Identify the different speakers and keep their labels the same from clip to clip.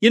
Speaker 1: You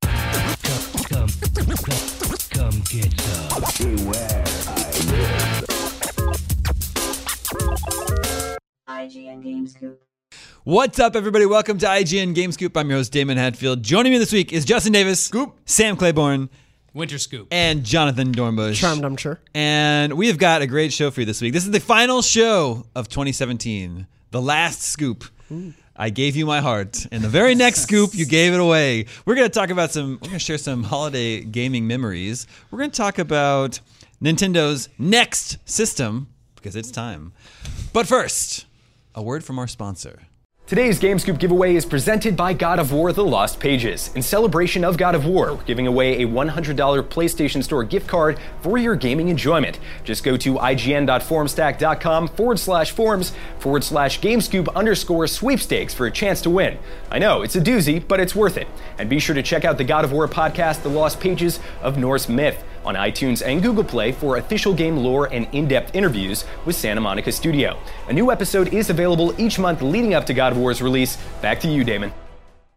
Speaker 2: Come, come, come get some.
Speaker 3: IGN Games Coop.
Speaker 1: What's up, everybody? Welcome to IGN Game Scoop. I'm your host, Damon Hatfield. Joining me this week is Justin Davis, Scoop, Sam Claiborne,
Speaker 4: Winter Scoop.
Speaker 1: and Jonathan Dornbush.
Speaker 5: Charmed, I'm sure.
Speaker 1: And we have got a great show for you this week. This is the final show of 2017, the last scoop. I gave you my heart, and the very next scoop, you gave it away. We're going to talk about some, we're going to share some holiday gaming memories. We're going to talk about Nintendo's next system, because it's time. But first, a word from our sponsor.
Speaker 6: Today's Game Scoop giveaway is presented by God of War The Lost Pages. In celebration of God of War, we're giving away a $100 PlayStation Store gift card for your gaming enjoyment. Just go to ign.formstack.com forward slash forms forward slash GameScoop underscore sweepstakes for a chance to win. I know, it's a doozy, but it's worth it. And be sure to check out the God of War podcast, The Lost Pages of Norse Myth on iTunes and Google Play for official game lore and in depth interviews with Santa Monica Studio. A new episode is available each month leading up to God of War's release. Back to you, Damon.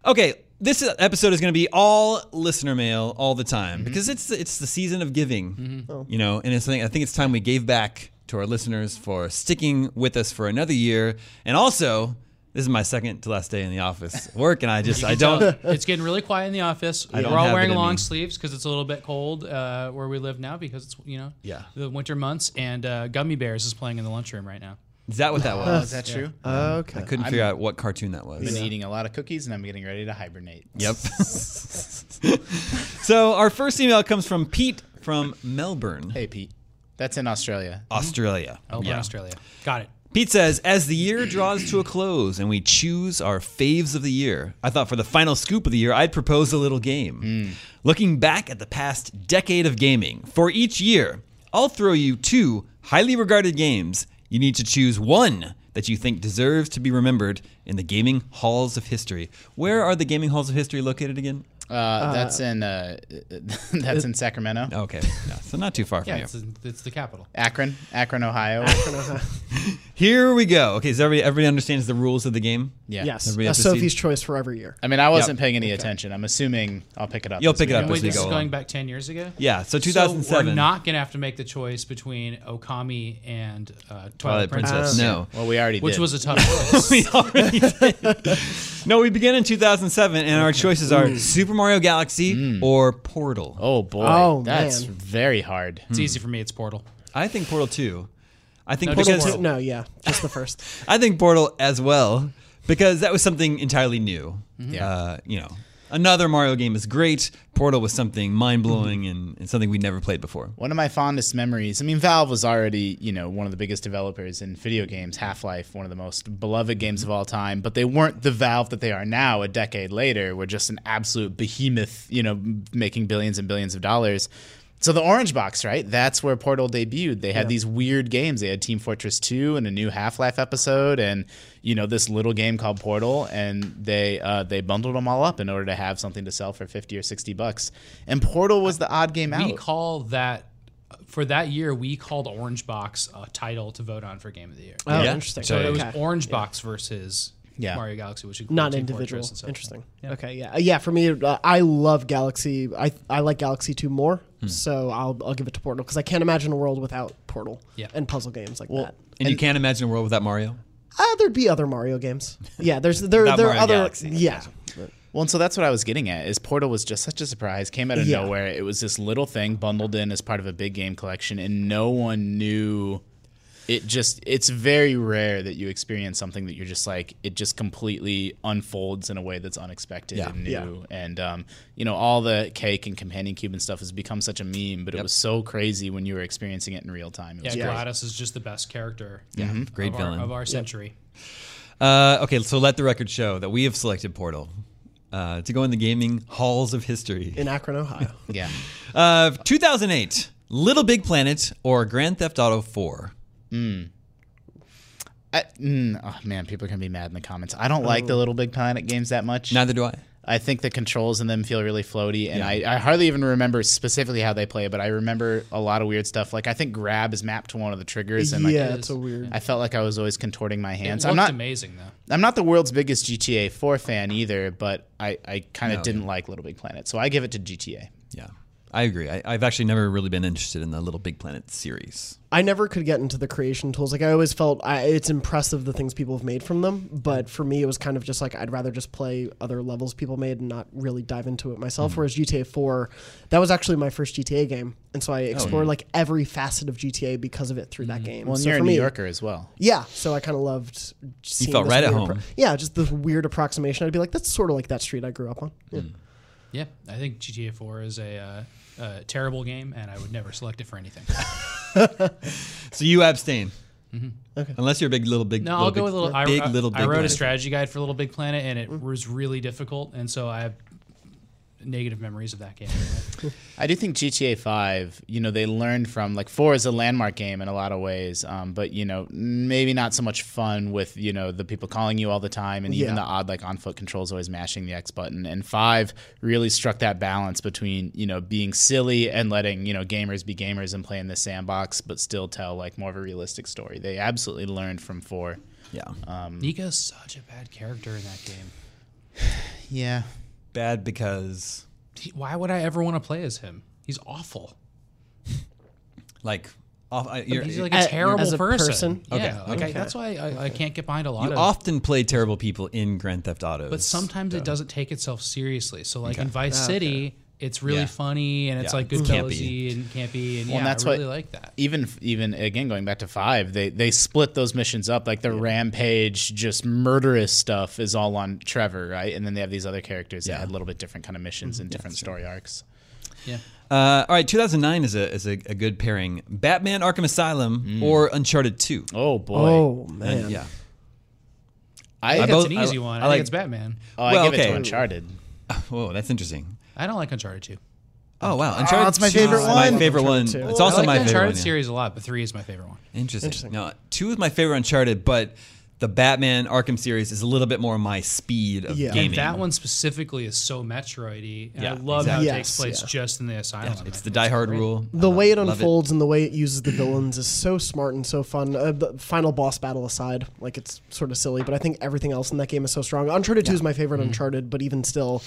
Speaker 1: Okay, this episode is going to be all listener mail all the time
Speaker 7: Mm-hmm.
Speaker 1: because it's the, it's the season of giving, you know, and it's, I think- I think it's time we gave back to our listeners for sticking with us for another year, and also. This is my second to last day in the office at work, and I just I don't.
Speaker 4: it's getting really quiet in the office.
Speaker 1: don't
Speaker 4: We're all
Speaker 1: have it
Speaker 4: wearing
Speaker 1: in
Speaker 4: long
Speaker 1: me.
Speaker 4: sleeves because it's a little bit cold uh, where we live now because it's you know
Speaker 1: Yeah.
Speaker 4: the winter months and uh, Gummy Bears is playing in the lunchroom right now.
Speaker 1: Is that what that
Speaker 7: Oh, is
Speaker 1: was?
Speaker 7: that true?
Speaker 1: I
Speaker 5: Okay.
Speaker 1: couldn't figure out what cartoon that
Speaker 7: I've
Speaker 1: was.
Speaker 7: been eating a lot of cookies and I'm getting ready to hibernate.
Speaker 1: Yep. so our first email comes from Pete from Melbourne,
Speaker 7: Hey, Oh, Pete. That's in Australia.
Speaker 1: Oh, Australia.
Speaker 4: Over in Australia. Got it.
Speaker 1: Pete says, as the year draws to a close and we choose our faves of the year, I thought for the final scoop of the year, I'd propose a little game.
Speaker 4: Hmm.
Speaker 1: Looking back at the past decade of gaming, for each year, I'll throw you two highly regarded games. You need to choose one that you think deserves to be remembered in the gaming halls of history. Where are the gaming halls of history located again?
Speaker 7: Uh, that's in uh, that's in Sacramento,
Speaker 1: Okay, yeah, so not too far from
Speaker 4: Yeah,
Speaker 1: you.
Speaker 4: It's, it's the capital.
Speaker 7: Akron, Akron, Ohio.
Speaker 1: Here we go. Okay, so everybody, everybody understands the rules of the game?
Speaker 7: yeah.
Speaker 5: Yes.
Speaker 1: Everybody
Speaker 5: A
Speaker 1: has to see-
Speaker 5: Sophie's choice for every year.
Speaker 7: I mean, I wasn't paying any attention. I'm assuming I'll pick it up.
Speaker 1: You'll
Speaker 7: this
Speaker 1: pick it
Speaker 7: weekend.
Speaker 1: up
Speaker 4: Wait,
Speaker 1: as we
Speaker 4: this
Speaker 1: go
Speaker 4: is
Speaker 1: along.
Speaker 4: going back ten years ago.
Speaker 1: Yeah, so
Speaker 4: So
Speaker 1: 2007.
Speaker 4: we're not gonna have to make the choice between Okami and uh, Twilight,
Speaker 1: Twilight
Speaker 4: Princess,
Speaker 1: Princess. No.
Speaker 7: Well, we already
Speaker 4: which
Speaker 7: did.
Speaker 4: was a tough choice.
Speaker 1: we already did. No, we began in 2007, and our choices are Super Mario Galaxy or Portal.
Speaker 7: oh boy,
Speaker 5: Oh,
Speaker 7: that's
Speaker 5: man.
Speaker 7: very hard.
Speaker 4: It's easy for me. It's Portal.
Speaker 1: I think Portal 2. I think
Speaker 4: No,
Speaker 1: Portal.
Speaker 4: just
Speaker 5: Two-
Speaker 4: Portal.
Speaker 5: No, yeah, just the first.
Speaker 1: I think Portal as well because that was something entirely new.
Speaker 7: Yeah.
Speaker 1: Uh, you know, Another Mario game is great. Portal was something mind blowing and, and something we'd never played before.
Speaker 7: One of my fondest memories. I mean, Valve was already, you know, one of the biggest developers in video games, Half Life, one of the most beloved games of all time, but they weren't the Valve that they are now a decade later. We're just an absolute behemoth, you know, m- making billions and billions of dollars. So the Orange Box, right? That's where Portal debuted. They had these weird games. They had Team Fortress 2 and a new Half-Life episode and, you know, this little game called Portal and they uh, they bundled them all up in order to have something to sell for 50 or 60 bucks. And Portal was the odd game out.
Speaker 4: We call that for that year. We called Orange Box a title to vote on for Game of the Year.
Speaker 5: Oh,
Speaker 1: Yeah.
Speaker 5: interesting.
Speaker 1: So
Speaker 4: It was
Speaker 5: Okay.
Speaker 4: Orange Box versus
Speaker 7: Yeah.
Speaker 4: Mario Galaxy, which included
Speaker 5: not
Speaker 4: Team
Speaker 5: individual.
Speaker 4: Fortress and stuff.
Speaker 5: Interesting. Okay, yeah, Uh, yeah. For me, uh, I love Galaxy. I I like Galaxy Two more, so I'll I'll give it to Portal because I can't imagine a world without Portal.
Speaker 4: Yeah.
Speaker 5: and puzzle games like that.
Speaker 1: And, you can't imagine a world without Mario.
Speaker 5: Uh, there'd be other Mario games. Yeah, there's there
Speaker 1: Without
Speaker 5: there are
Speaker 1: Mario
Speaker 5: other
Speaker 1: Galaxy.
Speaker 5: yeah.
Speaker 7: Well, and so that's what I was getting at. Is Portal was just such a surprise, came out of
Speaker 5: Yeah.
Speaker 7: nowhere. It was this little thing bundled in as part of a big game collection, and no one knew. It just it's very rare that you experience something that you're just like it just completely unfolds in a way that's unexpected
Speaker 1: Yeah.
Speaker 7: and new.
Speaker 5: Yeah.
Speaker 7: And um, you know, all the cake and companion cube and stuff has become such a meme, but it was so crazy when you were experiencing it in real time. It
Speaker 4: Yeah,
Speaker 7: was great.
Speaker 4: Gladys is just the best character. Yeah,
Speaker 1: Mm-hmm. Great
Speaker 4: of
Speaker 1: villain.
Speaker 4: our, of our century.
Speaker 1: Uh, okay, so let the record show that we have selected Portal uh, to go in the gaming halls of history.
Speaker 5: in Akron, Ohio.
Speaker 7: yeah.
Speaker 1: Uh, 2008, Little Big Planet or Grand Theft Auto 4.
Speaker 7: I, mm, oh man, people are gonna be mad in the comments. I don't like the Little Big Planet games that much.
Speaker 1: Neither do I.
Speaker 7: I think the controls in them feel really floaty, and I, I hardly even remember specifically how they play, but I remember a lot of weird stuff. Like I think grab is mapped to one of the triggers, and like
Speaker 5: yeah, it's a weird.
Speaker 7: I felt like I was always contorting my
Speaker 4: It
Speaker 7: hands.
Speaker 4: looked
Speaker 7: I'm not
Speaker 4: amazing though.
Speaker 7: I'm not the world's biggest GTA 4 fan either, but I, I kind of
Speaker 1: No,
Speaker 7: didn't like Little Big Planet, so I give it to GTA.
Speaker 1: Yeah, I agree. I, I've actually never really been interested in the Little Big Planet series.
Speaker 5: I never could get into the creation tools. Like I always felt I, it's impressive the things people have made from them, but for me it was kind of just like I'd rather just play other levels people made and not really dive into it myself.
Speaker 7: Mm-hmm.
Speaker 5: Whereas GTA 4, that was actually my first GTA game, and so I
Speaker 7: Oh,
Speaker 5: explored like every facet of GTA because of it through that game.
Speaker 7: Mm-hmm. Well, and
Speaker 5: so
Speaker 7: you're
Speaker 5: for
Speaker 7: a New
Speaker 5: me,
Speaker 7: Yorker as well.
Speaker 5: Yeah, so I kind of loved. seeing
Speaker 1: felt
Speaker 5: this
Speaker 1: right at
Speaker 5: weird
Speaker 1: home.
Speaker 5: yeah, just the weird approximation. I'd be like, that's sort of like that street I grew up on. Yeah.
Speaker 7: Mm.
Speaker 4: Yeah, I think GTA 4 is a, uh, a terrible game, and I would never select it for anything.
Speaker 1: So you abstain. Mm-hmm. Okay. Unless you're a big little big.
Speaker 4: No, I'll
Speaker 1: big,
Speaker 4: go with little. I,
Speaker 1: big
Speaker 4: I-
Speaker 1: little big.
Speaker 4: I wrote
Speaker 1: Planet.
Speaker 4: a strategy guide for Little Big Planet, and it was really difficult, and so I have negative memories of that game.
Speaker 7: I do think GTA Five, you know, they learned from like four is a landmark game in a lot of ways, um, but you know, maybe not so much fun with you know the people calling you all the time and even
Speaker 5: Yeah.
Speaker 7: the odd like on foot controls always mashing the X button. And five really struck that balance between you know being silly and letting you know gamers be gamers and play in the sandbox, but still tell like more of a realistic story. They absolutely learned from four.
Speaker 1: Yeah.
Speaker 4: Nika's such a bad character in that game.
Speaker 7: Yeah,
Speaker 1: Bad because
Speaker 4: He- Why would I ever want to play as him? He's awful.
Speaker 1: like off. I, you're,
Speaker 4: He's like
Speaker 5: As-
Speaker 4: a terrible
Speaker 5: as a
Speaker 4: person.
Speaker 5: person?
Speaker 4: Yeah,
Speaker 1: Okay,
Speaker 4: like, I-
Speaker 1: okay.
Speaker 4: That's why I, I can't get behind a lot
Speaker 1: you
Speaker 4: of.
Speaker 1: often play terrible people in Grand Theft Auto.
Speaker 4: but sometimes it doesn't take itself seriously. So like in Vice City, it's really
Speaker 1: Ah, Yeah.
Speaker 4: funny and it's
Speaker 1: Yeah,
Speaker 4: like
Speaker 1: it's
Speaker 4: good
Speaker 1: campy.
Speaker 4: and campy, and yeah,
Speaker 7: and that's
Speaker 4: I
Speaker 7: what-
Speaker 4: really like that.
Speaker 7: even even again going back to five, they they split those missions up. Like the rampage, just murderous stuff is all on Trevor, right? And then they have these other characters that had a little bit different kind of missions and different story arcs.
Speaker 4: Yeah.
Speaker 1: Uh, all right, 2009 is a is a, a good pairing. Batman: Arkham Asylum or Uncharted 2.
Speaker 7: Oh boy,
Speaker 5: Oh man,
Speaker 1: Mm. Yeah.
Speaker 7: I,
Speaker 4: I
Speaker 7: I,
Speaker 4: think it's
Speaker 1: both-
Speaker 4: an
Speaker 1: I-
Speaker 4: easy one.
Speaker 1: I
Speaker 4: I, think
Speaker 1: like-
Speaker 4: it's Batman.
Speaker 7: oh, I
Speaker 1: Well,
Speaker 7: give it
Speaker 1: okay.
Speaker 7: to Uncharted.
Speaker 1: Whoa, that's interesting.
Speaker 4: I don't like Uncharted 2.
Speaker 1: Oh wow, Uncharted.
Speaker 7: that's my
Speaker 1: 2
Speaker 7: favorite
Speaker 1: is
Speaker 7: one.
Speaker 1: My favorite one.
Speaker 5: Uncharted 2.
Speaker 1: It's also
Speaker 4: I like
Speaker 1: my
Speaker 4: the
Speaker 1: favorite
Speaker 4: Uncharted
Speaker 1: one, yeah.
Speaker 4: series a lot, but three is my favorite one.
Speaker 1: Interesting. Now, two is my favorite Uncharted, but the Batman Arkham series is a little bit more my speed of
Speaker 5: Yeah. And
Speaker 1: gaming.
Speaker 4: And that one specifically is so Metroidy, and
Speaker 1: Yeah,
Speaker 4: I love
Speaker 1: exactly.
Speaker 4: how it takes
Speaker 5: Yes,
Speaker 4: place
Speaker 5: yeah.
Speaker 4: just in the asylum.
Speaker 1: it's the Die Hard rule. I
Speaker 5: the
Speaker 1: love
Speaker 5: way it
Speaker 1: Uh-huh. Love
Speaker 5: unfolds and the way it uses the villains is so smart and so fun. Uh, the final boss battle aside, like it's sort of silly, but I think everything else in that game is so strong. Uncharted 2 is my favorite Uncharted, but even still,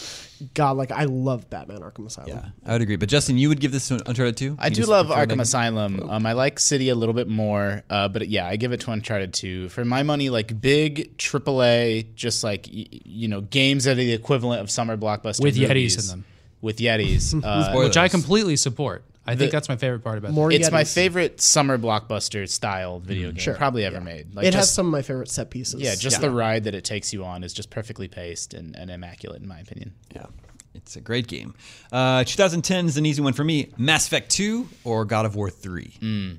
Speaker 5: God, like I love Batman Arkham Asylum.
Speaker 1: Yeah, I would agree. But Justin, you would give this to Uncharted 2?
Speaker 7: I do love Arkham Asylum. Um, I like City a little bit more, uh, but yeah, I give it to Uncharted 2. For my money, like big AAA, just like y- you know, games that are the equivalent of summer blockbuster
Speaker 4: With Yetis
Speaker 7: movies.
Speaker 4: in them.
Speaker 7: With Yetis, uh,
Speaker 4: Which I completely support. I think that's my favorite part about
Speaker 5: More
Speaker 4: it.
Speaker 7: It's my
Speaker 5: Yetis.
Speaker 7: favorite summer blockbuster style video game probably ever made. Like
Speaker 5: It
Speaker 7: just,
Speaker 5: has some of my favorite set pieces.
Speaker 7: yeah, just the ride that it takes you on is just perfectly paced and, and immaculate in my opinion.
Speaker 1: Yeah. It's a great game. Uh, 2010 is an easy one for me. Mass Effect 2 or God of War 3?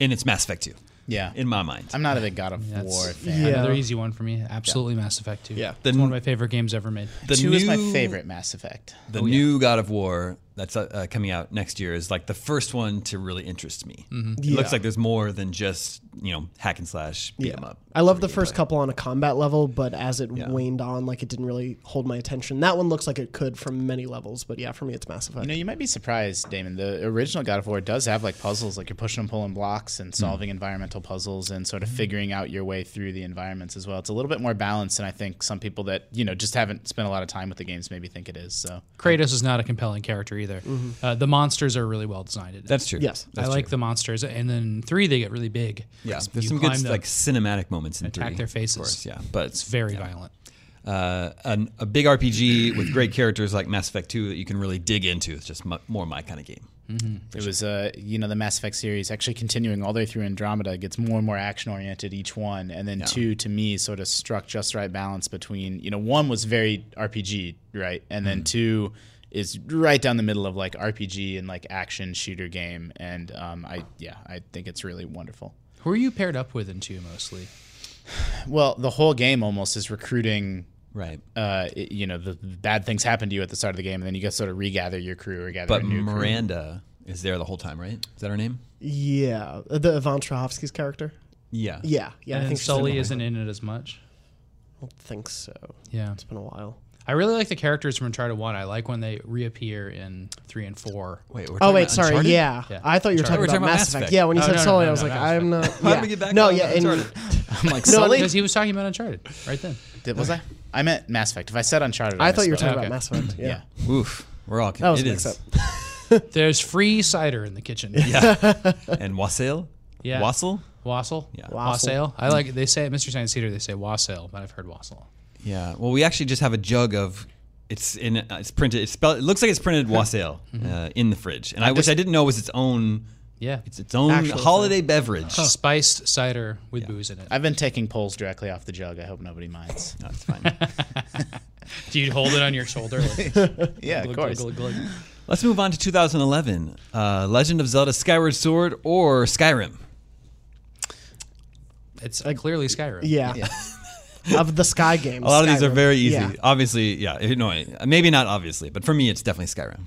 Speaker 1: And it's Mass Effect 2
Speaker 7: Yeah.
Speaker 1: in my mind.
Speaker 7: I'm not a big God of War fan.
Speaker 5: Yeah.
Speaker 4: Another easy one for me. Absolutely Mass Effect 2.
Speaker 5: Yeah.
Speaker 4: It's one of my favorite games ever made.
Speaker 1: the
Speaker 7: Two is my
Speaker 1: new-
Speaker 7: favorite Mass Effect.
Speaker 1: The new God of War that's uh, uh, coming out next year is like the first one to really interest me. It looks like there's more than just you know hack and slash beat 'em up.
Speaker 5: I loved the first couple on a combat level, but as it waned on, like it didn't really hold my attention. That one looks like it could from many levels, but yeah, for me, it's Mass Effect.
Speaker 7: You know, you might be surprised, Damon. The original God of War does have like puzzles, like you're pushing and pulling blocks and solving environmental puzzles and sort of figuring out your way through the environments as well. It's a little bit more balanced than I think some people that you know just haven't spent a lot of time with the games maybe think it is. So
Speaker 4: Kratos is not a compelling character either. Uh, the monsters are really well designed. in it.
Speaker 1: That's true.
Speaker 5: Yes.
Speaker 1: Mm-hmm. that's
Speaker 4: I like the monsters, and then three they get really big.
Speaker 1: Yeah,
Speaker 4: Crisp.
Speaker 1: there's
Speaker 4: You
Speaker 1: some good
Speaker 4: climb them.
Speaker 1: like cinematic moments in
Speaker 4: Attack
Speaker 1: three,
Speaker 4: their faces.
Speaker 1: Of course, yeah, but
Speaker 4: It's very violent.
Speaker 1: uh, an, a big RPG with great characters like Mass Effect 2 that you can really dig into. It's just mu- more my kind of game.
Speaker 7: it was uh, you know the Mass Effect series actually continuing all the way through Andromeda gets more and more action oriented each one, and then two to me sort of struck just the right balance between you know one was very RPG right, and
Speaker 5: Mm-hmm.
Speaker 7: then two is right down the middle of like RPG and like action shooter game, and um, I yeah I think it's really wonderful.
Speaker 4: Who are you paired up with in two mostly?
Speaker 7: Well, the whole game almost is recruiting.
Speaker 1: Right.
Speaker 7: Uh, it- you know the, the bad things happen to you at the start of the game, and then you get sort of regather your crew or gather
Speaker 1: But
Speaker 7: a new crew.
Speaker 1: Miranda is there the whole time, right? Is that her name?
Speaker 5: yeah, the Ivan Strahovski's character.
Speaker 1: Yeah.
Speaker 5: Yeah,
Speaker 4: and
Speaker 5: yeah, I
Speaker 4: then
Speaker 5: think
Speaker 4: Sully
Speaker 5: so.
Speaker 4: isn't in it as much.
Speaker 5: I don't think so.
Speaker 4: Yeah,
Speaker 5: It's been a while.
Speaker 4: I really like the characters from Uncharted One. I like when they reappear in three and four.
Speaker 1: Wait, we're
Speaker 5: Oh
Speaker 1: talking
Speaker 5: wait,
Speaker 1: about
Speaker 5: sorry.
Speaker 1: Uncharted?
Speaker 5: Yeah.
Speaker 4: Yeah.
Speaker 5: I thought you were
Speaker 4: Uncharted.
Speaker 5: talking, about, Mass Effect. Yeah, when you
Speaker 4: No,
Speaker 5: said
Speaker 4: no, no,
Speaker 5: Sully,
Speaker 4: no,
Speaker 5: I was
Speaker 4: no,
Speaker 5: like,
Speaker 4: Mass
Speaker 5: I'm not.
Speaker 1: How
Speaker 5: yeah.
Speaker 1: did we get back
Speaker 5: no,
Speaker 1: on
Speaker 5: yeah, and-
Speaker 1: Uncharted?
Speaker 7: I'm like
Speaker 5: No,
Speaker 7: Sully.
Speaker 4: Because he was talking about Uncharted right then.
Speaker 7: Did- was I? I meant Mass Effect. If I said Uncharted,
Speaker 5: I thought you were
Speaker 7: misspoke.
Speaker 5: talking
Speaker 4: Okay.
Speaker 5: about Mass Effect. Yeah.
Speaker 7: Yeah.
Speaker 1: Oof. We're all
Speaker 5: That was
Speaker 1: it
Speaker 5: a mix
Speaker 1: is.
Speaker 5: up.
Speaker 4: There's free cider in the kitchen.
Speaker 1: And Wassail?
Speaker 4: Yeah.
Speaker 1: Wassel?
Speaker 4: Wassail.
Speaker 1: Yeah.
Speaker 4: Wassail. I like. They say at Mystery Science Theater they say wassail, but I've heard wassail.
Speaker 1: Yeah. Well, we actually just have a jug of. It's in. uh, It's printed. It's spelled. It looks like it's printed Wassail uh, in the fridge, and I, wish I didn't know it was its own.
Speaker 4: Yeah. Oh,
Speaker 1: It's its own
Speaker 5: Actual
Speaker 1: holiday beverage.
Speaker 4: spiced cider with booze in it.
Speaker 7: I've been taking polls directly off the jug. I hope nobody minds.
Speaker 1: No, it's fine.
Speaker 4: Do you hold it on your shoulder? Like,
Speaker 7: yeah, of
Speaker 4: glug,
Speaker 7: course.
Speaker 4: glug, glug, glug?
Speaker 1: Let's move on to 2011. Uh, Legend of Zelda: Skyward Sword or Skyrim?
Speaker 4: It's clearly Skyrim.
Speaker 5: Yeah. of the Sky games.
Speaker 1: A lot of these are very easy.
Speaker 5: Yeah.
Speaker 1: Obviously, yeah. if- No, maybe not obviously, but for me, it's definitely Skyrim.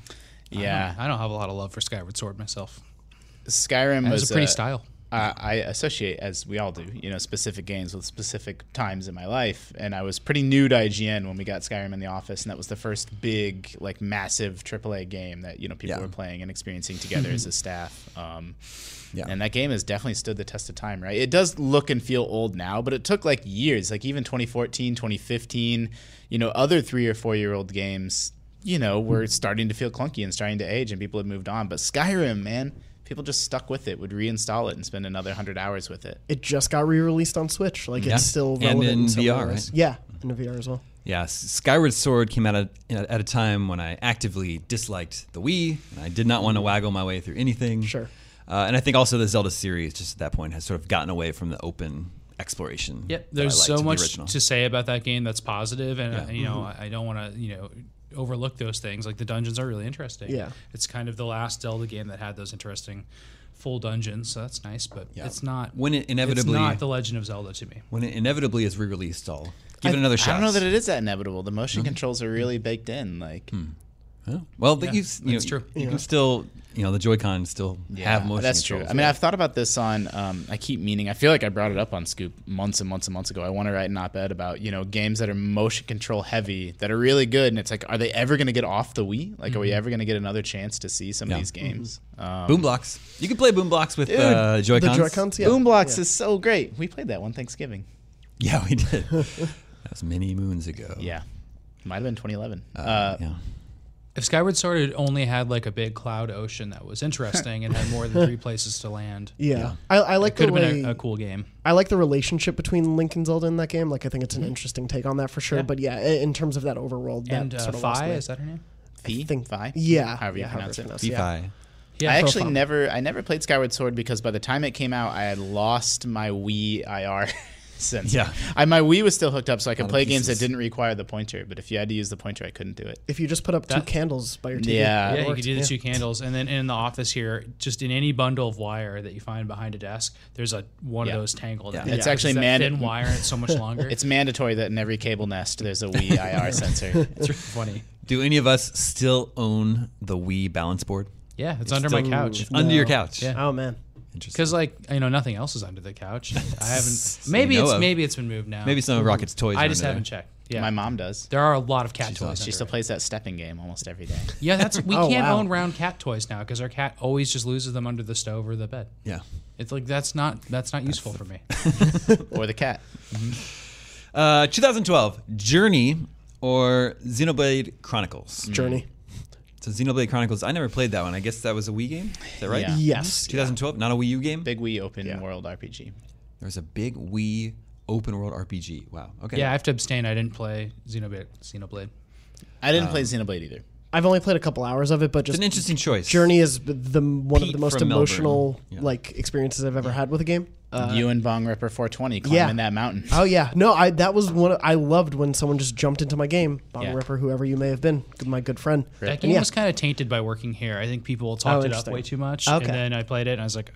Speaker 7: Yeah,
Speaker 4: I don't have a lot of love for Skyward Sword myself.
Speaker 7: Skyrim
Speaker 4: It
Speaker 7: was uh,
Speaker 4: was a
Speaker 1: uh,
Speaker 4: pretty style.
Speaker 7: I I associate, as we all do, you know, specific games with specific times in my life. And I was pretty new to IGN when we got Skyrim in the office, and that was the first big, like, massive AAA game that you know people
Speaker 1: Yeah.
Speaker 7: were playing and experiencing together as a staff. Um,
Speaker 1: Yeah.
Speaker 7: And that game has definitely stood the test of time, right? It does look and feel old now, but it took like years, like even 2014, 2015, you know, other three or four year old games, you know, were starting to feel clunky and starting to age and people had moved on. But Skyrim, man, people just stuck with it, would reinstall it and spend another 100 hours with it.
Speaker 5: It just got re-released on Switch. Like
Speaker 1: Yeah.
Speaker 5: it's still
Speaker 1: And
Speaker 5: relevant
Speaker 1: in
Speaker 5: some
Speaker 1: VR,
Speaker 5: ways.
Speaker 1: right?
Speaker 5: Yeah, in VR as well.
Speaker 1: Yeah, S- Skyward Sword came out at, at a time when I actively disliked the Wii, and I did not want to waggle my way through anything.
Speaker 5: Sure.
Speaker 1: Uh, and I think also the Zelda series, just at that point, has sort of gotten away from the open exploration.
Speaker 4: Yep,
Speaker 1: that I
Speaker 4: there's
Speaker 1: liked
Speaker 4: so
Speaker 1: in the
Speaker 4: much
Speaker 1: original.
Speaker 4: to say about that game that's positive, and
Speaker 1: Yeah. Mm-hmm.
Speaker 4: uh, you know I I don't want to you know overlook those things. Like the dungeons are really interesting.
Speaker 5: Yeah.
Speaker 4: it's kind of the last Zelda game that had those interesting full dungeons, so that's nice. But it's not
Speaker 1: When it inevitably-
Speaker 4: it's not the Legend of Zelda to me.
Speaker 1: when it inevitably is re-released. I'll give it another shot.
Speaker 7: I don't know that it is that inevitable. The motion controls are really baked in. Like,
Speaker 1: Well, but you, s- you know,
Speaker 4: that's true.
Speaker 1: You can still, you know, the Joy-Con still have motion.
Speaker 7: That's
Speaker 1: controls,
Speaker 7: true. I mean,
Speaker 1: yeah.
Speaker 7: I've thought about this on. Um, I keep meaning. I feel like I brought it up on Scoop months and months and months ago. I want to write an op-ed about you know games that are motion control heavy that are really good, and it's like, are they ever going to get off the Wii? Like, are we ever going to get another chance to see some
Speaker 1: Yeah.
Speaker 7: of these games? Um,
Speaker 1: Boom blocks. You can play boom blocks with uh, Joy-Cons.
Speaker 5: The Joy-Cons, yeah.
Speaker 7: Boom Blocks is so great. We played that one Thanksgiving.
Speaker 1: Yeah, we did. that was many moons ago.
Speaker 7: Yeah, might have been 2011. Uh,
Speaker 1: yeah.
Speaker 4: If Skyward Sword had only had like a big cloud ocean that was interesting and had more than three places to land,
Speaker 5: Yeah. I, I like
Speaker 4: could
Speaker 5: the
Speaker 4: have
Speaker 5: way
Speaker 4: been a, a cool game.
Speaker 5: I like the relationship between Link and Zelda in that game. Like I think it's an interesting take on that for sure. But yeah, i- in terms of that overworld, that
Speaker 4: And uh,
Speaker 5: sort of lost
Speaker 4: Fi,
Speaker 5: me.
Speaker 4: is that her name?
Speaker 7: Fi?
Speaker 5: think-
Speaker 7: Fi?
Speaker 5: Yeah,
Speaker 7: However you
Speaker 5: yeah,
Speaker 7: pronounce it.
Speaker 5: it's
Speaker 1: DeFi.
Speaker 5: pronounced,
Speaker 4: Yeah,
Speaker 7: I actually never I never played Skyward Sword because by the time it came out, I had lost my Wii IR. sense.
Speaker 1: Yeah.
Speaker 7: I, my Wii was still hooked up, so I could
Speaker 1: of
Speaker 7: play games that
Speaker 1: pieces.
Speaker 7: didn't require the pointer. But if you had to use the pointer, I couldn't do it.
Speaker 5: If you just put up two
Speaker 4: That-
Speaker 5: candles by your TV,
Speaker 7: Yeah.
Speaker 5: it
Speaker 4: Yeah, you
Speaker 5: worked.
Speaker 4: could do the
Speaker 5: Yeah.
Speaker 4: two candles, and then in the office here, just in any bundle of wire that you find behind a desk, there's a one
Speaker 7: Yeah.
Speaker 4: of those tangled.
Speaker 1: Yeah.
Speaker 4: in
Speaker 7: It's
Speaker 4: there.
Speaker 7: actually
Speaker 4: that
Speaker 7: man-
Speaker 4: thin wire. and It's so much longer.
Speaker 7: It's mandatory that in every cable nest there's a Wii IR sensor.
Speaker 4: it's really funny.
Speaker 1: Do any of us still own the Wii balance board?
Speaker 4: Yeah, it's, under my couch.
Speaker 1: Under your couch.
Speaker 4: Yeah.
Speaker 5: Oh man,
Speaker 1: Interesting.
Speaker 4: Because like you know, nothing else is under the couch. I haven't. Maybe
Speaker 1: you know
Speaker 4: it's
Speaker 1: of.
Speaker 4: maybe it's been moved now.
Speaker 1: Maybe some of Rocket's toys.
Speaker 4: I
Speaker 1: are
Speaker 4: just
Speaker 1: under
Speaker 4: haven't
Speaker 1: there.
Speaker 4: checked. Yeah,
Speaker 7: My mom does.
Speaker 4: there are a lot of cat toys.
Speaker 7: She
Speaker 4: under
Speaker 7: still
Speaker 4: it.
Speaker 7: plays that stepping game almost every day.
Speaker 4: Yeah, that's we
Speaker 5: Oh,
Speaker 4: can't
Speaker 5: wow.
Speaker 4: own round cat toys now because our cat always just loses them under the stove or the bed.
Speaker 1: Yeah.
Speaker 4: It's like that's not that's not useful for me.
Speaker 7: or the cat.
Speaker 1: Uh, 2012, Journey or Xenoblade Chronicles.
Speaker 5: Journey.
Speaker 1: So Xenoblade Chronicles, I never played that one. I guess that was a Wii game. Is that right?
Speaker 7: Yeah.
Speaker 5: Yes.
Speaker 1: 2012, not a Wii U game.
Speaker 7: Big Wii open world RPG.
Speaker 1: There was a big Wii open world RPG. Wow. Okay.
Speaker 4: yeah, I have to abstain. I didn't play Xenoblade. Xenoblade.
Speaker 7: I didn't
Speaker 1: Um,
Speaker 7: play Xenoblade either.
Speaker 5: I've only played a couple hours of it, but
Speaker 1: it's
Speaker 5: just
Speaker 1: an interesting choice.
Speaker 5: Journey is the one of
Speaker 1: Pete
Speaker 5: the most
Speaker 1: from Melbourne.
Speaker 5: emotional
Speaker 1: Yeah.
Speaker 5: like experiences I've ever had with a game. Uh,
Speaker 7: you and Bong Ripper 420 climbing
Speaker 5: yeah.
Speaker 7: that mountain.
Speaker 5: oh yeah, no, I that was one of- I loved when someone just jumped into my game, Bong
Speaker 7: Yeah.
Speaker 5: Ripper, whoever you may have been, my good friend.
Speaker 4: That
Speaker 5: And
Speaker 4: game
Speaker 5: yeah,
Speaker 4: was kind of tainted by working here. I think people
Speaker 5: Oh,
Speaker 4: talked it up
Speaker 5: interesting.
Speaker 4: way too much.
Speaker 5: Okay.
Speaker 4: And then I played it and I was like,
Speaker 1: Are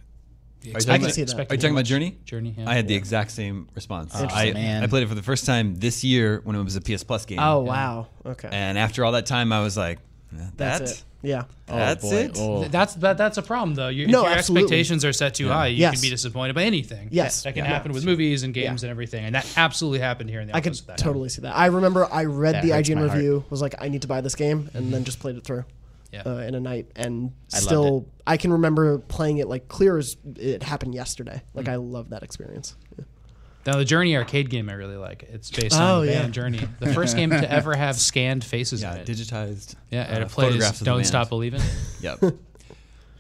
Speaker 1: you
Speaker 5: I
Speaker 1: talking,
Speaker 5: can
Speaker 1: about,
Speaker 5: see that.
Speaker 1: are you talking about Journey?
Speaker 4: Journey, yeah.
Speaker 1: I had the exact same response. I,
Speaker 7: man.
Speaker 1: I played it for the first time this year when it was a PS Plus game.
Speaker 5: oh wow, okay,
Speaker 1: And after all that time, I was like, that?
Speaker 5: that's it. Yeah,
Speaker 1: That's
Speaker 7: boy.
Speaker 1: it?
Speaker 7: Oh.
Speaker 4: Th- that's that, that's a problem though. You,
Speaker 5: No,
Speaker 4: if your
Speaker 5: absolutely.
Speaker 4: expectations are set too high, you
Speaker 5: Yes.
Speaker 4: can be disappointed by anything.
Speaker 5: Yes.
Speaker 4: that, that can
Speaker 5: Yeah.
Speaker 4: happen with movies and games and everything, and that absolutely happened here in the
Speaker 5: I
Speaker 4: office.
Speaker 5: could
Speaker 4: with that.
Speaker 5: totally see that. I remember I read
Speaker 7: That
Speaker 5: the
Speaker 7: hurts
Speaker 5: IGN
Speaker 7: my heart. Mm-hmm.
Speaker 5: review, was like, I need to buy this game, and then just played it through.
Speaker 4: Yeah.
Speaker 5: Uh, in a night, and
Speaker 7: loved
Speaker 5: still, I can remember playing it like clear as it happened yesterday. Like
Speaker 7: Mm.
Speaker 5: I love that experience.
Speaker 4: Now the Journey arcade game I really like. It's based
Speaker 5: Oh,
Speaker 4: on the
Speaker 5: yeah.
Speaker 4: band Journey, the first game to ever have scanned faces
Speaker 1: Yeah,
Speaker 4: in it.
Speaker 1: digitized.
Speaker 4: yeah, and
Speaker 1: uh,
Speaker 4: it plays
Speaker 1: photographs of the
Speaker 4: Don't
Speaker 1: band.
Speaker 4: Stop Believing.
Speaker 1: Yep.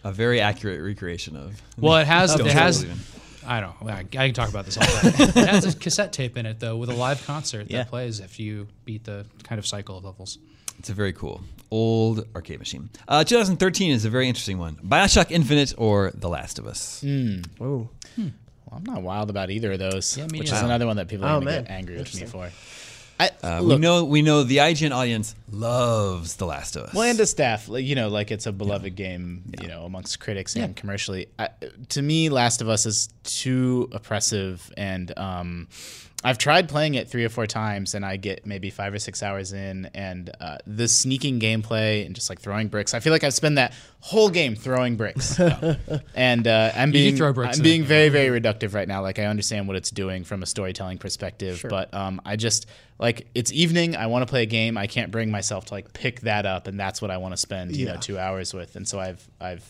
Speaker 1: a very accurate recreation of.
Speaker 4: Well, it has
Speaker 1: Don't
Speaker 4: it
Speaker 1: Stop
Speaker 4: has.
Speaker 1: Believing.
Speaker 4: I don't. I, I can talk about this all day. it has a cassette tape in it though, with a live concert
Speaker 7: Yeah.
Speaker 4: that plays if you beat the kind of cycle of levels.
Speaker 1: It's a very cool old arcade machine. Uh, 2013 is a very interesting one. Bioshock Infinite or The Last of Us.
Speaker 5: Oh,
Speaker 7: Well, I'm not wild about either of those,
Speaker 4: Yeah, me
Speaker 7: which is
Speaker 4: neither.
Speaker 7: another one that people are
Speaker 5: Oh,
Speaker 7: going to get
Speaker 5: man.
Speaker 7: angry with me for. I,
Speaker 1: Uh, we
Speaker 7: look,
Speaker 1: know we know the IGN audience loves The Last of Us.
Speaker 7: well, and to staff, like, you know, like it's a beloved game, you know, amongst critics and commercially. I, to me, Last of Us is too oppressive, and um, I've tried playing it three or four times, and I get maybe five or six hours in, and uh, the sneaking gameplay and just like throwing bricks. I feel like I've spent that whole game throwing bricks, and uh, I'm
Speaker 4: do
Speaker 7: being
Speaker 4: throw bricks in
Speaker 7: I'm
Speaker 4: it,
Speaker 7: being very very reductive right now. Like I understand what it's doing from a storytelling perspective, but um, I just like it's evening. I want to play a game. I can't bring myself to like pick that up, and that's what I want to spend you know two hours with. And so I've I've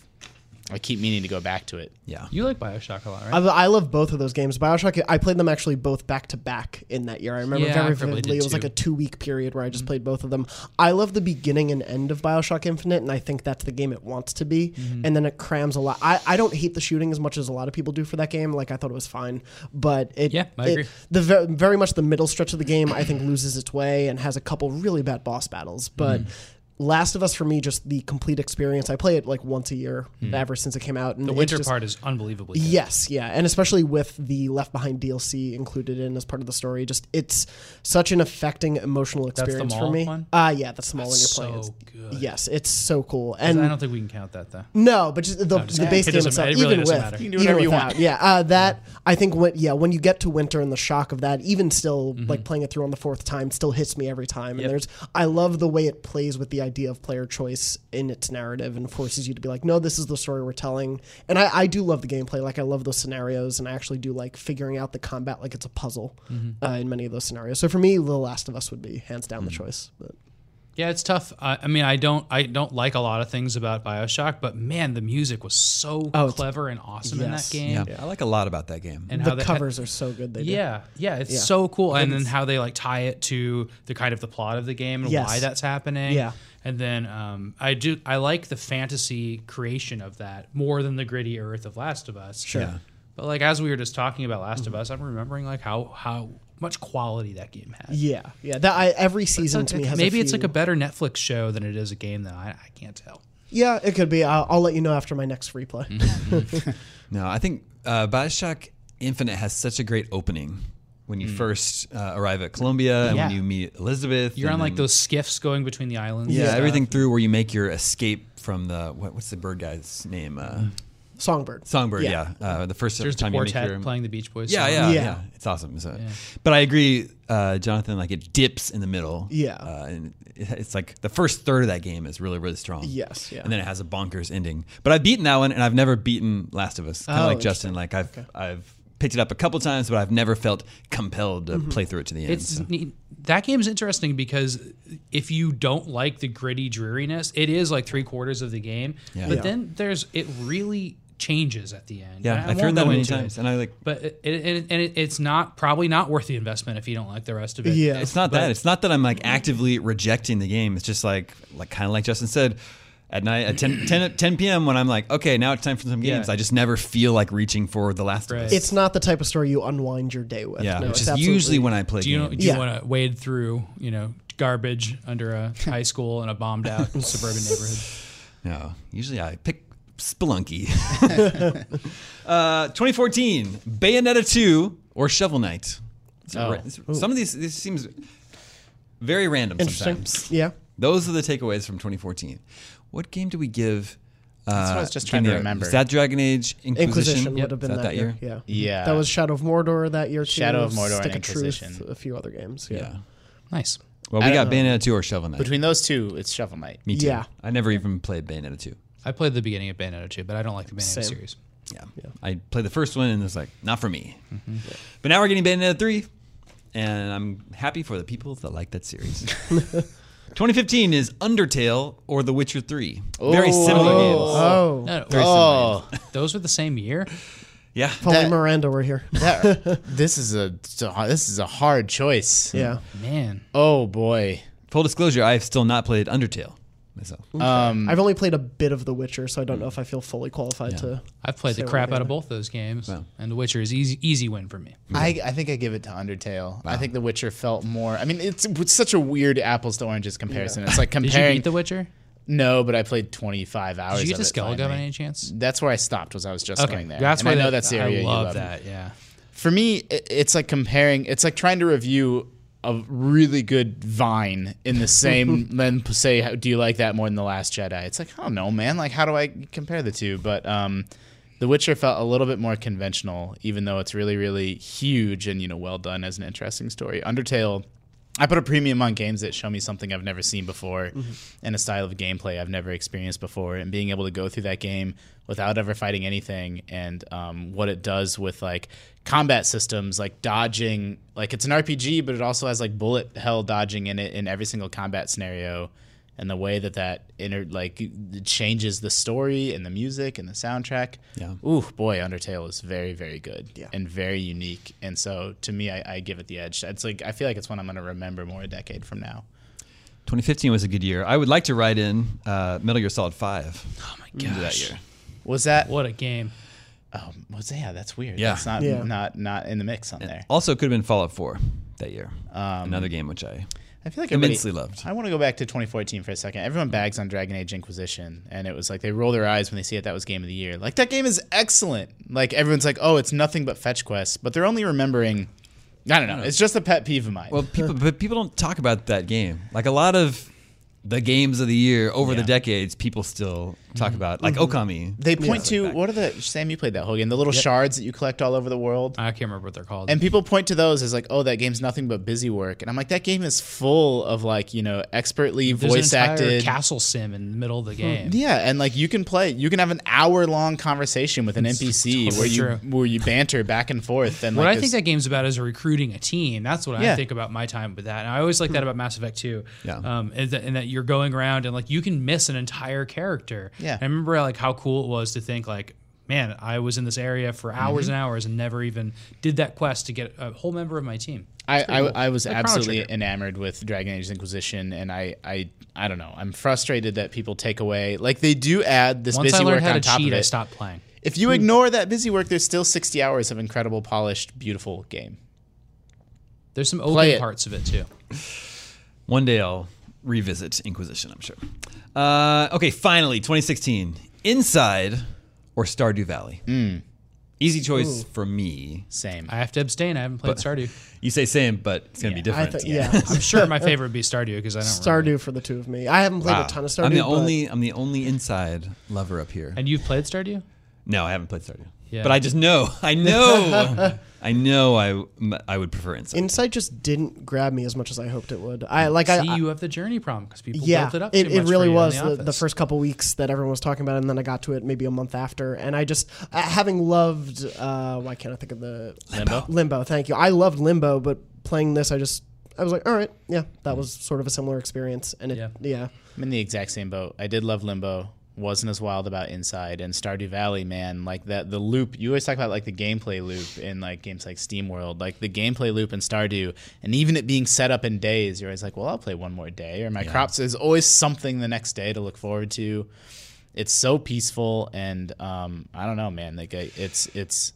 Speaker 7: I keep meaning to go back to it.
Speaker 1: yeah.
Speaker 4: You like Bioshock a lot, right?
Speaker 5: I, I love both of those games. Bioshock, I played them actually both back to back in that year. I remember
Speaker 4: Yeah, I
Speaker 5: very
Speaker 4: probably did
Speaker 5: vividly. It was like
Speaker 4: too. Mm-hmm.
Speaker 5: a two week period where I just played both of them. I love the beginning and end of Bioshock Infinite, and I think that's the game it wants to be.
Speaker 4: Mm-hmm.
Speaker 5: And then it crams a lot. I, I don't hate the shooting as much as a lot of people do for that game. Like, I thought it was fine. But it,
Speaker 4: Yeah, I
Speaker 5: it-
Speaker 4: agree.
Speaker 5: the ve- very much the middle stretch of the game, I think, loses its way and has a couple really bad boss battles. But.
Speaker 4: Mm-hmm.
Speaker 5: Last of Us for me, just the complete experience. I play it like once a year ever since it came out.
Speaker 4: Mm-hmm.
Speaker 5: And
Speaker 4: the
Speaker 5: it's
Speaker 4: winter
Speaker 5: just-
Speaker 4: part is unbelievably. Good.
Speaker 5: Yes, yeah, and especially with the Left Behind DLC included in as part of the story, just it's such an affecting emotional
Speaker 4: the
Speaker 5: experience for
Speaker 4: mall
Speaker 5: me.
Speaker 4: one?
Speaker 5: Ah, yeah, that's the mall when you're
Speaker 4: That's
Speaker 5: playing.
Speaker 4: so
Speaker 5: It's-
Speaker 4: good.
Speaker 5: Yes, it's so cool.
Speaker 4: I
Speaker 5: And
Speaker 4: don't think we can count that though.
Speaker 5: no, but just the,
Speaker 4: just
Speaker 5: the
Speaker 4: kidding.
Speaker 5: base
Speaker 4: It
Speaker 5: game
Speaker 4: doesn't-
Speaker 5: itself,
Speaker 4: it really
Speaker 5: even
Speaker 4: doesn't
Speaker 5: with,
Speaker 4: matter. You
Speaker 7: can do whatever
Speaker 5: even
Speaker 7: you want.
Speaker 5: without, yeah, uh, that I think when yeah when you get to winter and the shock of that, even still
Speaker 4: Mm-hmm.
Speaker 5: like playing it through on the fourth time, still hits me every time. And there's I love the way it plays with the idea of player choice in its narrative and forces you to be like, no, this is the story we're telling. And I, I do love the gameplay, like I love those scenarios, and I actually do like figuring out the combat like it's a puzzle
Speaker 4: Mm-hmm.
Speaker 5: uh, in many of those scenarios. So for me, The Last of Us would be hands down
Speaker 4: Mm.
Speaker 5: the choice. But
Speaker 4: Yeah, it's tough. I, I mean, I don't, I don't like a lot of things about Bioshock, but man, the music was so
Speaker 5: Oh, it's-
Speaker 4: clever and awesome in that
Speaker 5: Yes.
Speaker 4: game.
Speaker 1: yeah. I like a lot about that game.
Speaker 4: And how
Speaker 5: the
Speaker 4: they-
Speaker 5: covers are so good. They do.
Speaker 4: Yeah, yeah, it's so cool. And then how they like tie it to the kind of the plot of the game and
Speaker 5: Yes.
Speaker 4: why that's happening.
Speaker 5: Yeah.
Speaker 4: And then um, I do I like the fantasy creation of that more than the gritty earth of Last of Us. Sure.
Speaker 1: Yeah.
Speaker 4: But like as we were just talking about Last
Speaker 5: Mm-hmm.
Speaker 4: of Us, I'm remembering like how how much quality that game had.
Speaker 5: Yeah, yeah. That I, every season to me has a
Speaker 4: Maybe it's like
Speaker 5: few-
Speaker 4: a better Netflix show than it is a game that I, I can't tell.
Speaker 5: Yeah, it could be. I'll, I'll let you know after my next replay.
Speaker 1: Mm-hmm. no, I think uh, Bioshock Infinite has such a great opening. when you
Speaker 4: Mm.
Speaker 1: first uh, arrive at Columbia and when
Speaker 7: Yeah.
Speaker 1: you meet Elizabeth.
Speaker 4: You're
Speaker 1: and
Speaker 4: on like
Speaker 5: Mm-hmm.
Speaker 1: then-
Speaker 4: those skiffs going between the islands.
Speaker 1: Yeah,
Speaker 4: and stuff.
Speaker 1: everything through where you make your escape from the what, what's the bird guy's name? Uh,
Speaker 5: Songbird.
Speaker 1: Songbird. Yeah,
Speaker 5: Mm. Yeah.
Speaker 1: uh, the first
Speaker 4: There's the
Speaker 1: time you make
Speaker 4: quartet
Speaker 1: your
Speaker 4: playing the Beach Boys.
Speaker 1: Yeah,
Speaker 4: song.
Speaker 1: yeah, yeah,
Speaker 5: Yeah.
Speaker 1: It's awesome. So, But I agree, uh, Jonathan. Like it dips in the middle.
Speaker 5: Yeah.
Speaker 1: uh, and it- it's like the first third of that game is really really strong.
Speaker 5: Yes, yeah.
Speaker 1: and then it has a bonkers ending. But I've beaten that one, and I've never beaten Last of Us. Kind of
Speaker 5: Oh,
Speaker 1: like Justin. Like I've I've picked it up a couple times, but I've never felt compelled to
Speaker 5: Mm-hmm.
Speaker 1: play through it to the end.
Speaker 4: It's
Speaker 1: so.
Speaker 4: neat. that game's interesting because if you don't like the gritty dreariness, it is like three quarters of the game. But then there's it really changes at the end.
Speaker 1: Yeah,
Speaker 4: And I
Speaker 1: I've
Speaker 4: won't
Speaker 1: heard that
Speaker 4: go
Speaker 1: many
Speaker 4: into
Speaker 1: times,
Speaker 4: it,
Speaker 1: and I like.
Speaker 4: but it, it, it, and it, it's not probably not worth the investment if you don't like the rest of it.
Speaker 5: Yeah.
Speaker 1: It's not that. It's not that I'm like actively rejecting the game. It's just like like kind of like Justin said. At night at 10, 10, 10 p.m. when I'm like, okay, now it's time for some games.
Speaker 4: Yeah.
Speaker 1: I just never feel like reaching for The Last of
Speaker 4: Right.
Speaker 1: Us.
Speaker 5: It's not the type of story you unwind your day with.
Speaker 1: yeah,
Speaker 5: no,
Speaker 1: which
Speaker 5: it's
Speaker 1: is
Speaker 5: absolutely-
Speaker 1: usually when I play
Speaker 4: Do you,
Speaker 1: games.
Speaker 4: do you
Speaker 5: Yeah.
Speaker 4: want to wade through, you know, garbage under a high school in a bombed out suburban neighborhood?
Speaker 1: no, usually I pick Spelunky. uh, 2014, Bayonetta 2 or Shovel Knight. It's a
Speaker 7: Oh.
Speaker 1: ra- it's- Some of these this seems very random
Speaker 5: interesting.
Speaker 1: sometimes.
Speaker 5: Yeah.
Speaker 1: Those are the takeaways from 2014. What game did we give? Uh,
Speaker 7: what I was just trying to
Speaker 1: Kinder?
Speaker 7: remember.
Speaker 1: Was that Dragon Age Inquisition?
Speaker 5: Inquisition
Speaker 1: Yep.
Speaker 5: would have been
Speaker 1: Is
Speaker 5: that, year. Yeah.
Speaker 7: Yeah.
Speaker 5: That was Shadow of Mordor that year too.
Speaker 7: Shadow of Mordor
Speaker 5: Stick
Speaker 7: and
Speaker 5: of Truth,
Speaker 7: Inquisition.
Speaker 5: a few other games. Yeah.
Speaker 1: Yeah.
Speaker 4: Nice.
Speaker 1: Well, we
Speaker 7: I
Speaker 1: got
Speaker 7: don't know.
Speaker 1: Bayonetta 2 or Shovel Knight.
Speaker 7: Between those two, it's Shovel Knight.
Speaker 1: Me too.
Speaker 5: Yeah.
Speaker 1: I never even played Bayonetta 2.
Speaker 4: I played the beginning of Bayonetta 2, but I don't like the Bayonetta
Speaker 5: Same.
Speaker 4: series.
Speaker 1: Yeah. I played the first one and it was like, not for me.
Speaker 7: Mm-hmm.
Speaker 1: But now we're getting Bayonetta 3, and I'm happy for the people that like that series. 2015 is Undertale or The Witcher 3. Very similar games.
Speaker 5: Oh.
Speaker 4: No, no,
Speaker 7: Oh,
Speaker 4: Those were the same year.
Speaker 1: Yeah.
Speaker 5: Paul and
Speaker 7: that-
Speaker 5: Miranda were here.
Speaker 7: that- this is a this is a hard choice.
Speaker 5: Yeah.
Speaker 4: Man,
Speaker 7: Oh boy.
Speaker 1: Full disclosure, I have still not played Undertale myself.
Speaker 7: Um,
Speaker 5: I've only played a bit of The Witcher, so I don't know if I feel fully qualified to.
Speaker 4: I've played the
Speaker 5: Say
Speaker 4: crap
Speaker 5: what
Speaker 4: out
Speaker 5: again?
Speaker 4: of both those games, and The Witcher is easy easy win for me.
Speaker 7: I, I think I give it to Undertale. I think The Witcher felt more. I mean, it's, it's such a weird apples to oranges comparison. It's like
Speaker 4: Did you
Speaker 7: comparing.
Speaker 4: beat The Witcher?
Speaker 7: no, but I played 25 hours.
Speaker 4: Did you get
Speaker 7: of
Speaker 4: to
Speaker 7: it finally.
Speaker 4: Skellige by any chance?
Speaker 7: That's where I stopped. Was I was just
Speaker 4: Okay,
Speaker 7: going there.
Speaker 4: that's
Speaker 7: and
Speaker 4: why
Speaker 7: I know
Speaker 4: that-
Speaker 7: that's the area
Speaker 4: I
Speaker 7: you
Speaker 4: love
Speaker 7: love.
Speaker 4: that. Yeah,
Speaker 7: For me, i- it's like comparing. It's like trying to review a really good Vine in the same. then p- say, how, do you like that more than the Last Jedi? It's like I don't know, man. Like how do I compare the two? But um, The Witcher felt a little bit more conventional, even though it's really, really huge and you know well done as an interesting story. Undertale. I put a premium on games that show me something I've never seen before and a style of gameplay I've never experienced before, and being able to go through that game without ever fighting anything and um, what it does with like combat systems, like dodging. Like it's an RPG, but it also has like bullet hell dodging in it in every single combat scenario. And the way that that inter- like changes the story and the music and the soundtrack.
Speaker 1: Yeah.
Speaker 7: Ooh, boy, Undertale is very, very good
Speaker 5: Yeah.
Speaker 7: and very unique. And so to me, I, I give it the edge. It's like I feel like it's one I'm going to remember more a decade from now.
Speaker 1: 2015 was a good year. I would like to write in uh, Metal Gear Solid 5. Oh my gosh. That year.
Speaker 7: Was that?
Speaker 4: what a game!
Speaker 7: Um, was yeah? That's weird.
Speaker 1: Yeah.
Speaker 7: That's not
Speaker 5: Yeah.
Speaker 7: not not in the mix on there.
Speaker 1: Also, it could have been Fallout 4 that year. Another game which I.
Speaker 7: I feel like
Speaker 1: Immensely
Speaker 7: everybody-
Speaker 1: loved.
Speaker 7: I want to go back to 2014 for a second. Everyone bags on Dragon Age Inquisition, and it was like they roll their eyes when they see it. That was game of the year. Like that game is excellent. Like everyone's like, oh, it's nothing but fetch quests, but they're only remembering. I don't know. It's just a pet peeve of mine.
Speaker 1: Well, people, but people don't talk about that game. Like a lot of the games of the year over the
Speaker 7: Yeah.
Speaker 1: decades, people still talk about. Like Okami.
Speaker 7: they point to what are the Sam? You played that whole game. The little shards that you collect all over the world.
Speaker 4: I can't remember what they're called.
Speaker 7: And people point to those as like, oh, that game's nothing but busy work. And I'm like, that game is full of like, you know, expertly
Speaker 4: There's
Speaker 7: voice
Speaker 4: an entire
Speaker 7: acted.
Speaker 4: castle sim in the middle of the game.
Speaker 7: yeah, and like you can play, you can have an hour long conversation with an NPC
Speaker 4: totally
Speaker 7: where you
Speaker 4: true.
Speaker 7: where you banter back and forth. And
Speaker 4: What
Speaker 7: like,
Speaker 4: I think
Speaker 7: this-
Speaker 4: that game's about is recruiting a team. That's what I
Speaker 7: Yeah. Hmm.
Speaker 4: think about my time with that. And I always like that about Mass Effect 2.
Speaker 1: Yeah.
Speaker 4: Um, and that, and that you're going around and like you can miss an entire character.
Speaker 7: Yeah.
Speaker 4: And I remember like how cool it was to think like, man, I was in this area for hours
Speaker 7: Mm-hmm.
Speaker 4: and hours and never even did that quest to get a whole member of my team.
Speaker 7: I, I, I was
Speaker 4: Like Chrono
Speaker 7: absolutely
Speaker 4: Trigger.
Speaker 7: enamored with Dragon Age Inquisition, and I, I I don't know. I'm frustrated that people take away like they do add this
Speaker 4: Once
Speaker 7: busy
Speaker 4: I learned
Speaker 7: work
Speaker 4: how
Speaker 7: on
Speaker 4: to
Speaker 7: top
Speaker 4: cheat,
Speaker 7: of
Speaker 4: I
Speaker 7: it.
Speaker 4: stopped Hmm. playing.
Speaker 7: If you ignore that busy work, there's still 60 hours of incredible, polished, beautiful game.
Speaker 4: There's some
Speaker 7: Play
Speaker 4: open
Speaker 7: it.
Speaker 4: parts of it too.
Speaker 1: One day I'll revisit Inquisition, I'm sure. Uh, okay, finally, 2016. Inside or Stardew Valley? Easy choice for me.
Speaker 7: Same.
Speaker 4: I have to abstain. I haven't played Stardew.
Speaker 1: You say same, but it's gonna be
Speaker 5: I
Speaker 1: different.
Speaker 5: th- yeah.
Speaker 4: I'm sure my favorite would be Stardew because I don't. remember.
Speaker 5: Stardew for the two of me. I haven't played
Speaker 1: Wow.
Speaker 5: a ton of Stardew.
Speaker 1: Ah, I'm the
Speaker 5: but
Speaker 1: only I'm the only inside lover up here.
Speaker 4: And you've played Stardew?
Speaker 1: No, I haven't played Stardew.
Speaker 4: Yeah.
Speaker 1: But I just know. I know. I know. I I would prefer Inside.
Speaker 5: Insight just didn't grab me as much as I hoped it would. I like I,
Speaker 4: See,
Speaker 5: I-
Speaker 4: you have the journey problem because people
Speaker 5: yeah,
Speaker 4: built it up.
Speaker 5: it,
Speaker 4: too
Speaker 5: it
Speaker 4: much for
Speaker 5: really
Speaker 4: you in
Speaker 5: was
Speaker 4: the,
Speaker 5: the, the
Speaker 4: office.
Speaker 5: first couple weeks that everyone was talking about, it, and then I got to it maybe a month after, and I just uh, having loved uh, why can't I think of the
Speaker 7: Limbo.
Speaker 5: Limbo, thank you. I loved Limbo, but playing this, I just I was like, all right, yeah, that was sort of a similar experience, and it
Speaker 4: Mm. Yeah.
Speaker 5: yeah,
Speaker 7: I'm in the exact same boat. I did love Limbo. Wasn't as wild about Inside and Stardew Valley, man. Like that, the loop. You always talk about like the gameplay loop in like games like Steam World, like the gameplay loop in Stardew, and even it being set up in days. You're always like, well, I'll play one more day, or my crops. There's always something the next day to look forward to. It's so peaceful, and um, I don't know, man. Like I- it's it's.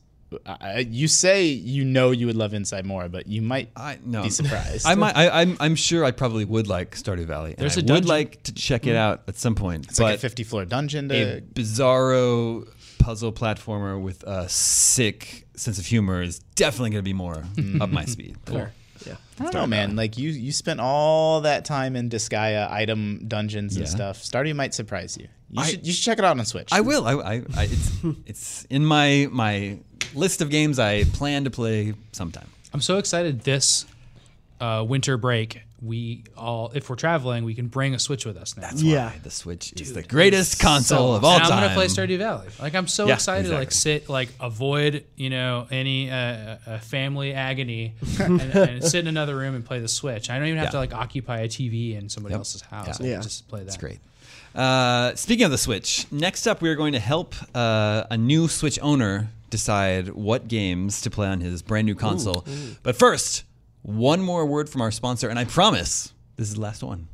Speaker 7: I, I- you say you know you would love Inside more, but you might
Speaker 1: I no.
Speaker 7: be surprised.
Speaker 1: I might. I, I'm. I'm sure. I probably would like Stardew Valley. and
Speaker 4: There's
Speaker 1: I
Speaker 4: a
Speaker 1: would
Speaker 4: dungeon-
Speaker 1: like to check it out at some point.
Speaker 7: it's like a 50 floor dungeon. To,
Speaker 1: a bizarro puzzle platformer with a sick sense of humor is definitely going to be more up my speed. Cool.
Speaker 7: I don't know, man. Like you, you spent all that time in Disgaea item dungeons and
Speaker 1: Yeah.
Speaker 7: stuff. Stardew might surprise you. You
Speaker 1: I-
Speaker 7: should you should check it out on Switch.
Speaker 1: I will. I, I, I it's it's in my my list of games I plan to play sometime.
Speaker 4: I'm so excited this uh, winter break. We all, if we're traveling, we can bring a Switch with us now.
Speaker 1: That's
Speaker 5: Yeah.
Speaker 1: why the Switch is the greatest console of all
Speaker 4: and
Speaker 1: time.
Speaker 4: I'm gonna play Stardew Valley. Like I'm so
Speaker 1: Yeah,
Speaker 4: excited to like
Speaker 1: exactly.
Speaker 4: sit like avoid you know any uh, uh, family agony and, and sit in another room and play the Switch. I don't even have to like occupy a TV in somebody else's house.
Speaker 5: Yeah.
Speaker 4: I just play that. That's
Speaker 1: Great. Uh, speaking of the Switch, next up we are going to help uh, a new Switch owner decide what games to play on his brand new console. But first, one more word from our sponsor, and I promise this is the last one.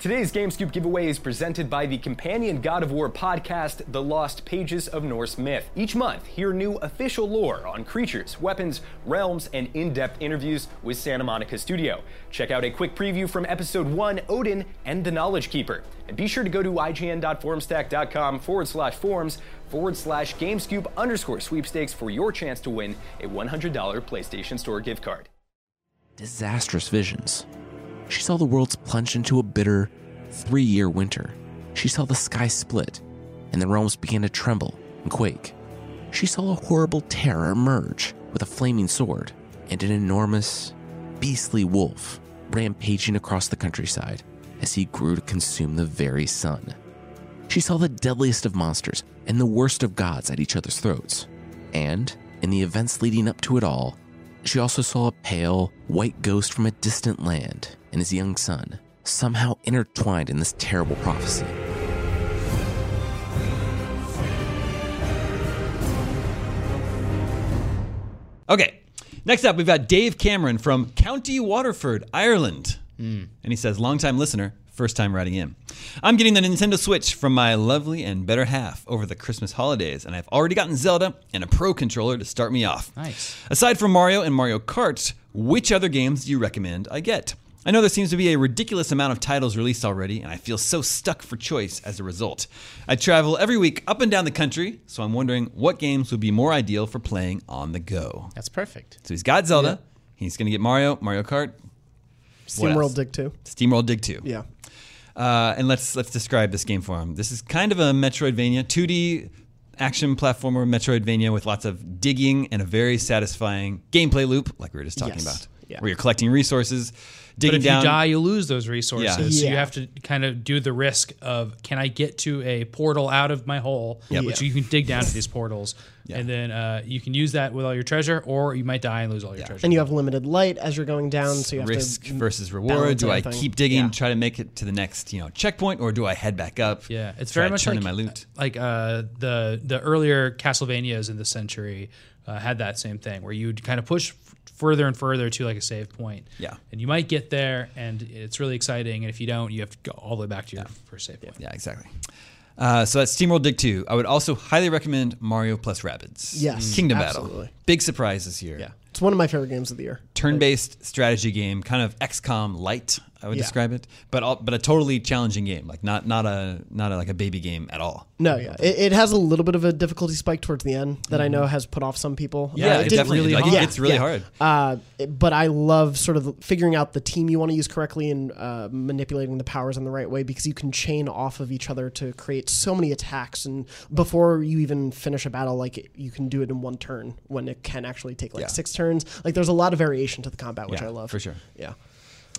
Speaker 6: Today's Game Scoop giveaway is presented by the companion God of War podcast, The Lost Pages of Norse Myth. Each month, hear new official lore on creatures, weapons, realms, and in depth interviews with Santa Monica Studio. Check out a quick preview from episode one Odin and the Knowledge Keeper. And be sure to go to ign.formstack.com forward slash forms forward slash Game Scoop underscore sweepstakes for your chance to win a $100 PlayStation Store gift card.
Speaker 8: disastrous visions. She saw the world's plunge into a bitter three year winter. She saw the sky split, and the realms began to tremble and quake. She saw a horrible terror emerge with a flaming sword and an enormous, beastly wolf rampaging across the countryside as he grew to consume the very sun. She saw the deadliest of monsters and the worst of gods at each other's throats. And, in the events leading up to it all, she also saw a pale, white ghost from a distant land and his young son, somehow intertwined in this terrible prophecy.
Speaker 1: Okay. Next up, we've got Dave Cameron from County Waterford, Ireland. And he says, longtime listener, first time writing in. I'm getting the Nintendo Switch from my lovely and better half over the Christmas holidays, and I've already gotten Zelda and a Pro controller to start me off.
Speaker 4: Nice.
Speaker 1: Aside from Mario and Mario Kart, which other games do you recommend I get? I know there seems to be a ridiculous amount of titles released already, and I feel so stuck for choice as a result. I travel every week up and down the country, so I'm wondering what games would be more ideal for playing on the go.
Speaker 7: That's perfect.
Speaker 1: So he's got Zelda. He's going to get Mario, Mario Kart, What else?
Speaker 5: SteamWorld Dig Two.
Speaker 1: SteamWorld Dig 2.
Speaker 5: Yeah,
Speaker 1: Uh, and let's let's describe this game for him. This is kind of a Metroidvania, 2D action platformer Metroidvania with lots of digging and a very satisfying gameplay loop, like we were just talking
Speaker 5: Yes.
Speaker 1: about,
Speaker 5: Yeah.
Speaker 1: where you're collecting resources, digging
Speaker 4: But if
Speaker 1: down.
Speaker 4: you die, you lose those resources.
Speaker 1: Yeah.
Speaker 4: So you
Speaker 5: Yeah.
Speaker 4: have to kind of do the risk of can I get to a portal out of my hole, which
Speaker 5: Yeah.
Speaker 4: you can dig down to these portals, and then uh, you can use that with all your treasure, or you might die and lose all your treasure.
Speaker 5: and you have limited light as you're going down, so you have
Speaker 1: risk
Speaker 5: to
Speaker 1: versus reward.
Speaker 5: balance
Speaker 1: Do I
Speaker 5: everything.
Speaker 1: keep digging,
Speaker 5: Yeah.
Speaker 1: and try to make it to the next you know checkpoint, or do I head back up?
Speaker 4: Yeah, it's
Speaker 1: try
Speaker 4: very
Speaker 1: to
Speaker 4: much
Speaker 1: turn
Speaker 4: like
Speaker 1: in my loot.
Speaker 4: Like uh, the the earlier Castlevanias in the century uh, had that same thing where you'd kind of push f- further and further to like a save point.
Speaker 1: Yeah.
Speaker 4: and you might get there, and it's really exciting. And if you don't, you have to go all the way back to your first save point.
Speaker 1: Yeah, exactly. Uh, so that's SteamWorld Dig 2. I would also highly recommend Mario plus Rabbids. Mm.
Speaker 5: Yes,
Speaker 1: Kingdom
Speaker 5: absolutely.
Speaker 1: Battle. Big surprise this year.
Speaker 5: Yeah. It's It's one of my favorite games of the year.
Speaker 1: turn-based strategy game, kind of XCOM light, I would
Speaker 5: Yeah.
Speaker 1: describe it, but all, but a totally challenging game, like not not a not a, like a baby game at all.
Speaker 5: No, yeah, it, it has a little bit of a difficulty spike towards the end that I know has put off some people.
Speaker 1: Mm-hmm. Yeah,
Speaker 5: Uh,
Speaker 1: it,
Speaker 5: did-
Speaker 1: definitely
Speaker 4: really
Speaker 1: like,
Speaker 4: hard.
Speaker 1: it's really
Speaker 5: yeah.
Speaker 1: hard.
Speaker 5: Uh, it- but I love sort of figuring out the team you want to use correctly and uh, manipulating the powers in the right way because you can chain off of each other to create so many attacks. And before you even finish a battle, like you can do it in one turn when it can actually take like
Speaker 1: Yeah.
Speaker 5: six turns. Like there's a lot of variation to the combat, which
Speaker 1: Yeah,
Speaker 5: I love
Speaker 1: for sure.
Speaker 5: Yeah.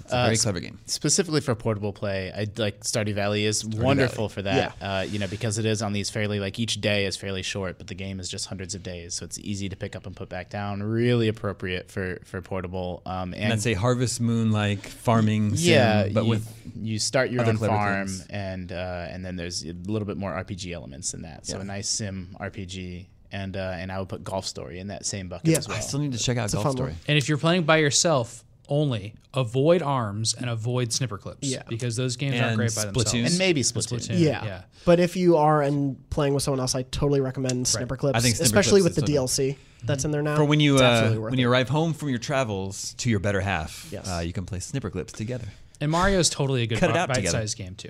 Speaker 1: It's a very
Speaker 5: uh,
Speaker 1: clever game.
Speaker 7: specifically for portable play, I like Stardew Valley is wonderful for that. Uh, you know, because it is on these fairly like each day is fairly short, but the game is just hundreds of days, so it's easy to pick up and put back down. Really appropriate for for portable. Um, and
Speaker 1: That's a Harvest Moon like farming sim,
Speaker 7: yeah,
Speaker 1: but
Speaker 7: you,
Speaker 1: with
Speaker 7: you start your
Speaker 1: other
Speaker 7: own
Speaker 1: clever
Speaker 7: farm,
Speaker 1: things.
Speaker 7: and uh, and then there's a little bit more RPG elements in that. So a nice sim RPG, and uh, and I would put Golf Story in that same bucket
Speaker 5: Yeah.
Speaker 7: as
Speaker 1: I
Speaker 7: well.
Speaker 1: still need to check out Golf
Speaker 5: fun
Speaker 1: Story.
Speaker 5: one.
Speaker 4: And if you're playing by yourself, only avoid arms and avoid snipper clips.
Speaker 5: Yeah.
Speaker 4: Because those games
Speaker 1: And
Speaker 4: aren't great by themselves.
Speaker 1: Splatoon.
Speaker 7: and maybe Splatoon.
Speaker 4: Splatoon.
Speaker 5: Yeah.
Speaker 4: Yeah.
Speaker 5: But if you are and playing with someone else, I totally recommend Snipper Clips,
Speaker 1: I think Snipper
Speaker 5: especially
Speaker 1: Clips
Speaker 5: with
Speaker 1: is
Speaker 5: the
Speaker 1: totally-
Speaker 5: DLC that's in there now.
Speaker 1: For when you
Speaker 5: It's
Speaker 1: uh,
Speaker 5: absolutely worth
Speaker 1: when
Speaker 5: it.
Speaker 1: you arrive home from your travels to your better half,
Speaker 5: Yes.
Speaker 1: uh, you can play snipper clips together.
Speaker 4: And Mario's totally a good
Speaker 1: Cut it out
Speaker 4: bite
Speaker 1: together.
Speaker 4: sized game too.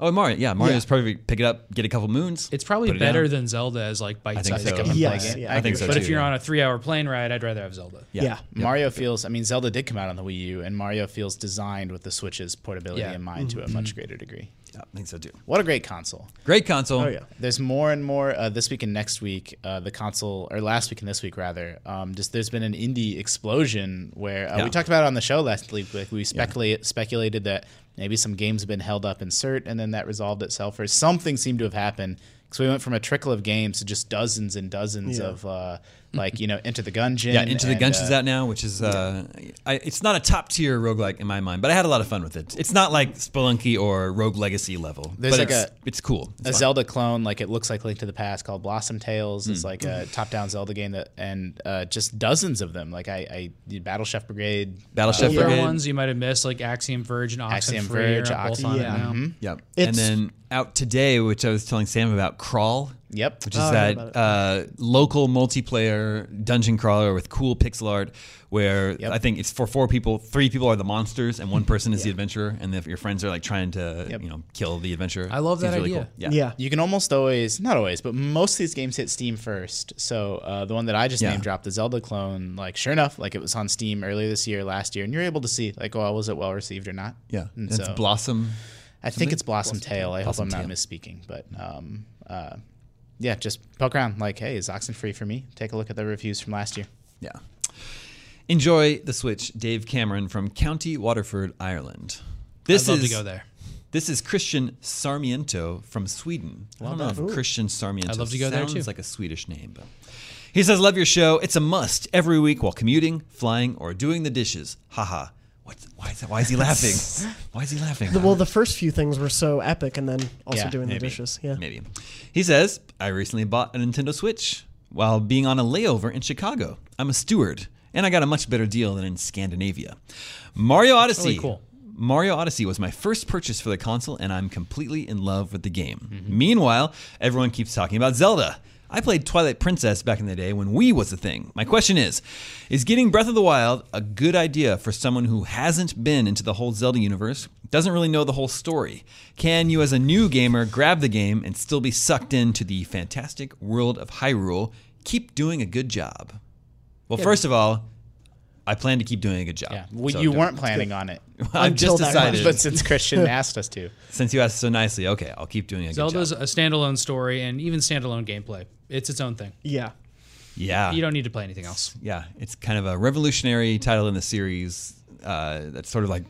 Speaker 1: Oh, and Mario, yeah, Mario's probably pick it up, get a couple moons.
Speaker 4: It's probably
Speaker 1: put it
Speaker 4: better
Speaker 1: down.
Speaker 4: than Zelda as like bite
Speaker 1: think
Speaker 4: sized
Speaker 1: so.
Speaker 4: game.
Speaker 5: Yes,
Speaker 7: Like,
Speaker 5: yeah,
Speaker 1: I think so
Speaker 4: But
Speaker 1: too.
Speaker 4: if you're
Speaker 1: yeah.
Speaker 4: on a three hour plane ride, I'd rather have Zelda.
Speaker 5: yeah.
Speaker 7: Mario feels. I mean, Zelda did come out on the Wii U, and Mario feels designed with the Switch's portability
Speaker 4: Yeah.
Speaker 7: in mind
Speaker 1: Mm-hmm.
Speaker 7: to a much greater degree.
Speaker 1: Yeah, I think so too.
Speaker 7: What a great console!
Speaker 1: Great console.
Speaker 5: Oh, yeah.
Speaker 7: There's more and more uh, this week and next week. Uh, the console, or last week and this week rather, um, just there's been an indie explosion where uh,
Speaker 1: Yeah.
Speaker 7: we talked about it on the show last week. Like we speculate, speculated that maybe some games have been held up in cert, and then that resolved itself, or something seemed to have happened. Because we went from a trickle of games to just dozens and dozens of uh, like you know, Enter the Gungeon.
Speaker 1: Yeah, Into the
Speaker 7: and,
Speaker 1: Gungeon's
Speaker 7: uh,
Speaker 1: out now, which is uh, I, it's not a top tier roguelike in my mind, but I had a lot of fun with it. It's not like Spelunky or Rogue Legacy level,
Speaker 7: There's
Speaker 1: but
Speaker 7: like
Speaker 1: it's,
Speaker 7: a-
Speaker 1: it's cool. It's
Speaker 7: a
Speaker 1: fun.
Speaker 7: Zelda clone, like it looks like Link to the Past, called Blossom Tales.
Speaker 1: Hmm.
Speaker 7: It's like a top-down Zelda game that, and uh, just dozens of them. Like I, I the Battle Chef Brigade,
Speaker 1: Battle Chef
Speaker 4: There are
Speaker 1: Brigade.
Speaker 4: ones you might have missed, like Axiom Verge and Oxenfree.
Speaker 7: Axiom
Speaker 4: are
Speaker 7: Verge, mm-hmm.
Speaker 4: both
Speaker 7: Oxen-
Speaker 4: on it
Speaker 5: Yeah.
Speaker 4: now.
Speaker 1: Yeah, and
Speaker 5: It's-
Speaker 1: then out today, which I was telling Sam about, Crawl.
Speaker 7: Yep.
Speaker 4: Oh,
Speaker 1: which is
Speaker 5: I heard
Speaker 1: that uh, local multiplayer dungeon crawler with cool pixel art, where I think it's for four people. Three people are the monsters, and one person is the adventurer, and if your friends are like trying to you know kill the adventurer.
Speaker 4: I love
Speaker 1: Seems
Speaker 4: that
Speaker 1: really
Speaker 4: idea.
Speaker 1: cool. Yeah.
Speaker 5: Yeah.
Speaker 7: You can almost always, not always, but most of these games hit Steam first. So uh, the one that I just
Speaker 1: Yeah.
Speaker 7: name dropped, the Zelda clone, like sure enough, like it was on Steam earlier this year, last year, and you're able to see like, oh, was it well received or not?
Speaker 1: Yeah,
Speaker 4: Mm,
Speaker 7: and
Speaker 1: it's
Speaker 7: so
Speaker 1: Blossom.
Speaker 7: I think it's Blossom, Tail. I
Speaker 1: Blossom
Speaker 7: hope I'm
Speaker 1: Tail.
Speaker 7: not misspeaking, but um, uh, yeah, just poke around. Like, hey, is Oxen free for me? Take a look at the reviews from last year.
Speaker 1: Yeah. Enjoy the Switch, Dave Cameron from County Waterford, Ireland. This
Speaker 4: I'd love
Speaker 1: is
Speaker 4: to go there.
Speaker 1: this is Christian Sarmiento from Sweden. I don't know if Christian Sarmiento
Speaker 4: I'd love to go there,
Speaker 1: sounds
Speaker 4: too.
Speaker 1: like a Swedish name, but he says, "Love your show. It's a must every week while commuting, flying, or doing the dishes." Haha. What's, why is that? Why is he laughing? why is he laughing?
Speaker 5: The- well, the first few things were so epic, and then also
Speaker 7: Yeah,
Speaker 5: doing
Speaker 1: Maybe.
Speaker 5: the dishes. Yeah.
Speaker 1: Maybe. He says, I recently bought a Nintendo Switch while being on a layover in Chicago. I'm a steward, and I got a much better deal than in Scandinavia. Mario Odyssey.
Speaker 4: really cool.
Speaker 1: Mario Odyssey was my first purchase for the console, and I'm completely in love with the game. Meanwhile, everyone keeps talking about Zelda. I played Twilight Princess back in the day when Wii was a thing. My question is Is getting Breath of the Wild a good idea for someone who hasn't been into the whole Zelda universe, doesn't really know the whole story? Can you, as a new gamer, grab the game and still be sucked into the fantastic world of Hyrule? Keep doing a good job. Well, first of all, I plan to keep doing a good job.
Speaker 7: Yeah, well,
Speaker 1: So
Speaker 7: you
Speaker 1: do-
Speaker 7: weren't planning on it,
Speaker 1: I've
Speaker 5: until
Speaker 1: just
Speaker 5: that
Speaker 1: decided.
Speaker 7: but since Christian asked us to,
Speaker 1: Since you asked so nicely, okay, I'll keep doing a
Speaker 4: Zelda's
Speaker 1: good job.
Speaker 4: a standalone story and even standalone gameplay. It's its own thing.
Speaker 5: Yeah.
Speaker 1: Yeah,
Speaker 4: You don't need to play anything else.
Speaker 1: yeah, it's kind of a revolutionary title in the series uh, that sort of like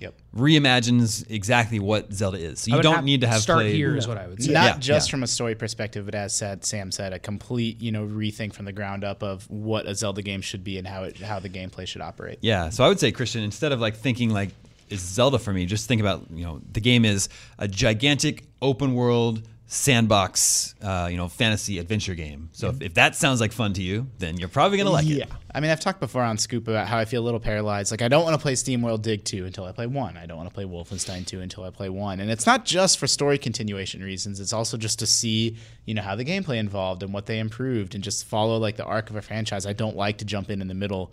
Speaker 7: yep.
Speaker 1: reimagines exactly what Zelda is. So
Speaker 4: I
Speaker 1: you
Speaker 4: would
Speaker 1: don't need to have
Speaker 4: start
Speaker 1: played.
Speaker 4: here is what I would say.
Speaker 7: not
Speaker 1: Yeah,
Speaker 7: just
Speaker 1: yeah.
Speaker 7: from a story perspective, but as said, Sam said, a complete you know rethink from the ground up of what a Zelda game should be and how it how the gameplay should operate.
Speaker 1: Yeah, so I would say Christian, instead of like thinking like is Zelda for me, just think about you know the game is a gigantic open world sandbox, uh, you know, fantasy adventure game. So if, if that sounds like fun to you, then you're probably gonna like it.
Speaker 5: Yeah.
Speaker 7: I mean, I've talked before on Scoop about how I feel a little paralyzed. Like, I don't want to play SteamWorld Dig 2 until I play 1. I don't want to play Wolfenstein 2 until I play 1. And it's not just for story continuation reasons. It's also just to see, you know, how the gameplay involved and what they improved and just follow, like, the arc of a franchise. I don't like to jump in in the middle.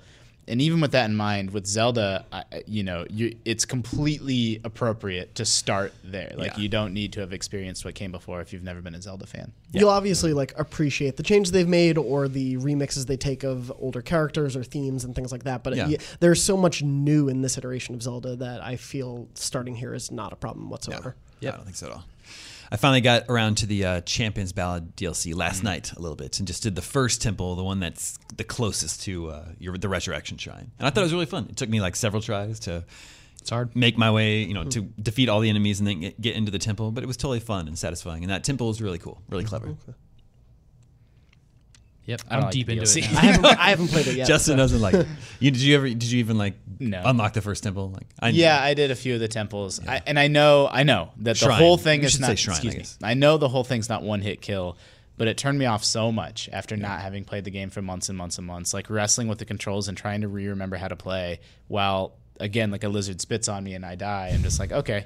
Speaker 7: And even with that in mind, with Zelda, I, I- you know, you, it's completely appropriate to start there. Like, you don't need to have experienced what came before if you've never been a Zelda fan.
Speaker 5: You'll obviously like appreciate the change they've made or the remixes they take of older characters or themes and things like that. But uh,
Speaker 1: Yeah.
Speaker 5: yeah, there's so much new in this iteration of Zelda that I feel starting here is not a problem whatsoever.
Speaker 1: Yeah, I don't think so at all. I finally got around to the uh, Champions Ballad DLC
Speaker 7: Mm-hmm.
Speaker 1: last night a little bit, and just did the first temple, the one that's the closest to uh, your, the Resurrection Shrine, and I thought it was really fun. It took me like several tries to
Speaker 4: It's hard.
Speaker 1: make my way, you know,
Speaker 7: Hmm.
Speaker 1: to defeat all the enemies and then get, get into the temple. But it was totally fun and satisfying, and that temple is really cool,
Speaker 7: Mm-hmm.
Speaker 1: really clever.
Speaker 4: Yep. I'm
Speaker 7: like
Speaker 4: deep into
Speaker 7: DLC.
Speaker 4: it.
Speaker 5: I,
Speaker 4: Now.
Speaker 5: haven't, I haven't played it yet.
Speaker 1: Justin doesn't like it. You, did you ever? Did you even like
Speaker 7: No.
Speaker 1: unlock the first temple? Like, I
Speaker 7: Yeah, I did a few of the temples, I, and I know, I know that the
Speaker 1: Shrine.
Speaker 7: whole thing
Speaker 1: You
Speaker 7: is
Speaker 1: should
Speaker 7: not.
Speaker 1: say shrine, I
Speaker 7: excuse
Speaker 1: guess.
Speaker 7: me. I know the whole thing's not one hit kill, but it turned me off so much after not having played the game for months and months and months, like wrestling with the controls and trying to re-remember how to play. While again, like a lizard spits on me and I die. I'm just like, okay.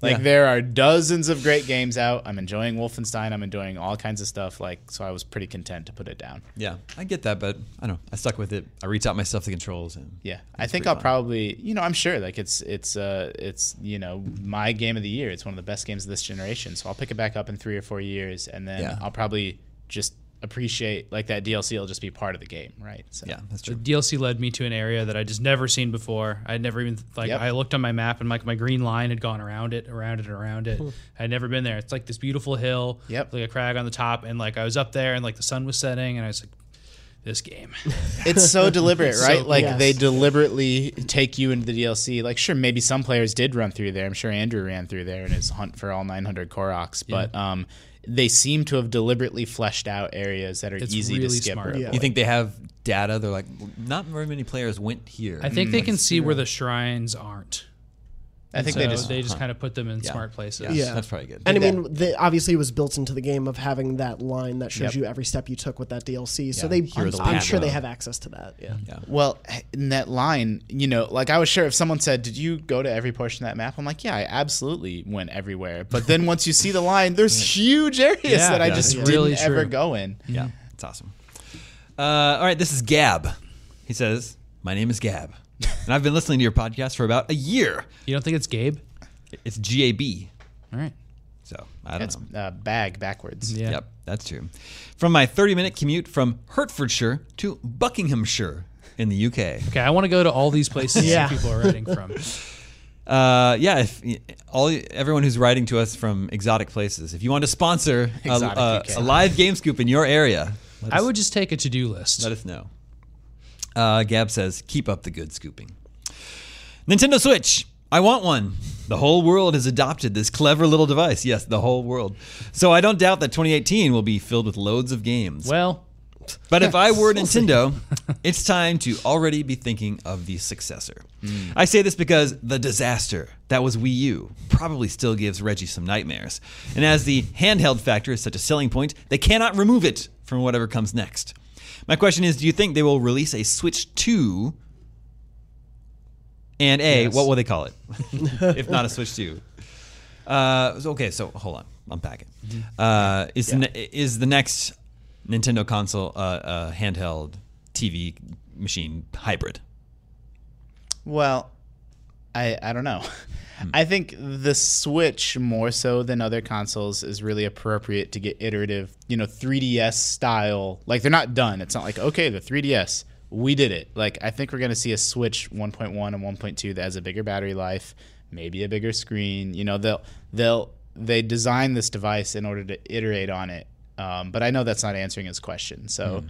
Speaker 7: Like
Speaker 1: Yeah.
Speaker 7: there are dozens of great games out. I'm enjoying Wolfenstein. I'm enjoying all kinds of stuff. Like so, I was pretty content to put it down.
Speaker 1: yeah, I get that, but I don't. know. I stuck with it. I retaught myself the controls, and
Speaker 7: Yeah, I think I'll probably, you know, I'm sure like it's it's uh it's you know my game of the year. It's one of the best games of this generation. So I'll pick it back up in three or four years, and then
Speaker 1: Yeah.
Speaker 7: I'll probably just appreciate like that DLC will just be part of the game, right? So
Speaker 1: yeah, that's
Speaker 4: The
Speaker 1: true.
Speaker 4: DLC led me to an area that I just never seen before. I'd never even like
Speaker 7: Yep.
Speaker 4: I looked on my map and like my green line had gone around it, around it, around it. I'd never been there. It's like this beautiful hill,
Speaker 7: Hmm. Yep.
Speaker 4: like a crag on the top, and like I was up there and like the sun was setting, and I was like, this game.
Speaker 7: it's so deliberate, right? like
Speaker 5: yes.
Speaker 7: they deliberately take you into the DLC. Like, sure, maybe some players did run through there. I'm sure Andrew ran through there in his hunt for all 900 Koroks, but um, they seem to have deliberately fleshed out areas that are
Speaker 4: It's
Speaker 7: easy
Speaker 4: really
Speaker 7: to skip.
Speaker 4: smart.
Speaker 7: or
Speaker 4: Yeah.
Speaker 1: You think they have data? They're like, not very many players went here.
Speaker 4: I think they can see where the shrines aren't.
Speaker 7: I think
Speaker 4: So
Speaker 7: they just
Speaker 4: they just kind of put them in smart places.
Speaker 5: Yeah.
Speaker 1: that's probably good.
Speaker 5: And I mean, the, obviously, it was built into the game of having that line that shows you every step you took with that DLC. So
Speaker 1: Yeah,
Speaker 5: they,
Speaker 1: here are
Speaker 5: I'm,
Speaker 1: the
Speaker 5: I'm
Speaker 1: path.
Speaker 5: sure they have access to that. Yeah.
Speaker 7: Well, in that line, you know, like I was sure if someone said, "Did you go to every portion of that map?" I'm like, "Yeah, I absolutely went everywhere." But then once you see the line, there's huge areas
Speaker 4: Yeah,
Speaker 7: that I
Speaker 4: yeah.
Speaker 7: just
Speaker 4: It's really
Speaker 7: didn't ever
Speaker 4: true.
Speaker 7: go in.
Speaker 1: yeah, it's awesome. Uh, all right, this is Gab. He says, "My name is Gab, and I've been listening to your podcast for about a year.
Speaker 4: You don't think it's Gabe?
Speaker 1: It's G A B,
Speaker 4: All right.
Speaker 1: so I don't
Speaker 7: That's
Speaker 1: know."
Speaker 7: uh, bag backwards.
Speaker 4: Yeah.
Speaker 1: Yep, that's true. From my 30 minute commute from Hertfordshire to Buckinghamshire in the UK.
Speaker 4: Okay, I want to go to all these places
Speaker 5: Yeah.
Speaker 4: people are writing from.
Speaker 1: Uh, yeah, if all everyone who's writing to us from exotic places, if you want to sponsor a,
Speaker 7: Exotic
Speaker 1: a-
Speaker 7: UK.
Speaker 1: a live game scoop in your area,
Speaker 4: I would just take a to-do list.
Speaker 1: Let us know. Uh, Gab says, keep up the good scooping. Nintendo Switch. I want one. The whole world has adopted this clever little device. Yes, the whole world. So I don't doubt that 2018 will be filled with loads of games.
Speaker 4: Well,
Speaker 1: But if I were Nintendo, it's time to already be thinking of the successor. I say this because the disaster that was Wii U probably still gives Reggie some nightmares. And as the handheld factor is such a selling point, they cannot remove it from whatever comes next. My question is do you think they will release a Switch 2? And A, what will they call it? if not a Switch 2. Uh, so- okay, so hold on, unpack it. Uh, is the, is the next Nintendo console uh, uh, handheld TV machine hybrid?
Speaker 7: Well, I I don't know. I think the Switch more so than other consoles is really appropriate to get iterative, you know, 3DS style. Like they're not done. It's not like okay, the 3DS, we did it. Like I think we're gonna see a Switch 1.1 and 1.2 that has a bigger battery life, maybe a bigger screen. You know, they'll they'll they design this device in order to iterate on it. Um, but I know that's not answering his question. So.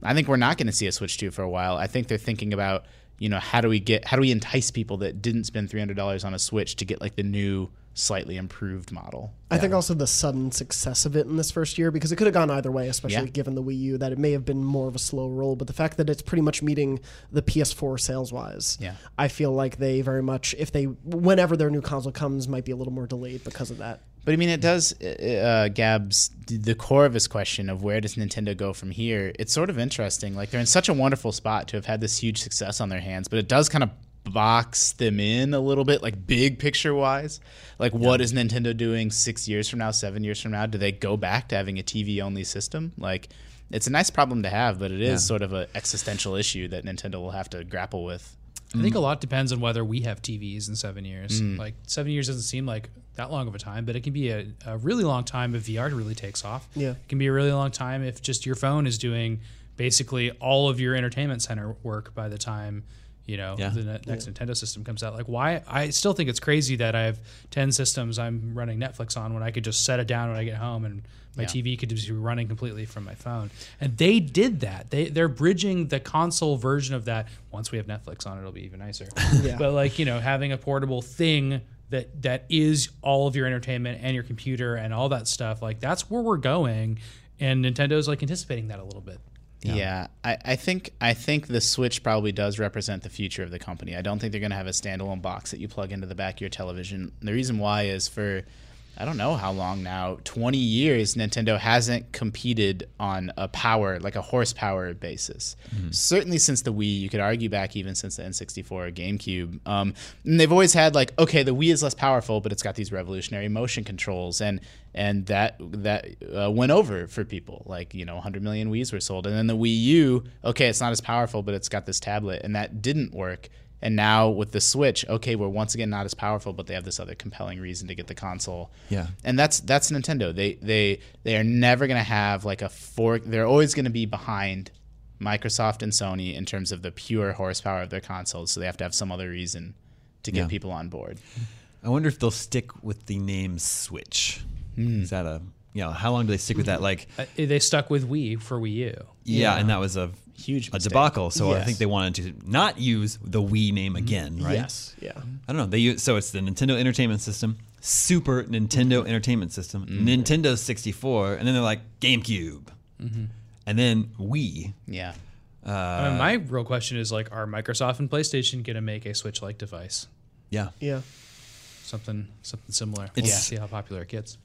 Speaker 7: I think we're not going to see a Switch 2 for a while. I think they're thinking about, you know, how do we get, how do we entice people that didn't spend $300 on a Switch to get like the new, slightly improved model?
Speaker 5: I think also the sudden success of it in this first year because it could have gone either way, especially
Speaker 7: Yeah.
Speaker 5: given the Wii U, that it may have been more of a slow roll. But the fact that it's pretty much meeting the PS4 sales wise,
Speaker 7: Yeah.
Speaker 5: I feel like they very much, if they, whenever their new console comes, might be a little more delayed because of that.
Speaker 7: But I mean, it does, uh, uh, Gab's, the core of his question of where does Nintendo go from here? It's sort of interesting. Like, they're in such a wonderful spot to have had this huge success on their hands, but it does kind of box them in a little bit, like big picture wise. Like, what is Nintendo doing six years from now, seven years from now? Do they go back to having a TV only system? Like, it's a nice problem to have, but it is sort of an existential issue that Nintendo will have to grapple with.
Speaker 4: I think a lot depends on whether we have TVs in seven years. Like seven years doesn't seem like that long of a time, but it can be a, a really long time if VR really takes off.
Speaker 5: Yeah.
Speaker 4: It can be a really long time if just your phone is doing basically all of your entertainment center work by the time, you know,
Speaker 1: Yeah.
Speaker 4: the ne- next Nintendo system comes out. Like why I still think it's crazy that I have ten systems I'm running Netflix on when I could just set it down when I get home and my TV could just be running completely from my phone. And they did that. They they're bridging the console version of that. Once we have Netflix on, it'll be even nicer. But like you know, having a portable thing that that is all of your entertainment and your computer and all that stuff. Like that's where we're going, and Nintendo's like anticipating that a little bit.
Speaker 7: Yeah, I, I think I think the Switch probably does represent the future of the company. I don't think they're going to have a standalone box that you plug into the back of your television. The reason why is for I don't know how long now, 20 years Nintendo hasn't competed on a power like a horsepower basis. Certainly since the Wii, you could argue back even since the N64 or GameCube. Um, and they've always had like okay, the Wii is less powerful, but it's got these revolutionary motion controls and and that that uh, went over for people. Like you know, 100 million Wii's were sold, and then the Wii U. Okay, it's not as powerful, but it's got this tablet, and that didn't work. And now with the Switch, okay, we're once again not as powerful, but they have this other compelling reason to get the console.
Speaker 1: Yeah.
Speaker 7: and that's that's Nintendo. They they they are never gonna have like a fork. They're always gonna be behind Microsoft and Sony in terms of the pure horsepower of their consoles. So they have to have some other reason to get
Speaker 1: Yeah.
Speaker 7: people on board.
Speaker 1: I wonder if they'll stick with the name Switch. Is that a you know how long do they stick with that? Like
Speaker 4: Uh, they stuck with Wii for Wii U.
Speaker 1: Hmm. yeah, and that was a
Speaker 7: Huge
Speaker 1: a
Speaker 7: mistake.
Speaker 1: debacle. So I
Speaker 7: Yes.
Speaker 1: think they wanted to not use the Wii name again, right?
Speaker 5: Yes. Yeah.
Speaker 1: I don't know. They use, so it's the Nintendo Entertainment System, Super Nintendo Entertainment System, Nintendo 64, and then they're like GameCube, Mm-hmm. and then Wii.
Speaker 7: Yeah.
Speaker 4: I mean, my real question is like, are Microsoft and PlayStation gonna make a Switch-like device?
Speaker 1: Yeah,
Speaker 5: Yeah.
Speaker 4: Something something similar.
Speaker 1: It's-
Speaker 4: We'll see how popular it gets.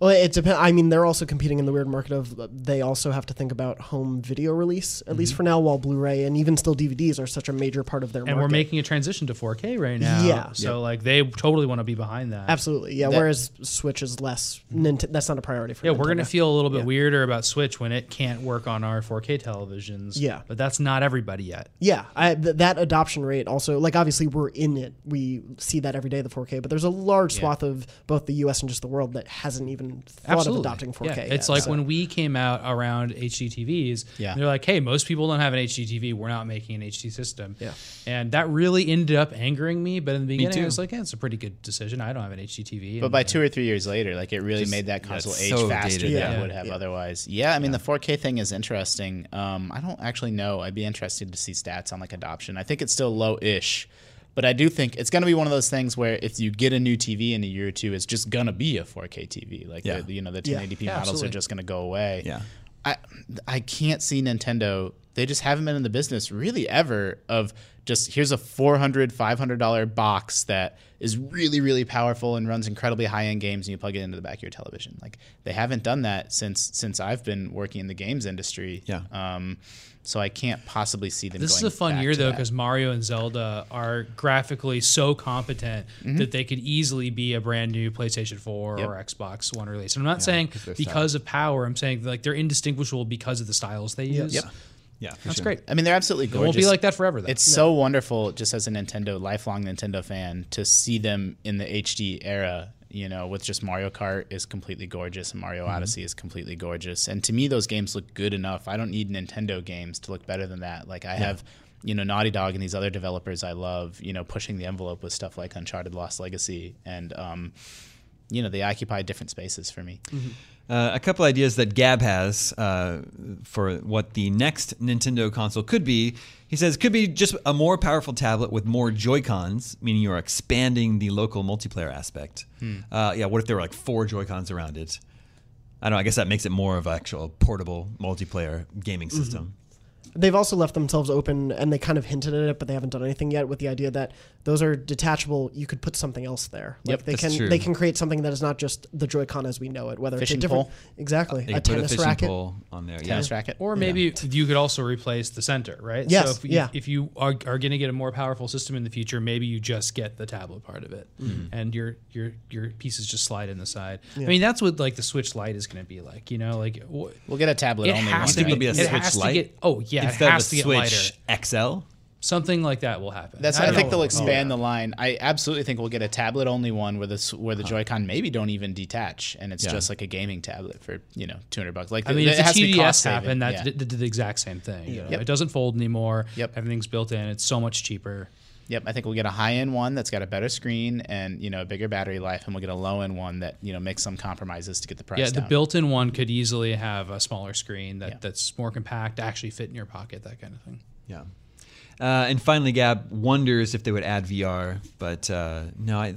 Speaker 5: Well, it depends. I mean, they're also competing in the weird market of uh, they also have to think about home video release, at least for now, while Blu ray and even still DVDs are such a major part of their
Speaker 4: Mm-hmm. And
Speaker 5: market.
Speaker 4: we're making a transition to 4K right now.
Speaker 5: Yeah.
Speaker 4: So like they totally want to be behind that. Mm-hmm.
Speaker 5: Absolutely. Yeah. whereas Switch is less, Nint- that's not a priority for
Speaker 4: Yeah, we're
Speaker 5: Nintendo.
Speaker 4: gonna feel a little bit weirder about Switch when it can't work on our 4K televisions.
Speaker 5: Yeah.
Speaker 4: but that's not everybody yet.
Speaker 5: Yeah, I, th- that adoption rate also, like obviously we're in it, we see that every day the 4K, but there's a large swath of both the U.S. and just the world that hasn't even thought of adopting 4K.
Speaker 4: Yeah,
Speaker 5: yet,
Speaker 4: It's like
Speaker 5: so-
Speaker 4: when we came out around HDTVs.
Speaker 7: Yeah.
Speaker 4: They're like, hey, most people don't have an HDTV. We're not making an HD system. Yeah. And that really ended up angering me. But in the beginning, I was like, yeah, it's a pretty good decision. I don't have an HDTV.
Speaker 7: But
Speaker 4: And-
Speaker 7: by two or three years later, like it really made that console
Speaker 1: it's
Speaker 7: age
Speaker 1: so
Speaker 7: faster
Speaker 1: dated
Speaker 7: than
Speaker 4: now.
Speaker 7: it would have otherwise. Yeah, I mean the 4K thing is interesting. Um, I don't actually know. I'd be interested to see stats on like adoption. I think it's still low-ish, but I do think it's going to be one of those things where if you get a new TV in a year or two, it's just going to be a 4K TV. Like
Speaker 1: Yeah.
Speaker 7: the, you know the 1080p models
Speaker 4: absolutely.
Speaker 7: are just going to go away.
Speaker 1: Yeah.
Speaker 7: I I can't see Nintendo. They just haven't been in the business really ever of just here's a 400 500 dollar box that is really really powerful and runs incredibly high end games and you plug it into the back of your television. Like they haven't done that since since I've been working in the games industry.
Speaker 1: Yeah.
Speaker 7: Um so I can't possibly see them
Speaker 4: This is
Speaker 7: going
Speaker 4: a fun
Speaker 7: back
Speaker 4: year
Speaker 7: to
Speaker 4: though
Speaker 7: that.
Speaker 4: because Mario and Zelda are graphically so competent
Speaker 7: Mm-hmm.
Speaker 4: that they could easily be a brand new PlayStation 4 or Xbox One release. And I'm not saying because of power. I'm saying like they're indistinguishable because of the styles they use.
Speaker 7: Yep.
Speaker 1: yeah, for
Speaker 4: That's
Speaker 1: sure.
Speaker 4: great.
Speaker 7: I mean they're absolutely
Speaker 4: It
Speaker 7: gorgeous.
Speaker 4: won't be like that forever though.
Speaker 7: It's so wonderful, just as a Nintendo lifelong Nintendo fan, to see them in the HD era. You know, with just Mario Kart is completely gorgeous, and
Speaker 4: Mm-hmm.
Speaker 7: Mario Odyssey is completely gorgeous. And to me, those games look good enough. I don't need Nintendo games to look better than that. Like I have, you know, Naughty Dog and these other developers I love. You know, pushing the envelope with stuff like Uncharted: Lost Legacy, and um, you know, they occupy different spaces for me.
Speaker 1: Uh, a couple ideas that Gab has uh, for what the next Nintendo console could be. He says could be just a more powerful tablet with more Joy Cons, meaning you are expanding the local multiplayer aspect. Uh, yeah, what if there were like four Joy Cons around it? Mm-hmm. I don't. know, I guess that makes it more of an actual portable multiplayer gaming system.
Speaker 5: They've also left themselves open, and they kind of hinted at it, but they haven't done anything yet with the idea that those are detachable. You could put something else there. Like
Speaker 7: Yep,
Speaker 5: they
Speaker 7: that's
Speaker 5: can
Speaker 1: true.
Speaker 5: they can create something that is not just the Joy-Con as we know it. Whether it's
Speaker 7: Fishing
Speaker 5: a different
Speaker 7: pole?
Speaker 5: exactly
Speaker 1: They
Speaker 5: a
Speaker 1: could put a
Speaker 5: tennis
Speaker 1: fishing
Speaker 5: racket.
Speaker 1: pole on there. Yeah.
Speaker 7: Tennis racket.
Speaker 4: Or maybe you could also replace the center, right?
Speaker 5: Yes,
Speaker 4: So if you,
Speaker 5: yeah.
Speaker 4: If you are, are going to get a more powerful system in the future, maybe you just get the tablet part of it,
Speaker 7: Mm-hmm.
Speaker 4: and your your your pieces just slide in the side. I mean, that's what like the Switch Lite is going to be like. You know, like w-
Speaker 7: We'll get a tablet
Speaker 4: it
Speaker 7: only.
Speaker 4: has
Speaker 7: one
Speaker 4: to be,
Speaker 7: day.
Speaker 1: be a
Speaker 4: it
Speaker 1: Switch
Speaker 4: has to
Speaker 1: Lite
Speaker 4: get. Oh yeah,
Speaker 1: Instead of
Speaker 4: it
Speaker 1: a
Speaker 4: has to get
Speaker 1: Switch
Speaker 4: lighter.
Speaker 1: XL,
Speaker 4: Something like that will happen.
Speaker 7: That's.
Speaker 4: I
Speaker 7: I,
Speaker 4: don't
Speaker 7: think
Speaker 4: know.
Speaker 7: they'll expand the line. I absolutely think we'll get a tablet-only one where the s- where the Joy-Con maybe don't even detach, and it's
Speaker 1: Yeah.
Speaker 7: just like a gaming tablet for you know two hundred bucks. Like
Speaker 4: I mean,
Speaker 7: it,
Speaker 4: if
Speaker 7: it has
Speaker 4: the
Speaker 7: to be cost
Speaker 4: TDS
Speaker 7: saving.
Speaker 4: happened, that
Speaker 7: Yeah.
Speaker 4: did, did the exact same thing. you know?
Speaker 7: Yep.
Speaker 4: It doesn't fold anymore.
Speaker 7: Yep.
Speaker 4: Everything's built in. It's so much cheaper.
Speaker 7: Yep, I think we'll get a high-end one that's got a better screen and you know a bigger battery life, and we'll get a low-end one that you know makes some compromises to get the price
Speaker 4: Yeah,
Speaker 7: down.
Speaker 4: the built-in one could easily have a smaller screen that, that's more compact, actually fit in your pocket, that kind of thing.
Speaker 1: Yeah. Uh, and finally, Gab wonders if they would add VR, but uh, no, I,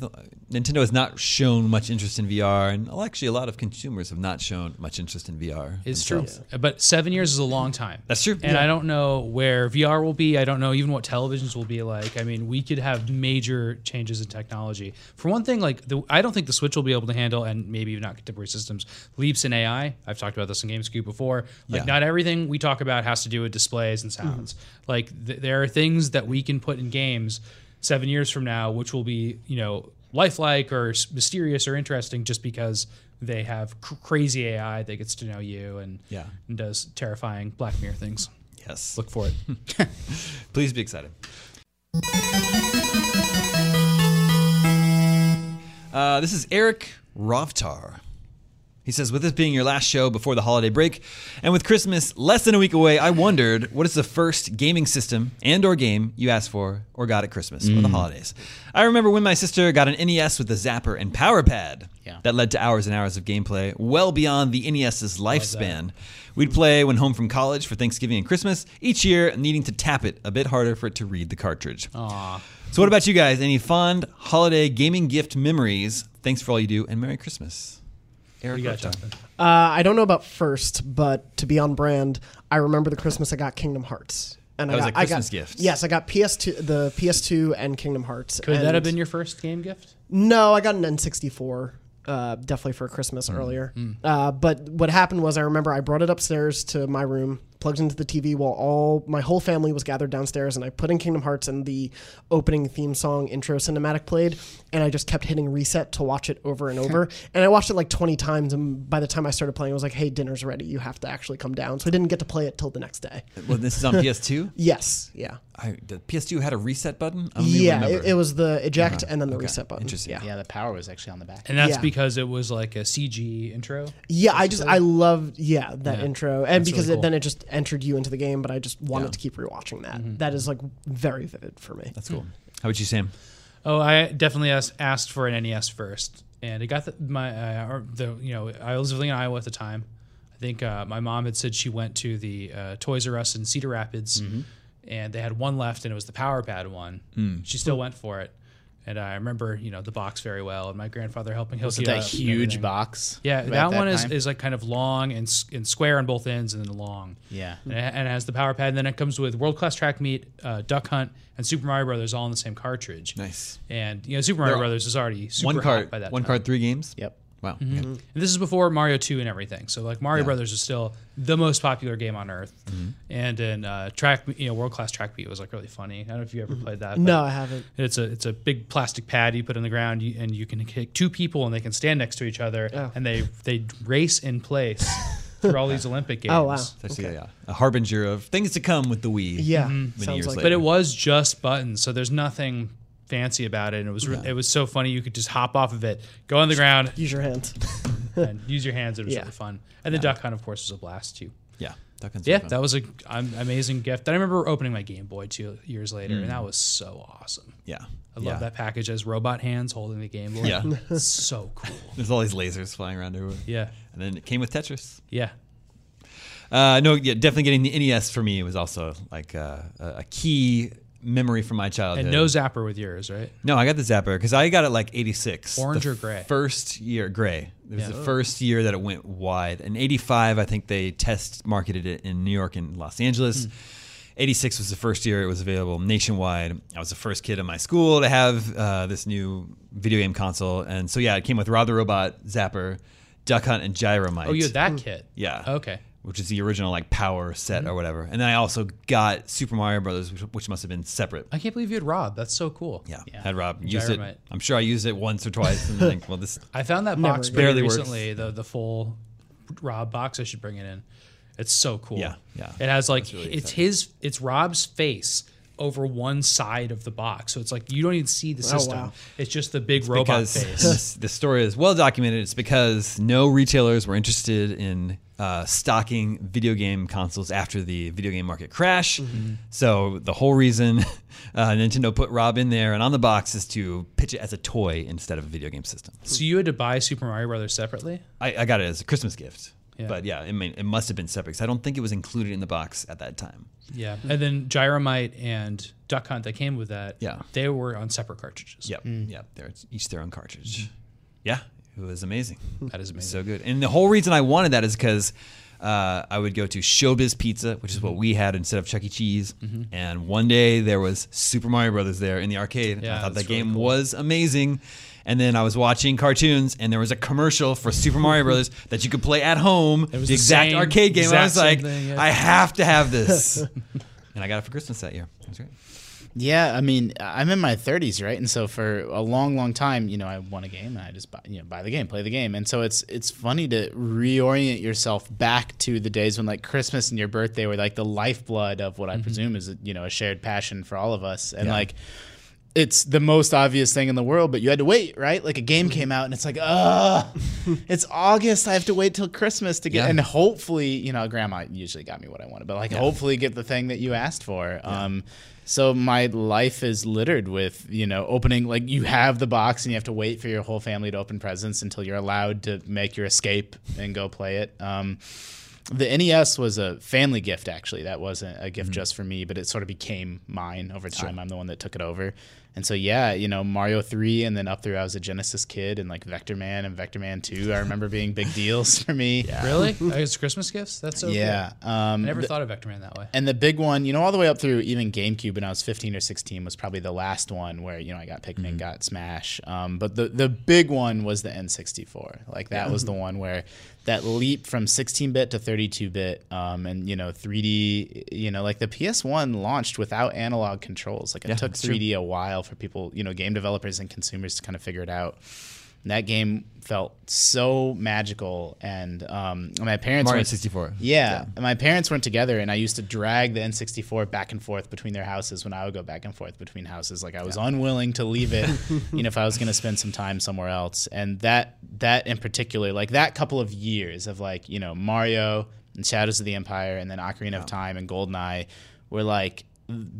Speaker 1: Nintendo has not shown much interest in VR, and actually, a lot of consumers have not shown much interest in VR.
Speaker 4: It's true,
Speaker 1: themselves.
Speaker 4: but seven years is a long time.
Speaker 1: That's true.
Speaker 4: And I don't know where VR will be. I don't know even what televisions will be like. I mean, we could have major changes in technology. For one thing, like the, I don't think the Switch will be able to handle, and maybe even not contemporary systems, leaps in AI. I've talked about this in GameScoop before. Like,
Speaker 1: Yeah. Mm-hmm.
Speaker 4: not everything we talk about has to do with displays and sounds. Like, th- there are things that we can put in games seven years from now, which will be, you know, lifelike or s- mysterious or interesting just because they have cr- crazy AI that gets to know you and
Speaker 1: Yeah.
Speaker 4: and does terrifying Black Mirror things.
Speaker 1: Yes.
Speaker 4: Look for it.
Speaker 1: Please be excited. Uh, this is Eric Rovtar. He says, with this being your last show before the holiday break, and with Christmas less than a week away, I wondered what is the first gaming system and or game you asked for or got at Christmas or the holidays. I remember when my sister got an NES with a zapper and power pad.
Speaker 7: Yeah.
Speaker 1: That led to hours and hours of gameplay, well beyond the NES's lifespan. We'd play when home from college for Thanksgiving and Christmas, each year needing to tap it a bit harder for it to read the cartridge. So what about you guys? Any fond holiday gaming gift memories? Thanks for all you do and Merry Christmas. Eric
Speaker 4: You got
Speaker 1: Rocha.
Speaker 4: Jonathan.
Speaker 5: Uh, I don't know about first, but to be on brand, I remember the Christmas I got Kingdom Hearts. And
Speaker 1: That
Speaker 5: I
Speaker 1: was
Speaker 5: got,
Speaker 1: a
Speaker 5: I got-
Speaker 1: Christmas gift.
Speaker 5: Yes, I got PS2, the PS2 and Kingdom Hearts.
Speaker 4: Could that have
Speaker 5: and-
Speaker 4: been your first game gift?
Speaker 5: No, I got an N64. Uh, definitely for Christmas
Speaker 1: Mm,
Speaker 5: earlier. Uh, but what happened was, I remember I brought it upstairs to my room, plugged into the TV while all my whole family was gathered downstairs, and I put in Kingdom Hearts and the opening theme song intro cinematic played, and I just kept hitting reset to watch it over and over. and I watched it like 20 times, and by the time I started playing, I was like, hey, dinner's ready. You have to actually come down. So I didn't get to play it till the next day.
Speaker 1: Well, this is on PS2.
Speaker 5: Yes. Yeah.
Speaker 1: I, the PS2 had a reset button. I don't even
Speaker 5: Yeah.
Speaker 1: remember. Uh-huh.
Speaker 5: It, it was the eject and then the reset button.
Speaker 1: Interesting.
Speaker 5: Yeah.
Speaker 7: yeah, the power was actually on the back.
Speaker 4: And that's
Speaker 5: Yeah.
Speaker 4: because it was like a CG intro.
Speaker 5: Yeah, I just I loved yeah that intro, and because
Speaker 4: really
Speaker 5: it,
Speaker 4: cool.
Speaker 5: then it just entered you into the game. But I just wanted
Speaker 1: Yeah.
Speaker 5: to keep rewatching that.
Speaker 4: Mm-hmm.
Speaker 5: That is like very vivid for me.
Speaker 1: That's cool. How about you, Sam?
Speaker 4: Oh, I definitely asked, asked for an NES first, and it got the, my uh, or the you know I was living in Iowa at the time. I think uh, my mom had said she went to the uh, Toys R Us in Cedar Rapids, and they had one left, and it was the Power Pad one. She still went for it, and I remember you know the box very well, and my grandfather helping hook
Speaker 7: Was it
Speaker 4: it
Speaker 7: that
Speaker 4: up and
Speaker 7: huge
Speaker 4: everything.
Speaker 7: box?
Speaker 4: Yeah,
Speaker 7: about
Speaker 4: that, one is,
Speaker 7: time?
Speaker 4: is like kind of long and s- and square on both ends, and then long.
Speaker 7: Yeah.
Speaker 4: and it, and it has the power pad. And then it comes with world class track meet, uh, Duck Hunt, and Super Mario Brothers all in the same cartridge.
Speaker 1: Nice.
Speaker 4: And you know, Super Mario
Speaker 1: They're-
Speaker 4: Brothers is already super
Speaker 1: one
Speaker 4: hot
Speaker 1: card.
Speaker 4: by that
Speaker 1: One
Speaker 4: time. Mm-hmm.
Speaker 1: card. Three games.
Speaker 7: Yep.
Speaker 1: Wow.
Speaker 5: Mm-hmm.
Speaker 1: Okay.
Speaker 4: And this is before Mario Two and everything. So like Mario Brothers is still the most popular game on earth. And then uh, track, you know, world class track meet was like really funny. I don't know if you ever played that.
Speaker 5: No,
Speaker 4: but
Speaker 5: I haven't.
Speaker 4: It's a it's a big plastic pad you put in the ground, you, and you can kick two people, and they can stand next to each other, and they they race in place through all these Olympic games.
Speaker 5: Oh, wow.
Speaker 1: That's actually, yeah, a harbinger of things to come with the Wii.
Speaker 5: Yeah,
Speaker 1: Many years
Speaker 5: sounds like
Speaker 1: later.
Speaker 4: But Mm-hmm. it was just buttons, so there's nothing fancy about it. And it was re- it was so funny you could just hop off of it, go on the ground,
Speaker 5: use your hand.
Speaker 4: and use your hands. It was
Speaker 5: Yeah.
Speaker 4: really fun. And the duck hunt, of course, was a blast too.
Speaker 1: Yeah. That
Speaker 4: Yeah, that was a an amazing gift. And I remember opening my Game Boy two years later, and
Speaker 5: Mm.
Speaker 4: that was so awesome.
Speaker 1: yeah.
Speaker 4: I love that package as robot hands holding the Game Boy.
Speaker 1: Yeah.
Speaker 4: It's so cool.
Speaker 1: There's all these lasers flying around everywhere.
Speaker 4: Yeah,
Speaker 1: And then it came with Tetris.
Speaker 4: yeah.
Speaker 1: Uh, no, yeah, definitely getting the NES for me was also like uh, a, a key memory from my childhood.
Speaker 4: And no zapper with yours, right?
Speaker 1: No, I got the Zapper because I got it like '86.
Speaker 4: Orange
Speaker 1: the
Speaker 4: or gray?
Speaker 1: First year, gray. It was
Speaker 4: Yeah.
Speaker 1: the first year that it
Speaker 4: Hmm.
Speaker 1: went wide. In '85, I think they test marketed it in New York and Los Angeles. 86 was the first year it was available nationwide. I was the first kid in my school to have uh, this new video game console. And so, yeah, it came with Rob the Robot, Zapper, Duck Hunt, and Gyromite.
Speaker 4: Oh, you had that kit.
Speaker 1: Yeah.
Speaker 4: Okay.
Speaker 1: Which is the original like power
Speaker 4: Mm-hmm.
Speaker 1: set or whatever. And then I also got Super Mario Brothers, which, which must have been separate.
Speaker 4: I can't believe you had Rob. That's so cool.
Speaker 1: Yeah. Had Rob used
Speaker 4: Gyromite.
Speaker 1: it. I'm sure I used it once or twice and think, well, this
Speaker 4: I found that box
Speaker 5: again.
Speaker 4: pretty
Speaker 1: Barely works.
Speaker 4: recently. The the full Rob box. I should bring it in. It's so cool.
Speaker 1: Yeah, yeah.
Speaker 4: It has like it's his it's Rob's face over one side of the box, so it's like you don't even see the system.
Speaker 5: Oh, wow.
Speaker 4: It's just the big robot
Speaker 1: because
Speaker 4: face.
Speaker 1: this- the story is well documented. It's because no retailers were interested in uh, stocking video game consoles after the video game market crash.
Speaker 4: Mm-hmm.
Speaker 1: So the whole reason uh, Nintendo put Rob in there and on the box is to pitch it as a toy instead of a video game system.
Speaker 4: So you had to buy Super Mario Brothers separately.
Speaker 1: I, I got it as a Christmas gift.
Speaker 4: Yeah.
Speaker 1: But yeah, I mean, it must have been separate 'cause I don't think it was included in the box at that time.
Speaker 4: Yeah, and then Gyromite and Duck Hunt that came with that.
Speaker 1: Yeah.
Speaker 4: they were on separate cartridges.
Speaker 1: Yep. Yep. They're it's each their own cartridge. Yeah. It was amazing.
Speaker 4: Mm-hmm. that is amazing.
Speaker 1: So good. And the whole reason I wanted that is because uh, I would go to Showbiz Pizza, which is what
Speaker 4: Mm-hmm.
Speaker 1: we had instead of Chuck E. Cheese. And one day there was Super Mario Brothers there in the arcade. and I
Speaker 4: Yeah,
Speaker 1: thought that
Speaker 4: that's really
Speaker 1: game
Speaker 4: cool.
Speaker 1: was amazing. And then I was watching cartoons, and there was a commercial for Super Mario Brothers that you could play at home. It
Speaker 4: was
Speaker 1: the
Speaker 4: the
Speaker 1: exact
Speaker 4: same-
Speaker 1: arcade game. And I was
Speaker 4: exact same
Speaker 1: like,
Speaker 4: thing, yeah.
Speaker 1: I have to have this. and I got it for Christmas that year. It was great.
Speaker 7: Yeah, I mean, I'm in my 30s, right? And so for a long, long time, you know, I won a game and I just buy, you know buy the game, play the game, and so it's it's funny to reorient yourself back to the days when like Christmas and your birthday were like the lifeblood of what I presume is you know a shared passion for all of us, and like it's the most obvious thing in the world, but you had to wait, right? Like a game came out and it's like, ugh, it's August. I have to wait till Christmas to get,
Speaker 1: Yeah.
Speaker 7: and hopefully, you know, grandma usually got me what I wanted, but like hopefully get the thing that you asked for. Um, so my life is littered with, you know, opening, like you have the box and you have to wait for your whole family to open presents until you're allowed to make your escape and go play it. Um, the NES was a family gift, actually. That wasn't a gift just for me, but it sort of became mine over time. I'm the one that took it over. And so, yeah, you know, Mario 3, and then up through I was a Genesis kid, and like Vector Man and Vector Man 2, I remember being big deals for me. Yeah.
Speaker 4: Really? Like, it's Christmas gifts. That's so
Speaker 7: Yeah.
Speaker 4: Cool. I
Speaker 7: Um,
Speaker 4: never thought of Vector Man that way.
Speaker 7: and the big one, you know, all the way up through even GameCube when I was 15 or 16 was probably the last one where, you know, I got Pikmin, got Smash. Um, but the, the big one was the N64. Like that was the one where that leap from 16 bit to 32 bit um, and, you know, 3D, you know, like the PS1 launched without analog controls. Like it took 3D a while for people, you know, game developers and consumers to kind of figure it out. And that game felt so magical. And um, my parents
Speaker 1: Mario
Speaker 7: went-
Speaker 1: 64.
Speaker 7: yeah. And my parents weren't together, and I used to drag the N64 back and forth between their houses when I would go back and forth between houses. Like I was unwilling to leave it, you know, if I was going to spend some time somewhere else. And that that in particular, like that couple of years of like you know Mario and Shadows of the Empire, and then Ocarina of Time and Goldeneye were like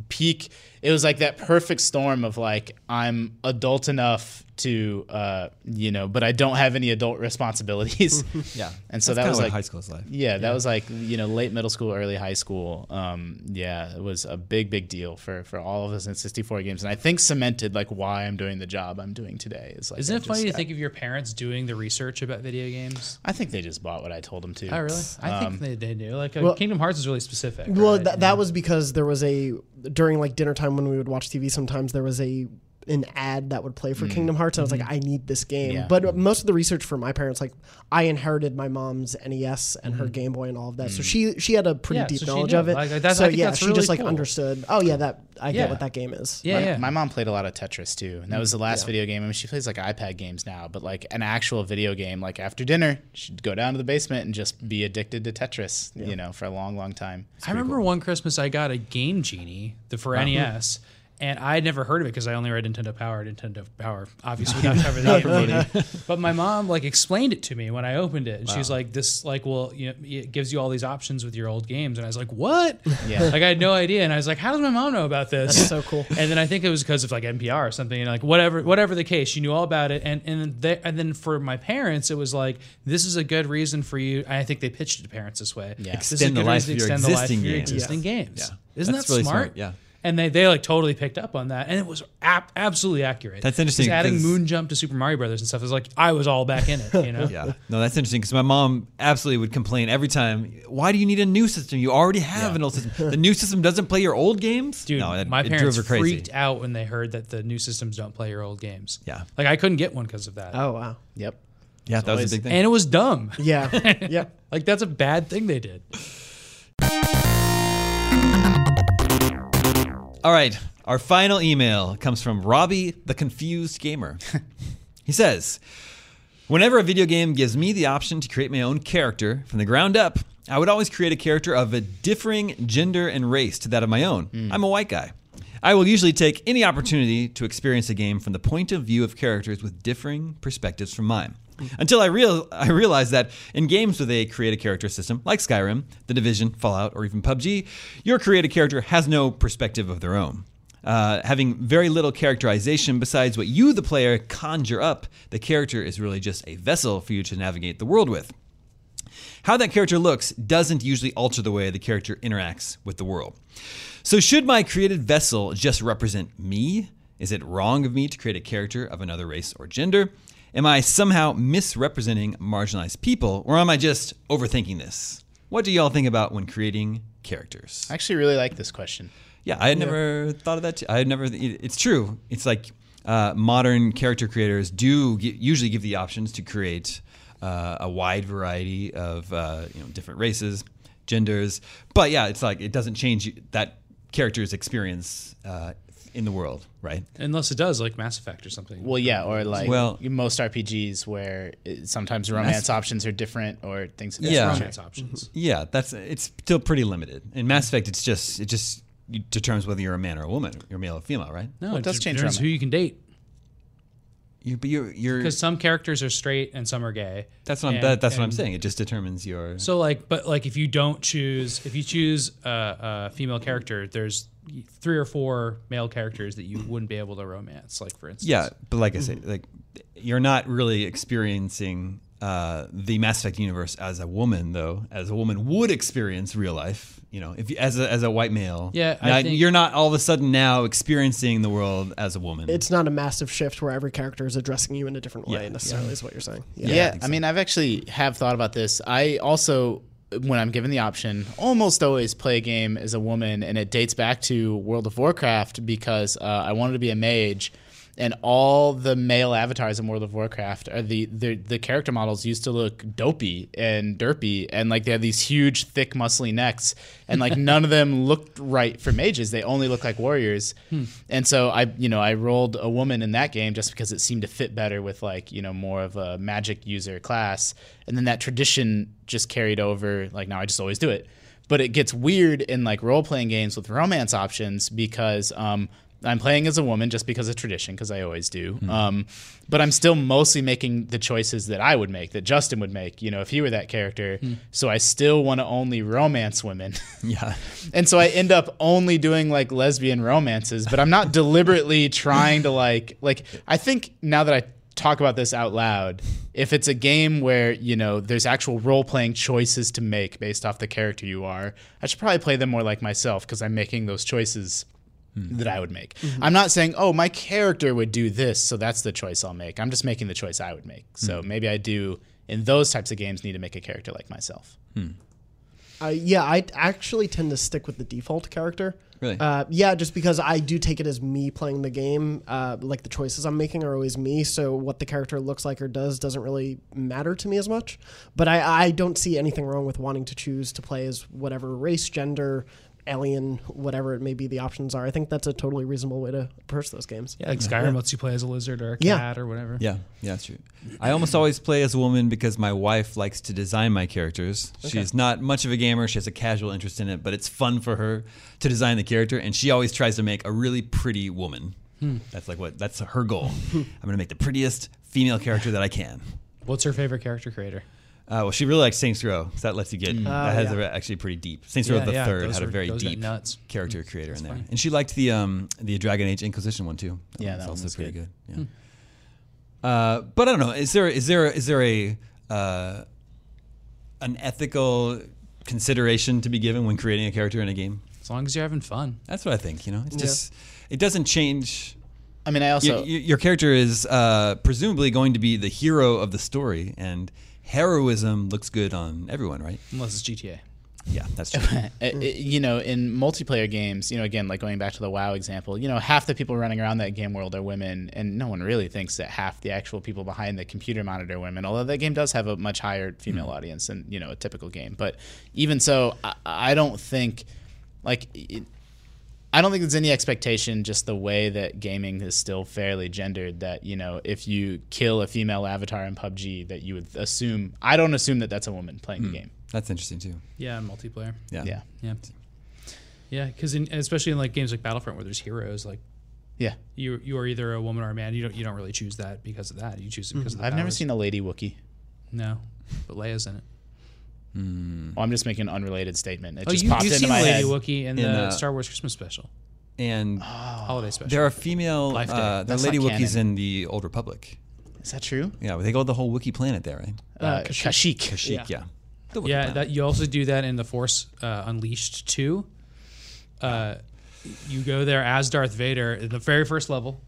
Speaker 7: peak it was like that perfect storm of like i'm adult enough to uh you know but i don't have any adult responsibilities
Speaker 1: Yeah.
Speaker 7: and so
Speaker 1: That's
Speaker 7: that
Speaker 1: kinda
Speaker 7: was
Speaker 1: what
Speaker 7: like
Speaker 1: high school's life.
Speaker 7: yeah, that was like you know late middle school, early high school. Um, yeah, it was a big, big deal for for all of us in '64 games, and I think cemented like why I'm doing the job I'm doing today. Is like
Speaker 4: Isn't
Speaker 7: I
Speaker 4: it funny
Speaker 7: just-
Speaker 4: to think of your parents doing the research about video games?
Speaker 7: I think they just bought what Um, I told them to.
Speaker 4: Oh, really? I think they, they do. Like, uh,
Speaker 5: well-
Speaker 4: Kingdom Hearts is really specific.
Speaker 5: Well,
Speaker 4: right?
Speaker 5: that, that was because there was a during like dinner time when we would watch TV. Sometimes there was a an ad that would
Speaker 4: Mm.
Speaker 5: play for Kingdom Hearts, and I was
Speaker 4: Mm-hmm.
Speaker 5: like, I need this game.
Speaker 7: Yeah.
Speaker 5: But most of the research for my parents, like I inherited my mom's NES and her Game Boy and all of that, so she she had a pretty
Speaker 4: Mm-hmm. Mm. Yeah,
Speaker 5: deep
Speaker 4: so she
Speaker 5: knowledge
Speaker 4: knew.
Speaker 5: of it.
Speaker 4: Like, that's-
Speaker 5: so
Speaker 4: I think
Speaker 5: yeah,
Speaker 4: that's
Speaker 5: she
Speaker 4: really
Speaker 5: just like
Speaker 4: cool.
Speaker 5: understood. Oh yeah, that I
Speaker 4: Yeah.
Speaker 5: get what that game is.
Speaker 4: yeah,
Speaker 7: My,
Speaker 4: yeah. Mm,
Speaker 7: my mom played a lot of Tetris too, and that was the last video game. I mean, she plays like iPad games now, but like an actual video game, like after dinner, she'd go down to the basement and just be addicted to Tetris, you know, for a long, long time.
Speaker 4: I remember one Christmas I got a Game Genie the for
Speaker 7: Uh-huh.
Speaker 4: NES, and I had never heard of it because I only read Nintendo Power. Nintendo Power, obviously, would not cover that promoted. But my mom like explained it to me when I opened it, and she's like, "This like, well, you know, it gives you all these options with your old games," and I was like, "What?"
Speaker 7: Yeah.
Speaker 4: like I had no idea, and I was like, "How does my mom know about this?"
Speaker 5: That's so cool.
Speaker 4: And then I think it was because of like NPR or something, and like whatever, whatever the case, she knew all about it. And and they, and then for my parents, it was like, "This is a good reason for you." I think they pitched it to parents this way. Yeah.
Speaker 1: Extend the life of your existing
Speaker 4: your
Speaker 1: games.
Speaker 4: existing games.
Speaker 1: Yeah.
Speaker 4: Isn't
Speaker 1: That's
Speaker 4: that
Speaker 1: really
Speaker 4: smart?
Speaker 1: smart, yeah.
Speaker 4: and they they like totally picked up on that, and it was ap- absolutely accurate.
Speaker 1: That's interesting,
Speaker 4: Just adding
Speaker 1: 'cause-
Speaker 4: Moon Jump to Super Mario Brothers and stuff is like I was all back in it. You know.
Speaker 1: Yeah. No, that's interesting because my mom absolutely would complain every time. Why do you need a new system? You already have an old system. The new system doesn't play your old games.
Speaker 4: Dude,
Speaker 1: no, it,
Speaker 4: my
Speaker 1: it drove
Speaker 4: parents
Speaker 1: her crazy.
Speaker 4: freaked out when they heard that the new systems don't play your old games.
Speaker 1: Yeah.
Speaker 4: Like I couldn't get one because of that.
Speaker 5: Oh wow.
Speaker 7: Yep.
Speaker 1: Yeah, that was
Speaker 7: always-
Speaker 1: a big thing.
Speaker 4: and it was dumb.
Speaker 5: Yeah. yep.
Speaker 4: Like that's a bad thing they did.
Speaker 1: All right. Our final email comes from Robbie, the confused gamer. he says, Whenever a video game gives me the option to create my own character from the ground up, I would always create a character of a differing gender and race to that of my own. I'm a white guy. I will usually take any opportunity to experience a game from the point of view of characters with differing perspectives from mine. Until I real I realized that in games with a create a character system like Skyrim, The Division, Fallout, or even PUBG, your create a character has no perspective of their own uh, having very little characterization besides what you, the player, conjure up. The character is really just a vessel for you to navigate the world with. How that character looks doesn't usually alter the way the character interacts with the world. So, should my created vessel just represent me? Is it wrong of me to create a character of another race or gender? Am I somehow misrepresenting marginalized people, or am I just overthinking this? What do y'all think about when creating characters?
Speaker 7: I actually really like this question.
Speaker 1: Yeah, I had never thought of that. Too. I had never. it- It's true. It's like uh, modern character creators do gi- usually give the options to create uh, a wide variety of uh, you know different races, genders. But yeah, it's like it doesn't change you- that character's experience uh, in the world, right?
Speaker 4: Unless it does, like Mass Effect or something.
Speaker 7: Well, yeah, or like
Speaker 1: Well-
Speaker 7: most RPGs where it, sometimes romance options are different or things. of that
Speaker 1: Yeah.
Speaker 7: nature.
Speaker 4: romance options.
Speaker 1: Yeah, that's it's still pretty limited. In Mass Effect, it's just it just determines whether you're a man or a woman, you're male or female, right?
Speaker 4: No,
Speaker 7: it does change
Speaker 4: determines who
Speaker 7: romance.
Speaker 4: you can date.
Speaker 1: You, but you're you're
Speaker 4: Because some characters are straight and some are gay.
Speaker 1: that's what I'm,
Speaker 4: and-
Speaker 1: that, that's what I'm
Speaker 4: and-
Speaker 1: saying. It just determines your
Speaker 4: So like, but like, if you don't choose, if you choose a, a female character, there's three or four male characters that you wouldn't be able to romance. Like for instance,
Speaker 1: Mm. Yeah, but like I
Speaker 4: Mm-hmm.
Speaker 1: said, like you're not really experiencing uh, the Mass Effect universe as a woman, though, as a woman would experience real life. You know, if you, as a, as a white male,
Speaker 4: Yeah, I
Speaker 1: not-
Speaker 4: think-
Speaker 1: you're not all of a sudden now experiencing the world as a woman.
Speaker 5: It's not a massive shift where every character is addressing you in a different way necessarily is what you're saying.
Speaker 7: Yeah, I, mean, I've actually have thought about this. I also, when I'm given the option, almost always play a game as a woman, and it dates back to World of Warcraft because uh, I wanted to be a mage, and all the male avatars in World of Warcraft are the the, the character models used to look dopey and derpy, and like they have these huge, thick, muscly necks, and like none of them looked right for mages. They only look like warriors, and so I, you know, I rolled a woman in that game just because it seemed to fit better with like you know more of a magic user class, and then that tradition just carried over. Like now I just always do it, but it gets weird in like role playing games with romance options because. Um, I'm playing as a woman just because of tradition, because I always do. Um, but I'm still mostly making the choices that I would make, that Justin would make, you know, if he were that character. So I still want to only romance women.
Speaker 1: yeah,
Speaker 7: and so I end up only doing like lesbian romances, but I'm not deliberately trying to like like I think now that I talk about this out loud, if it's a game where, you know, there's actual role-playing choices to make based off the character you are, I should probably play them more like myself cuz I'm making those choices that I would make. I'm not saying, "Oh, my character would do this, so that's the choice I'll make." I'm just making the choice I would make. So maybe I do in those types of games need to make a character like myself.
Speaker 5: Uh, yeah, I actually tend to stick with the default character.
Speaker 1: Really?
Speaker 5: Uh, yeah, just because I do take it as me playing the game. Uh, like the choices I'm making are always me, so what the character looks like or does doesn't really matter to me as much. But I, I don't see anything wrong with wanting to choose to play as whatever race, gender, alien, whatever it may be the options are. I think that's a totally reasonable way to approach those games. Oh,
Speaker 4: yeah. Like Skyrim lets you play as a lizard or a
Speaker 5: Yeah.
Speaker 4: cat or whatever.
Speaker 1: yeah, yeah, that's true. I almost always play as a woman because my wife likes to design my characters. She's not much of a gamer; she has a casual interest in it, but it's fun for her to design the character, and she always tries to make a really pretty woman.
Speaker 4: Hmm.
Speaker 1: That's like what that's her goal. I'm gonna make the prettiest female character that I can.
Speaker 4: What's her favorite character creator?
Speaker 1: Uh, well, she really likes Saints Row. So that lets you get that has a, actually pretty deep. Saints Row
Speaker 4: Mm. Oh, Yeah,
Speaker 1: the
Speaker 4: yeah,
Speaker 1: Third
Speaker 4: those
Speaker 1: had a
Speaker 4: were-
Speaker 1: very
Speaker 4: those got
Speaker 1: deep
Speaker 4: nuts.
Speaker 7: Mm,
Speaker 1: character creator in there, and she liked the um, the Dragon Age Inquisition one too. That
Speaker 7: Yeah,
Speaker 1: one's
Speaker 7: that one
Speaker 1: also
Speaker 7: was Hmm.
Speaker 1: pretty good.
Speaker 7: good.
Speaker 1: Yeah. Uh, but I don't know. Is there is there is there a uh, an ethical consideration to be given when creating a character in a game?
Speaker 7: As
Speaker 4: long as you're having fun.
Speaker 1: That's what I think. You know, it's just it doesn't change.
Speaker 7: I mean, I
Speaker 1: Your,
Speaker 7: also
Speaker 1: your- your character is uh, presumably going to be the hero of the story, and heroism looks good on everyone, right?
Speaker 4: Unless it's GTA.
Speaker 1: Yeah, that's true.
Speaker 7: Uh, uh, you know, in multiplayer games, you know, again, like going back to the WoW example, you know, half the people running around that game world are women, and no one really thinks that half the actual people behind the computer monitor are women, although that game does have a much higher female audience than, you know, a typical game. But even so, I, I don't think, like, it, I don't think there's any expectation, just the way that gaming is still fairly gendered, that, you know, if you kill a female avatar in PUBG, that you would assume, I don't assume that that's a woman playing the game.
Speaker 1: That's interesting too.
Speaker 4: Yeah, and multiplayer.
Speaker 1: Yeah.
Speaker 7: Yeah.
Speaker 4: Yeah. Yeah, because especially in like games like Battlefront where there's heroes, like
Speaker 7: Yeah.
Speaker 4: you you are either a woman or a man. You don't you don't really choose that because of that. You choose it because of the
Speaker 7: Mm, I've never
Speaker 4: powers.
Speaker 7: seen a lady Wookiee.
Speaker 4: no, but Leia's in it.
Speaker 7: Well, I'm just making an unrelated statement. It
Speaker 4: Mm-hmm. Oh,
Speaker 7: just
Speaker 4: you,
Speaker 7: popped
Speaker 4: you've
Speaker 7: into
Speaker 4: seen
Speaker 7: my
Speaker 4: Lady
Speaker 7: head.
Speaker 4: Wookiee in,
Speaker 1: In,
Speaker 4: the
Speaker 1: uh,
Speaker 4: Star Wars Christmas special,
Speaker 7: Oh,
Speaker 1: And
Speaker 4: holiday special.
Speaker 1: there are female
Speaker 4: Life Day.
Speaker 1: uh, there are
Speaker 7: That's
Speaker 1: lady
Speaker 7: not
Speaker 1: Wookiees
Speaker 7: canon.
Speaker 1: in the Old Republic.
Speaker 7: Is that true?
Speaker 1: Yeah, they go the whole Wookiee planet there, right?
Speaker 7: Uh, Kashyyyk.
Speaker 1: Sheik, Oh, yeah.
Speaker 4: Yeah.
Speaker 1: The Wookiee
Speaker 4: yeah,
Speaker 1: planet.
Speaker 4: that you also do that in the Force uh, Unleashed too. Uh, you go there as Darth Vader, in the very first level,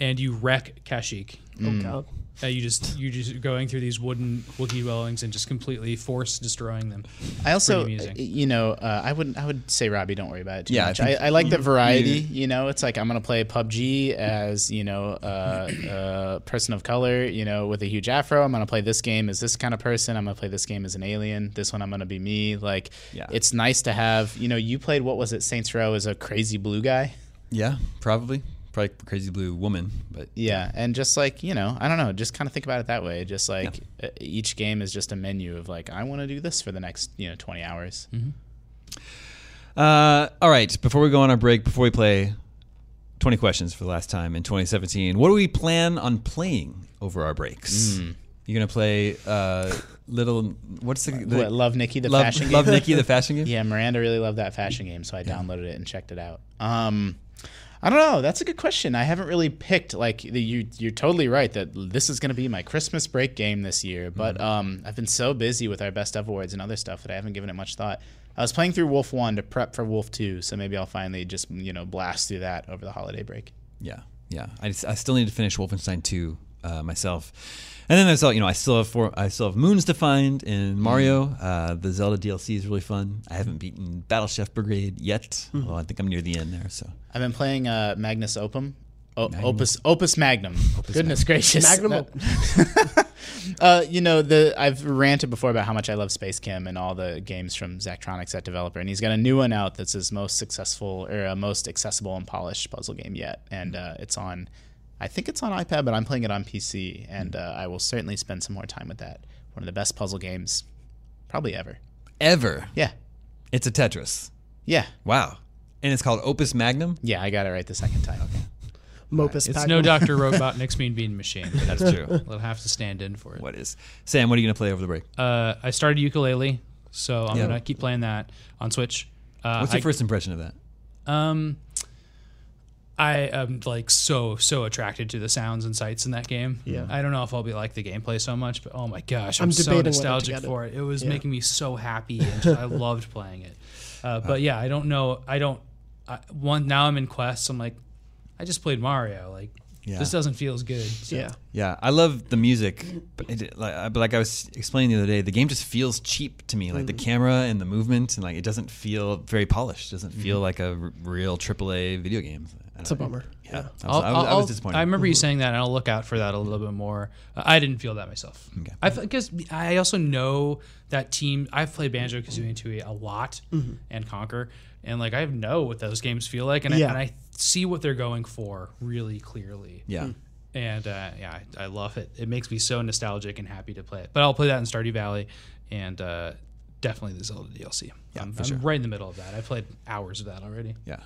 Speaker 4: and you wreck Kashyyyk.
Speaker 7: Mm.
Speaker 5: Oh god.
Speaker 4: Uh, you just you just going through these wooden Wookiee dwellings and just completely force destroying them.
Speaker 7: I also,
Speaker 4: Pretty amusing.
Speaker 7: you know, uh, I wouldn't. I would say Robbie, don't worry about it too
Speaker 1: Yeah, I
Speaker 7: much. I,
Speaker 1: think
Speaker 7: I like the variety. You know, it's like I'm gonna play PUBG as you know uh, a person of color. You know, with a huge afro. I'm gonna play this game as this kind of person. I'm gonna play this game as an alien. This one I'm gonna be me. Like,
Speaker 1: Yeah.
Speaker 7: it's nice to have. You know, you played what was it? Saints Row as a crazy blue guy.
Speaker 1: yeah, probably. Probably crazy blue woman, but
Speaker 7: Yeah, and just like you know, I don't know, just kind of think about it that way. Just like uh each game is just a menu of like, I want to do this for the next you know twenty hours.
Speaker 1: Mm-hmm. Uh, all right. Before we go on our break, before we play 20 questions for the last time in 2017, what do we plan on playing over our breaks? You're going to play uh, Little. What's the. the
Speaker 7: What, love Nikki the
Speaker 1: Love,
Speaker 7: fashion
Speaker 1: Love
Speaker 7: game?
Speaker 1: Nikki, the fashion game?
Speaker 7: Yeah, Miranda really loved that fashion game, so I downloaded it and checked it out. Um, I don't know. That's a good question. I haven't really picked. Like the, you, you're totally right that this is going to be my Christmas break game this year. But
Speaker 1: Mm-hmm.
Speaker 7: um, I've been so busy with our best of awards and other stuff that I haven't given it much thought. I was playing through Wolf One to prep for Wolf Two, so maybe I'll finally just you know blast through that over the holiday break.
Speaker 1: Yeah. Yeah. I, just- I still need to finish Wolfenstein 2 uh, myself. And then I saw, you know, I still have four, I still have moons to find in Mario. Uh, the Zelda DLC is really fun. I haven't beaten Battle Chef Brigade yet. although I think I'm near the end there. So
Speaker 7: I've been playing uh, Magnus Opum. O- Opus Opus Magnum. Goodness gracious.
Speaker 5: Magnum
Speaker 7: Uh, uh, you know the I've ranted before about how much I love Space Kim and all the games from Zachtronics, that developer, and he's got a new one out that's his most successful or uh, most accessible and polished puzzle game yet, and uh, it's on. I think it's on iPad, but I'm playing it on PC, and uh, I will certainly spend some more time with that. One of the best puzzle games, probably ever.
Speaker 1: ever.
Speaker 7: Yeah,
Speaker 1: It's a Tetris.
Speaker 7: yeah,
Speaker 1: Wow. And it's called Opus Magnum.
Speaker 7: yeah. I got it right the second time. Okay.
Speaker 5: Mopus
Speaker 4: It's
Speaker 5: pack.
Speaker 4: no Doctor Robotnik's Mean Bean Machine. but
Speaker 1: That's true.
Speaker 4: They'll have to stand in for it.
Speaker 1: what is Sam? What are you gonna play over the break?
Speaker 4: Uh, I started ukulele, so I'm
Speaker 1: Yeah.
Speaker 4: gonna keep playing that on Switch. Uh,
Speaker 1: What's
Speaker 4: I,
Speaker 1: your first impression of that?
Speaker 4: Um, I am like so so attracted to the sounds and sights in that game. Yeah, I don't know if I'll be like the gameplay so much, but oh my gosh, I'm,
Speaker 5: I'm
Speaker 4: so
Speaker 5: debating whether to
Speaker 4: nostalgic
Speaker 5: get it.
Speaker 4: for it. It was making me so happy, and just- I loved playing it. Uh, but yeah, I don't know. I don't. I, one now I'm in quests. I'm like, I just played Mario. Like
Speaker 1: Yeah.
Speaker 4: this doesn't feel as good. So.
Speaker 5: Yeah.
Speaker 1: Yeah, I love the music, but, it, like, I- but like I was explaining the other day, the game just feels cheap to me. Like the camera and the movement, and like it doesn't feel very polished. Doesn't feel like a r- real AAA video game. I
Speaker 5: It's a
Speaker 1: don't know.
Speaker 5: bummer.
Speaker 1: Yeah, I was,
Speaker 4: I'll-
Speaker 1: I was- I
Speaker 4: I'll-
Speaker 1: was disappointed. Mm-hmm.
Speaker 4: I remember you saying that, and I'll look out for that a little bit more. Uh, I didn't feel that myself. Okay. I because I also know that team. I've played Banjo Kazooie and Tooie a lot, and Conquer, and like I know what those games feel like, and,
Speaker 5: Yeah.
Speaker 4: I, and I see what they're going for really clearly.
Speaker 1: yeah,
Speaker 4: And uh, yeah, I, I love it. It makes me so nostalgic and happy to play it. But I'll play that in Stardew Valley, and uh, definitely the Zelda DLC. Yeah, I'm, I'm right in the middle of that. I played hours of that already.
Speaker 1: yeah.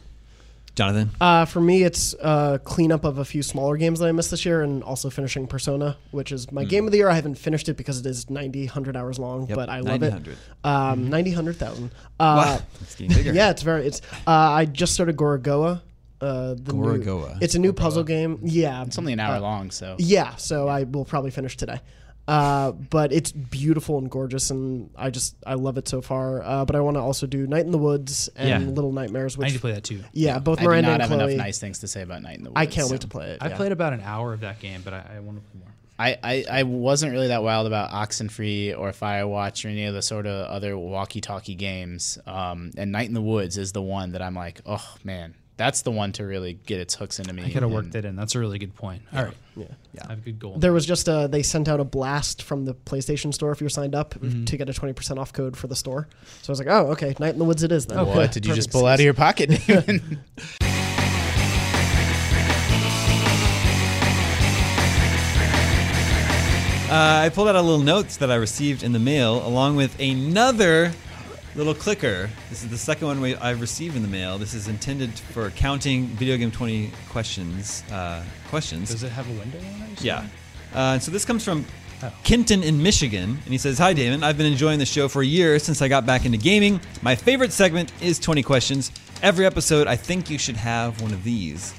Speaker 1: Jonathan,
Speaker 5: Uh, for me, it's uh, cleanup of a few smaller games that I missed this year and also finishing Persona, which is my game of the year. I haven't finished it because it is 90, 100 hours long, but I love
Speaker 1: 90,
Speaker 5: it. Um, 90, 100,000. Uh,
Speaker 1: wow, it's getting bigger.
Speaker 5: Yeah, it's very. It's. Uh, I just started Gorogoa. Uh, the new-
Speaker 1: Gorogoa.
Speaker 5: it's a new puzzle game. Yeah.
Speaker 7: Uh, It's only an hour long, so
Speaker 5: Yeah, so I will probably finish today. Uh, but it's beautiful and gorgeous, and I just I love it so far. Uh, but I want to also do Night in the Woods and
Speaker 4: Yeah.
Speaker 5: Little Nightmares,
Speaker 4: I
Speaker 5: which
Speaker 4: need to play that too.
Speaker 5: yeah, both
Speaker 7: I do
Speaker 5: Miranda
Speaker 7: not
Speaker 5: and
Speaker 7: have
Speaker 5: Chloe.
Speaker 7: enough nice things to say about Night in the Woods.
Speaker 5: I can't
Speaker 7: so-
Speaker 5: wait to play it.
Speaker 4: I
Speaker 5: yeah.
Speaker 4: played about an hour of that game, but I, I want to play more.
Speaker 7: I, I, I wasn't really that wild about Oxenfree or Firewatch or any of the sort of other walkie-talkie games. Um, and Night in the Woods is the one that I'm like, oh man, that's the one to really get its hooks into me.
Speaker 4: I could have
Speaker 7: And-
Speaker 4: worked it in. That's a really good point. All right. Yeah. I have a good goal.
Speaker 5: There was just a they sent out a blast from the PlayStation Store if you're signed up
Speaker 4: Mm-hmm.
Speaker 5: to get a twenty percent off code for the store. So I was like, oh okay, Night in the Woods it is then.
Speaker 7: What did you just pull out of your pocket, Damon?
Speaker 1: Uh, I pulled out a little notes that I received in the mail, along with another little clicker. This is the second one we, I've received in the mail. This is intended for counting video game 20 questions. Uh, questions.
Speaker 4: Does it have a window on it? or
Speaker 1: Yeah.
Speaker 4: something?
Speaker 1: Uh, so this comes from Kenton in Michigan, and he says, "Hi, Damon. I've been enjoying the show for a year since I got back into gaming. My favorite segment is 20 questions. Every episode, I think you should have one of these,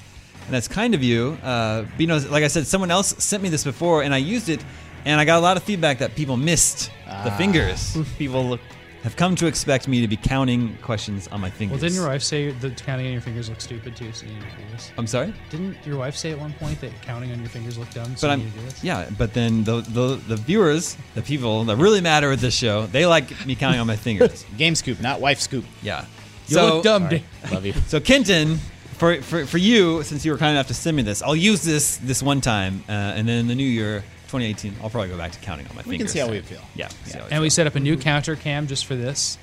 Speaker 1: and that's kind of you. Uh, but, you know, like I said, someone else sent me this before, and I used it, and I got a lot of feedback that people missed the fingers. people look, have come to expect me to be counting questions on my
Speaker 4: Well,
Speaker 1: fingers.
Speaker 4: didn't your wife say that counting on your fingers looks stupid too? So you need to do this.
Speaker 1: I'm sorry."
Speaker 4: Didn't your wife say at one point that counting on your fingers looked dumb?
Speaker 1: But
Speaker 4: So you
Speaker 1: I'm
Speaker 4: need to do this?
Speaker 1: yeah. But then the, the the viewers, the people that really matter at this show, they like me counting on my fingers.
Speaker 7: Game scoop, not wife scoop.
Speaker 1: Yeah.
Speaker 4: You look dumb, Dave.
Speaker 7: Love you.
Speaker 1: so Kenton, for, for for you, since you were kind enough to send me this, I'll use this this one time, uh, and then in the new year, 2018, I'll probably go back to counting on my
Speaker 7: We can
Speaker 1: fingers.
Speaker 7: see how we feel.
Speaker 1: Yeah. see how I
Speaker 4: And we
Speaker 1: feel.
Speaker 4: set up a new counter cam just for this.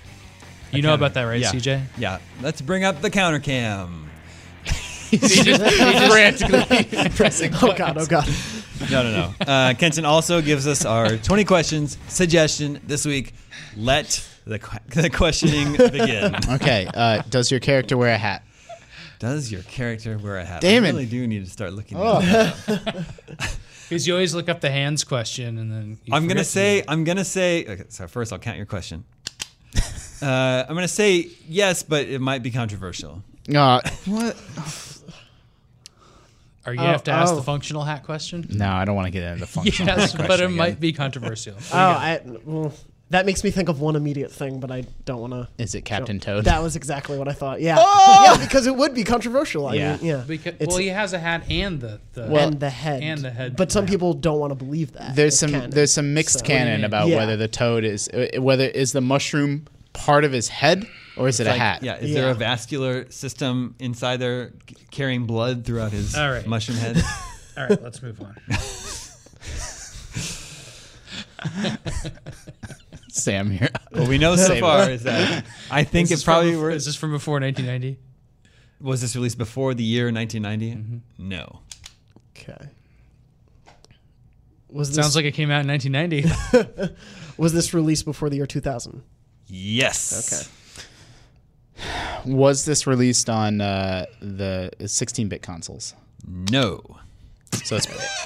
Speaker 4: You know about that, right,
Speaker 1: yeah.
Speaker 4: CJ?
Speaker 1: Yeah. Let's bring up the counter cam.
Speaker 7: Frantically pressing.
Speaker 5: Oh god, oh god.
Speaker 1: No, no, no. Uh, Kenton also gives us our 20 questions suggestion this week. Let the, que- the questioning begin.
Speaker 7: Okay. Uh, does your character wear a hat?
Speaker 1: Does your character wear a hat?
Speaker 7: Damn
Speaker 1: I
Speaker 7: it.
Speaker 1: really do need to start looking. Oh.
Speaker 4: Because you always look up the hands question and then. you
Speaker 1: I'm gonna
Speaker 4: forget to
Speaker 1: say.
Speaker 4: do
Speaker 1: I'm gonna say. Okay, so first, I'll count your question. Uh, I'm gonna say yes, but it might be controversial.
Speaker 7: No.
Speaker 1: What?
Speaker 4: it. Or you have to ask
Speaker 5: oh.
Speaker 4: the functional hat question?
Speaker 7: no, I don't want to get into the function.
Speaker 4: Yes, but it might be controversial.
Speaker 5: Oh, I, well, that makes me think of one immediate thing, but I don't want to.
Speaker 7: Is it Captain Toad?
Speaker 5: That was exactly what I thought. Yeah, yeah, because it would be controversial. I
Speaker 7: Yeah.
Speaker 5: mean, Oh! yeah.
Speaker 4: Because,
Speaker 5: It's-
Speaker 4: well, he has a hat and the. the
Speaker 5: and the head,
Speaker 4: and the head.
Speaker 5: But some people don't want to believe that.
Speaker 7: there's
Speaker 5: It's
Speaker 7: some
Speaker 5: canon.
Speaker 7: there's some mixed
Speaker 5: So-
Speaker 7: canon about
Speaker 5: Yeah.
Speaker 7: whether the toad is uh, whether is the mushroom part of his head or is it a
Speaker 1: Like,
Speaker 7: hat?
Speaker 1: Yeah. Is there
Speaker 5: Yeah.
Speaker 1: a vascular system inside there c- carrying blood throughout his
Speaker 4: All right.
Speaker 1: mushroom head?
Speaker 4: All right, let's move on.
Speaker 7: Sam here.
Speaker 1: what we know so
Speaker 7: Save it.
Speaker 1: far is that I think
Speaker 4: Is
Speaker 1: it
Speaker 4: this from
Speaker 1: probably
Speaker 4: before-
Speaker 1: were,
Speaker 4: Is this from before 1990?
Speaker 1: was this released before the year 1990. No.
Speaker 5: Okay. Was this
Speaker 4: Sounds like it came out in 1990.
Speaker 5: was this released before the year 2000?
Speaker 1: Yes. Okay.
Speaker 7: Was this released on uh, the 16-bit consoles?
Speaker 1: No.
Speaker 7: So it's,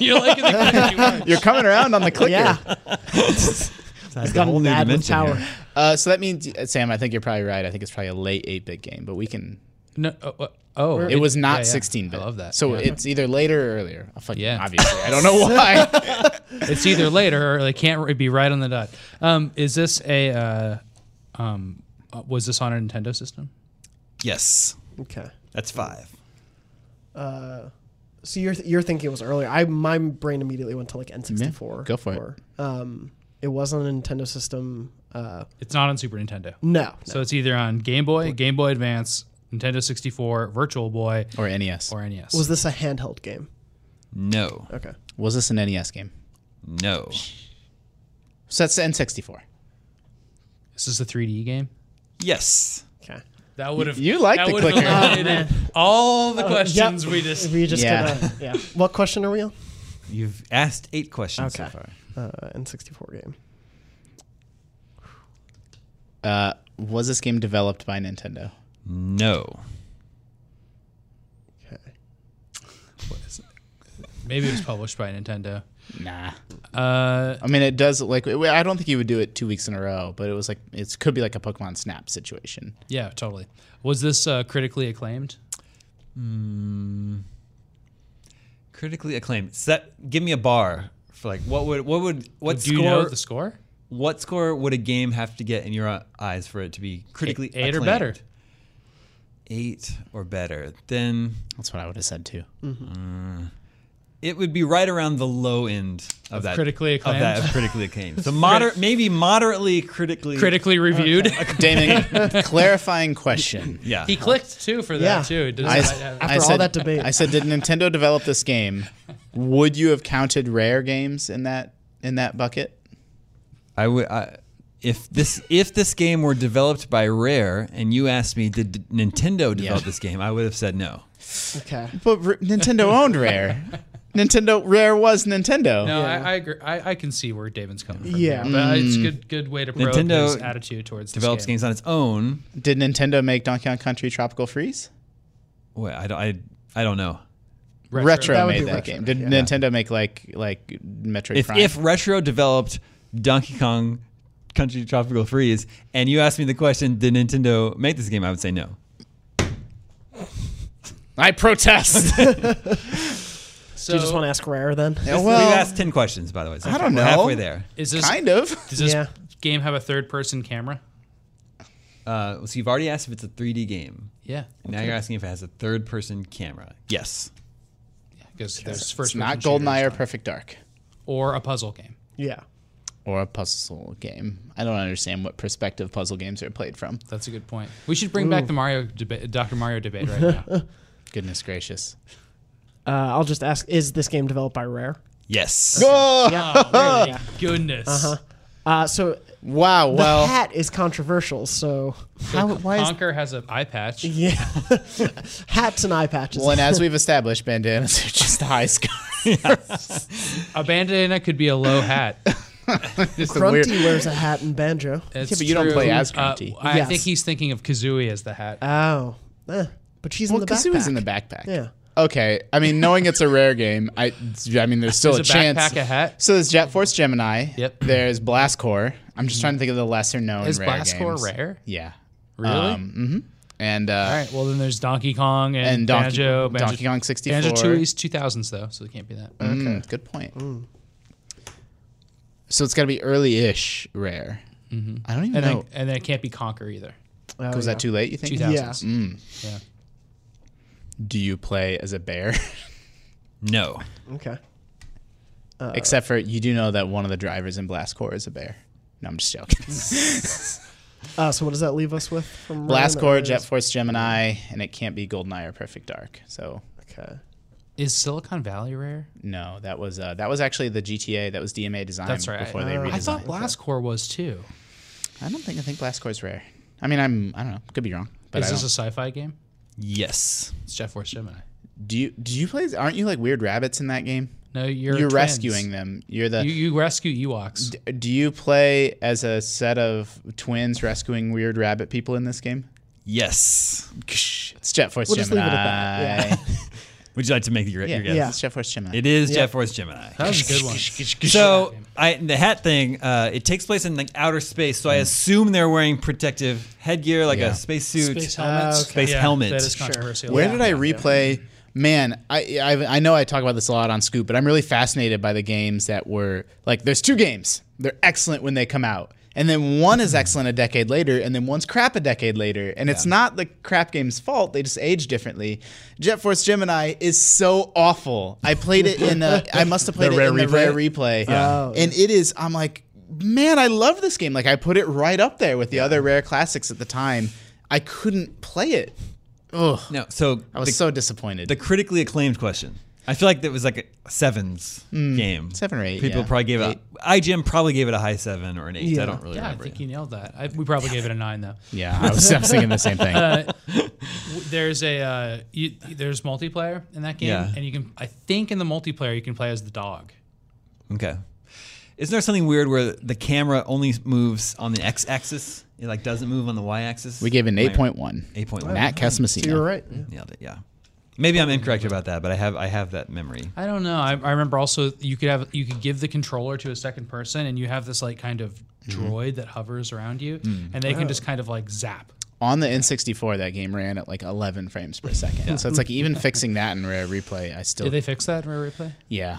Speaker 4: You're liking the country too much.
Speaker 7: you're coming around on the clicker.
Speaker 5: Yeah,
Speaker 1: It's
Speaker 5: gotten mad with power.
Speaker 7: Uh, so that means uh, Sam, I think you're probably right. I think it's probably a late 8-bit game, but we can.
Speaker 4: No, oh, oh, oh,
Speaker 7: It was
Speaker 4: yeah, yeah.
Speaker 7: not 16-bit.
Speaker 4: I love that.
Speaker 7: So
Speaker 4: Yeah.
Speaker 7: it's either later or earlier. I fucking,
Speaker 4: Yeah.
Speaker 7: Obviously, I don't know why.
Speaker 4: it's either later or they can't re- be right on the dot. Um, is this a? Uh, um, uh, was this on a Nintendo system?
Speaker 1: Yes.
Speaker 5: Okay.
Speaker 1: That's five.
Speaker 5: So you're th- you're thinking it was earlier. I my brain immediately went to like N64.
Speaker 7: Yeah, go for it.
Speaker 5: it. Um, it was on a Nintendo system. Uh,
Speaker 4: It's not on Super Nintendo.
Speaker 5: no.
Speaker 4: So it's either on Game Boy, Game Boy Advance, Nintendo 64, Virtual Boy,
Speaker 7: or E NES.
Speaker 4: or E NES.
Speaker 5: Was this a handheld game?
Speaker 1: No.
Speaker 5: Okay.
Speaker 7: Was this an NES game?
Speaker 1: No.
Speaker 7: So that's the N64.
Speaker 4: this is a 3D game?
Speaker 1: Yes.
Speaker 5: Okay.
Speaker 4: That would have
Speaker 7: You like
Speaker 4: that
Speaker 7: the
Speaker 4: would have
Speaker 7: clicker.
Speaker 4: eliminated all the questions
Speaker 5: yep.
Speaker 4: we just.
Speaker 5: We just
Speaker 7: Yeah.
Speaker 5: gotta, yeah. What question are we on?
Speaker 1: You've asked eight questions so
Speaker 5: Okay.
Speaker 1: far.
Speaker 5: Uh, N64 game.
Speaker 7: Uh, was this game developed by Nintendo?
Speaker 1: No.
Speaker 5: Okay.
Speaker 4: Maybe it was published by Nintendo.
Speaker 7: Nah.
Speaker 4: Uh,
Speaker 7: I mean, it does like it- I don't think you would do it two weeks in a row, but it was like it could be like a Pokemon Snap situation.
Speaker 4: yeah, totally. Was this uh, critically acclaimed?
Speaker 1: Critically acclaimed. Set, give me a bar for like what would what would what
Speaker 4: Do
Speaker 1: score
Speaker 4: you know the score?
Speaker 1: what score would a game have to get in your eyes for it to be critically
Speaker 4: Eight or
Speaker 1: acclaimed?
Speaker 4: better.
Speaker 1: Eight or better. Then
Speaker 7: That's what I would have said too.
Speaker 1: it would be right around the low end of, that
Speaker 4: critically
Speaker 1: Of that,
Speaker 4: acclaimed?
Speaker 1: of critically acclaimed. So moderate, maybe moderately critically.
Speaker 4: Critically reviewed.
Speaker 7: Damon, clarifying question.
Speaker 1: Yeah.
Speaker 4: he clicked too for that
Speaker 5: Yeah.
Speaker 4: too. It doesn't
Speaker 7: I,
Speaker 4: quite have-
Speaker 7: I
Speaker 5: uh, all
Speaker 7: said,
Speaker 5: that debate.
Speaker 7: I said, did Nintendo develop this game? Would you have counted rare games in that in that bucket?
Speaker 1: I would. I, if this if this game were developed by Rare and you asked me did Nintendo develop
Speaker 7: Yeah.
Speaker 1: this game, I would have said no.
Speaker 5: Okay.
Speaker 7: But R- Nintendo owned Rare. Nintendo Rare was Nintendo.
Speaker 4: no, I, I agree. I, I can see where David's coming from.
Speaker 5: Yeah.
Speaker 4: here, but it's good good way to probe
Speaker 1: Nintendo
Speaker 4: his attitude towards this
Speaker 1: Develops
Speaker 4: game.
Speaker 1: games on its own.
Speaker 7: Did Nintendo make Donkey Kong Country Tropical Freeze?
Speaker 1: Wait, I don't. I, I don't know.
Speaker 7: Retro,
Speaker 5: That would
Speaker 7: made
Speaker 5: be
Speaker 7: that
Speaker 5: Retro,
Speaker 7: game. Did Nintendo make like like Metroid
Speaker 1: If
Speaker 7: Prime?
Speaker 1: if Retro developed Donkey Kong Country Tropical Freeze and you asked me the question, did Nintendo make this game? I would say no.
Speaker 7: I protest.
Speaker 4: So
Speaker 5: Do you just want to ask Rare then?
Speaker 1: We've
Speaker 7: well,
Speaker 1: asked ten questions, by the way. So
Speaker 7: I don't
Speaker 1: we're
Speaker 7: know.
Speaker 1: Halfway there.
Speaker 4: is this
Speaker 7: kind of.
Speaker 4: does this
Speaker 5: Yeah.
Speaker 4: game have a third person camera?
Speaker 1: Uh, so you've already asked if it's a 3D game.
Speaker 4: Yeah,
Speaker 1: Now you're asking if it has a third-person camera. Yes.
Speaker 4: because there's
Speaker 7: It's
Speaker 4: first
Speaker 7: not
Speaker 4: person shooters
Speaker 7: GoldenEye or Perfect Dark
Speaker 4: or a puzzle game.
Speaker 5: Yeah.
Speaker 7: or a puzzle game. I don't understand what perspective puzzle games are played from.
Speaker 4: That's a good point. We should bring back the Mario debate, Dr. Mario debate right now.
Speaker 7: Goodness gracious.
Speaker 5: Uh, I'll just ask: Is this game developed by Rare?
Speaker 1: Yes.
Speaker 4: oh, goodness.
Speaker 5: Uh, so
Speaker 7: Wow.
Speaker 5: the
Speaker 7: Well,
Speaker 5: hat is controversial. So
Speaker 7: how, why is
Speaker 4: Conker has an eye patch.
Speaker 5: hats and eye patches.
Speaker 7: well, and as we've established, bandanas are just high score.
Speaker 4: A bandana could be a low hat.
Speaker 7: just a weird.
Speaker 5: Grunty wears a hat in Banjo.
Speaker 4: That's
Speaker 7: but you don't
Speaker 4: true.
Speaker 7: play as Uh,
Speaker 4: Uh,
Speaker 7: Grunty.
Speaker 4: I
Speaker 5: Yes.
Speaker 4: think he's thinking of Kazooie as the hat.
Speaker 5: Oh, eh, but she's
Speaker 7: Well,
Speaker 5: in the backpack.
Speaker 7: Kazooie's in the backpack.
Speaker 5: Yeah.
Speaker 7: Okay. I mean, knowing it's a rare game, I, I mean, there's still
Speaker 4: Is
Speaker 7: a,
Speaker 4: a
Speaker 7: chance.
Speaker 4: backpack a hat?
Speaker 7: So there's Jet Force Gemini.
Speaker 4: Yep.
Speaker 7: There's Blastcore. I'm just trying to think of the lesser known.
Speaker 4: Is
Speaker 7: rare
Speaker 4: Blastcore
Speaker 7: games.
Speaker 4: rare?
Speaker 7: Yeah.
Speaker 4: Really?
Speaker 7: hmm And uh,
Speaker 4: All right. Well, then there's Donkey Kong and,
Speaker 7: And Donkey-
Speaker 4: Banjo. Banjo,
Speaker 7: Donkey Kong 64.
Speaker 4: Banjo Tooie's 2000s though, so it can't be that.
Speaker 7: mm, good point. So it's got to be early-ish rare.
Speaker 4: Mm-hmm.
Speaker 7: I don't even
Speaker 4: And
Speaker 7: know.
Speaker 4: then and then it can't be Conker either.
Speaker 5: Oh,
Speaker 7: was that
Speaker 5: yeah.
Speaker 7: too late? You think?
Speaker 4: 2000s.
Speaker 7: Mm.
Speaker 4: Yeah.
Speaker 7: Do you play as a bear?
Speaker 1: No.
Speaker 5: Okay.
Speaker 7: Except for you do know that one of the drivers in Blastcore is a bear. No, I'm just joking.
Speaker 5: Uh, so what does that leave us with? From Rare that
Speaker 7: Blastcore,
Speaker 5: is-
Speaker 7: Jet Force Gemini, and it can't be Goldeneye or Perfect Dark. So
Speaker 5: Okay.
Speaker 4: Is Silicon Valley rare?
Speaker 7: no, that was uh, that was actually the GTA. That was DMA design.
Speaker 4: That's right. Uh,
Speaker 7: Before they redesigned.
Speaker 4: Oh. I thought Blastcore was too.
Speaker 7: I don't think I think Blastcore's rare. I mean, I'm I don't know. Could be wrong. But
Speaker 4: Is
Speaker 7: I
Speaker 4: this a
Speaker 7: don't-
Speaker 4: sci-fi game?
Speaker 1: Yes.
Speaker 4: It's Jeff Force Gemini.
Speaker 7: do you do you play? Aren't you like weird rabbits in that game?
Speaker 4: No, you're
Speaker 7: You're,
Speaker 4: twins.
Speaker 7: rescuing them. You're the.
Speaker 4: You, you rescue Ewoks.
Speaker 7: do you play as a set of twins rescuing weird rabbit people in this game?
Speaker 1: Yes.
Speaker 7: It's Jet Force
Speaker 5: We'll just leave
Speaker 7: Gemini.
Speaker 5: it at that.
Speaker 1: Would you like to make your,
Speaker 7: Yeah,
Speaker 1: your guess?
Speaker 5: Yeah.
Speaker 7: It's Jet Force Gemini.
Speaker 1: It is Jet Force Gemini.
Speaker 4: that was a good one.
Speaker 1: So I, the hat thing, uh, it takes place in like outer space. So I assume they're wearing protective headgear, like
Speaker 7: Mm. Yeah.
Speaker 1: a spacesuit. uh,
Speaker 4: Space helmets.
Speaker 1: Space helmet.
Speaker 4: That is controversial.
Speaker 7: Where did I replay? Man, I, I I know I talk about this a lot on Scoop, but I'm really fascinated by the games that were like. There's two games. They're excellent when they come out, and then one is excellent a decade later, and then one's crap a decade later. And it's not the crap game's fault; they just age differently. Jet Force Gemini is so awful. I played it in. A, I must have played
Speaker 1: The
Speaker 7: it
Speaker 1: rare
Speaker 7: in the
Speaker 1: replay? Oh.
Speaker 7: rare replay. and it is. I'm like, man, I love this game. Like I put it right up there with the other rare classics at the time. I couldn't play it. Ugh.
Speaker 1: No. So
Speaker 7: I was
Speaker 1: the,
Speaker 7: so disappointed.
Speaker 1: the critically acclaimed question. I feel like that was like a sevens game.
Speaker 7: Mm. Seven or eight,
Speaker 1: People
Speaker 7: yeah.
Speaker 1: probably gave it. IGN probably gave it a high seven or an eight. I
Speaker 5: Yeah.
Speaker 1: don't really
Speaker 4: Yeah, I
Speaker 1: remember.
Speaker 4: think you nailed that. I, we probably gave it a nine though. Uh,
Speaker 7: yeah, I was, I was thinking the same thing.
Speaker 4: W- There's a uh, you, there's multiplayer in that game,
Speaker 1: Yeah.
Speaker 4: and you can I think in the multiplayer you can play as the dog.
Speaker 1: Okay. Isn't there something weird where the camera only moves on the x-axis? It like doesn't move on the y-axis.
Speaker 7: we gave it an
Speaker 1: Like,
Speaker 7: eight point one.
Speaker 1: 8.1.
Speaker 7: Nat
Speaker 5: Yeah. You're
Speaker 7: Casamassino.
Speaker 5: right.
Speaker 1: Nailed it. Yeah. Maybe I'm incorrect about that, but I have I have that memory.
Speaker 4: I don't know. I, I remember also you could have you could give the controller to a second person, and you have this like kind of
Speaker 1: Mm-hmm.
Speaker 4: droid that hovers around you,
Speaker 1: Mm.
Speaker 4: and they can just kind of like zap.
Speaker 7: On the N64, that game ran at like 11 frames per
Speaker 1: Oh.
Speaker 7: second. So it's like even fixing that in Rare Replay, I still.
Speaker 4: Did they fix that in Rare Replay?
Speaker 7: yeah.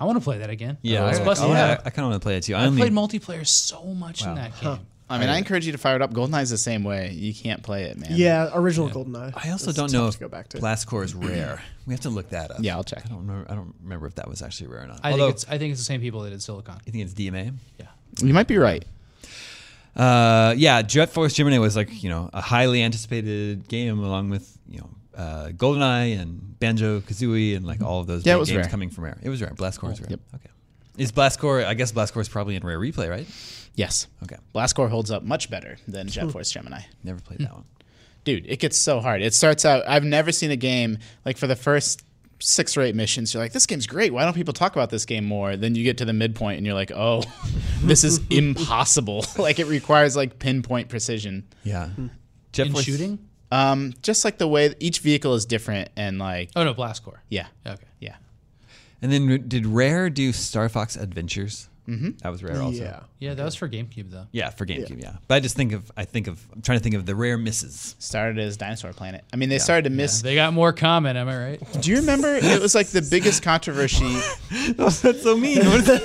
Speaker 4: I want to play that again.
Speaker 1: Oh, Yeah,
Speaker 4: it's
Speaker 1: I,
Speaker 4: busted
Speaker 1: I-
Speaker 4: out.
Speaker 1: I, kind of want to play it too. I,
Speaker 4: I
Speaker 1: only
Speaker 4: played multiplayer so much in that game.
Speaker 7: I mean, I encourage you to fire it up. GoldenEye's the same way. You can't play it, man.
Speaker 5: Yeah, original GoldenEye.
Speaker 1: I also
Speaker 5: It's
Speaker 1: don't
Speaker 5: tough
Speaker 1: know
Speaker 5: to
Speaker 1: if
Speaker 5: go back to.
Speaker 1: Blascore is rare. We have to look that up.
Speaker 7: Yeah, I'll check.
Speaker 1: I don't remember. I don't remember if that was actually rare or not.
Speaker 4: I
Speaker 1: Although
Speaker 4: think it's I think it's the same people that did Silicon.
Speaker 1: you think it's DMA.
Speaker 4: Yeah.
Speaker 7: You might be right.
Speaker 1: Uh, yeah, Jet Force Gemini was like you know a highly anticipated game along with you know uh, GoldenEye and Banjo Kazooie and like all of those
Speaker 7: Yeah, it
Speaker 1: big
Speaker 7: was
Speaker 1: games
Speaker 7: rare.
Speaker 1: coming from Rare. It was Rare. Blastcore is Rare.
Speaker 7: Yep.
Speaker 1: Okay. Is Blastcore? I guess Blastcore is probably in Rare Replay, right?
Speaker 7: Yes.
Speaker 1: Okay.
Speaker 7: Blastcore holds up much better than Jet Force Gemini.
Speaker 1: Never played that one.
Speaker 7: Dude, it gets so hard. It starts out, I've never seen a game like for the first six or eight missions, you're like, this game's great. Why don't people talk about this game more? Then you get to the midpoint and you're like, oh, this is impossible. like it requires like pinpoint precision.
Speaker 1: Yeah. Jet
Speaker 4: In
Speaker 1: Force
Speaker 4: shooting?
Speaker 7: Um, just like the way each vehicle is different and like,
Speaker 4: Oh no, Blastcore.
Speaker 7: yeah,
Speaker 4: Okay.
Speaker 7: yeah.
Speaker 1: And then did Rare do Star Fox Adventures? Mm-hmm. That was Rare also.
Speaker 5: Yeah.
Speaker 4: Yeah, that was for GameCube though.
Speaker 1: Yeah, for GameCube, yeah. But I just think of I think of I'm trying to think of the rare misses.
Speaker 7: Started as Dinosaur Planet. I mean, they started to miss.
Speaker 4: They got more comment, am I right?
Speaker 7: Do you remember? it was like the biggest controversy.
Speaker 1: That's so mean. What is that?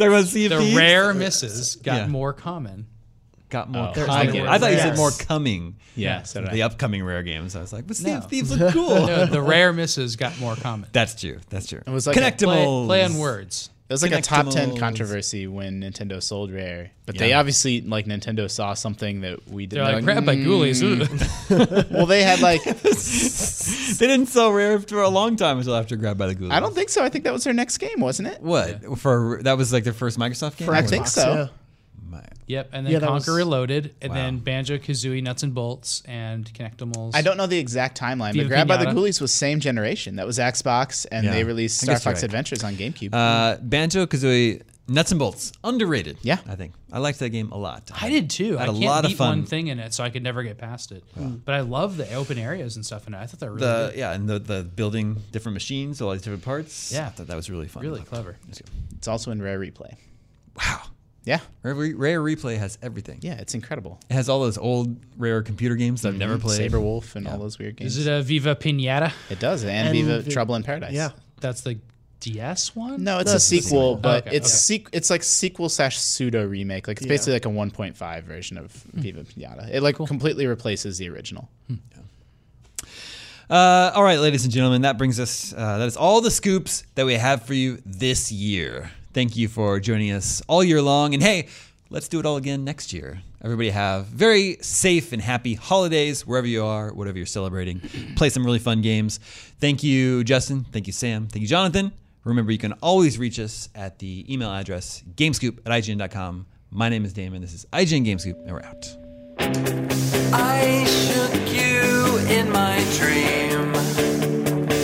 Speaker 1: Talking about Sea of
Speaker 4: The
Speaker 1: Thieves?
Speaker 4: rare misses got
Speaker 1: Yeah.
Speaker 4: more common.
Speaker 1: got more.
Speaker 7: Oh,
Speaker 1: coming.
Speaker 7: I get it.
Speaker 1: I thought you said
Speaker 5: Yes.
Speaker 1: more coming.
Speaker 7: Yeah, so did
Speaker 1: the
Speaker 7: I.
Speaker 1: upcoming rare games. I was like, but Sea
Speaker 4: No.
Speaker 1: of Thieves look cool.
Speaker 4: No, the rare misses got more common.
Speaker 1: That's true. That's true. It
Speaker 7: was like a-
Speaker 4: Play,
Speaker 1: connectimals.
Speaker 4: play on words.
Speaker 7: It was like a top ten
Speaker 1: Connectimals.
Speaker 7: controversy when Nintendo sold Rare, but they
Speaker 1: Yeah.
Speaker 7: obviously like Nintendo saw something that we
Speaker 4: They're
Speaker 7: didn't.
Speaker 4: like,
Speaker 7: They're
Speaker 4: crap by ghoulies. ooh."
Speaker 7: "Mm." Well, they had like
Speaker 1: They didn't sell rare for a long time until after Grab by the Ghoulies.
Speaker 7: I don't think so. I think that was their next game, wasn't it?
Speaker 1: what for that was like their first Microsoft game.
Speaker 7: I
Speaker 1: Or-
Speaker 7: think so.
Speaker 5: yeah.
Speaker 1: My-
Speaker 4: Yep, and then
Speaker 5: Yeah, that
Speaker 4: Conquer
Speaker 5: was-
Speaker 4: Reloaded, and then Banjo Kazooie Nuts and Bolts and Connectimals.
Speaker 7: I don't know the exact timeline,
Speaker 4: Viva
Speaker 7: but Grab by the
Speaker 4: Pinata.
Speaker 7: Ghoulies was same generation. That was Xbox, and
Speaker 1: Yeah.
Speaker 7: they
Speaker 1: I
Speaker 7: released Star
Speaker 1: guess you're
Speaker 7: Fox
Speaker 1: right.
Speaker 7: Adventures on GameCube.
Speaker 1: Uh, Banjo Kazooie Nuts and Bolts underrated.
Speaker 7: Yeah.
Speaker 1: I think I liked that game a lot.
Speaker 4: I did too. I
Speaker 1: Had
Speaker 4: had
Speaker 1: a
Speaker 4: a
Speaker 1: lot of
Speaker 4: beat
Speaker 1: fun.
Speaker 4: one thing in it, so I could never get past it. Mm. But I love the open areas and stuff in it. I thought they were really,
Speaker 1: The
Speaker 4: good.
Speaker 1: yeah, and the, the building different machines, all these different parts.
Speaker 4: Yeah.
Speaker 1: I thought that was really fun.
Speaker 4: really clever.
Speaker 7: it's also in Rare Replay.
Speaker 1: Wow.
Speaker 7: Yeah,
Speaker 1: Rare, Rare Replay has everything.
Speaker 7: yeah, it's incredible.
Speaker 1: It has all those old rare computer games that I've never
Speaker 4: Mm-hmm.
Speaker 1: played.
Speaker 7: Saber Wolf and all those weird games.
Speaker 4: Is it a Viva Pinata?
Speaker 7: It does, and,
Speaker 5: And
Speaker 7: Viva
Speaker 5: Vi-
Speaker 7: Trouble in Paradise.
Speaker 5: Yeah.
Speaker 4: That's the DS one.
Speaker 7: No, it's
Speaker 5: No,
Speaker 7: a
Speaker 5: it's the
Speaker 7: sequel,
Speaker 5: sequel.
Speaker 7: but
Speaker 4: Oh, okay,
Speaker 7: it's sequ- it's like sequel slash pseudo remake. Like it's basically like a 1.5 version of Viva Pinata. It like completely replaces the original.
Speaker 1: Uh, all right, ladies and gentlemen, that brings us, uh, that is all the scoops that we have for you this year. Thank you for joining us all year long. And hey, let's do it all again next year. Everybody have very safe and happy holidays wherever you are, whatever you're celebrating. Play some really fun games. Thank you, Justin. Thank you, Sam. Thank you, Jonathan. Remember, you can always reach us at the email address gamescoop at ign.com. My name is Damon. This is IGN Gamescoop, and we're out.
Speaker 9: I shook you in my dream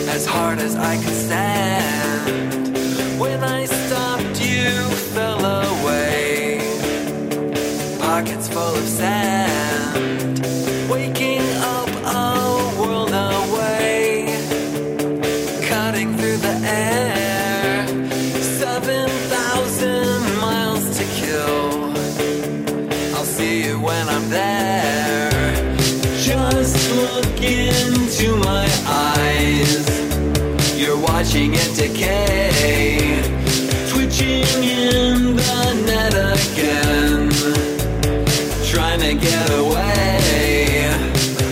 Speaker 9: as hard as I could stand. When I stopped, you fell away, pockets full of sand. Waking up a world away, cutting through the air. 7,000 miles to kill. I'll see you when I'm there. Just look into my eyes. You're watching it decay. Twitching in the net again. Trying to get away.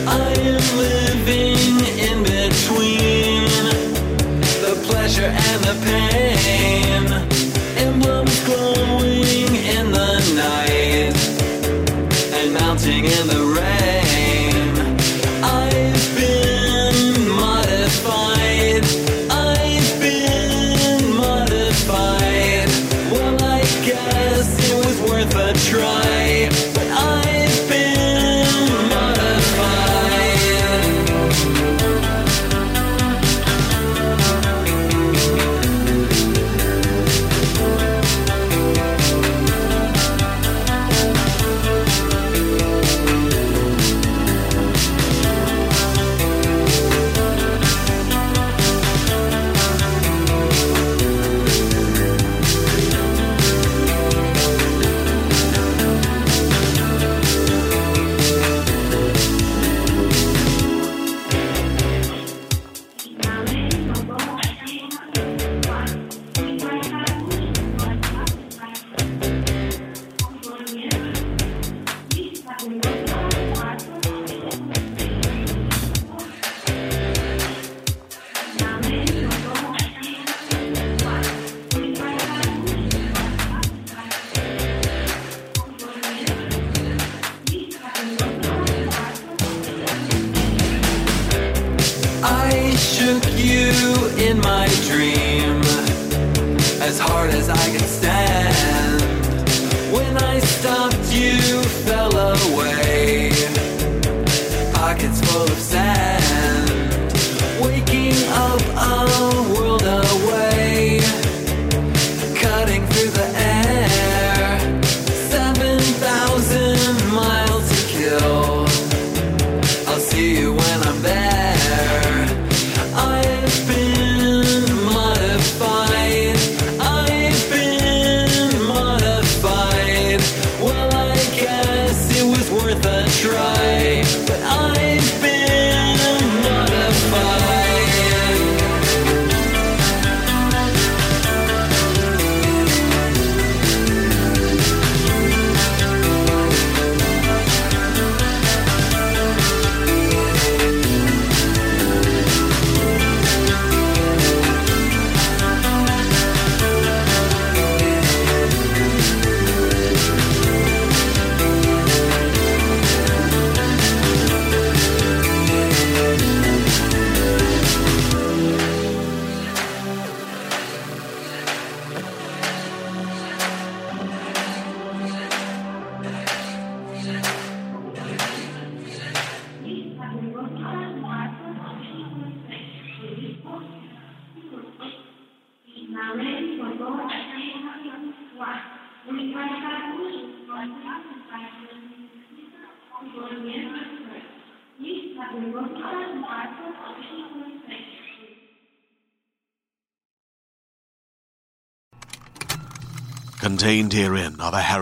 Speaker 9: I am living in between the pleasure and the pain. Emblems glowing in the night and mounting in the rain. I've been modified. I've been modified. Well, I guess it was worth a try. But I've been modified.
Speaker 1: I shook you in my dream as hard as I could stand. When I stopped, you fell away, pockets full of sand. Waking up a world away, cutting through the air. 7,000 miles to kill. I'll see you when I'm there. I've been modified. I've been modified. Well, I guess it was worth a try. But I've been modified.
Speaker 10: Contained herein are the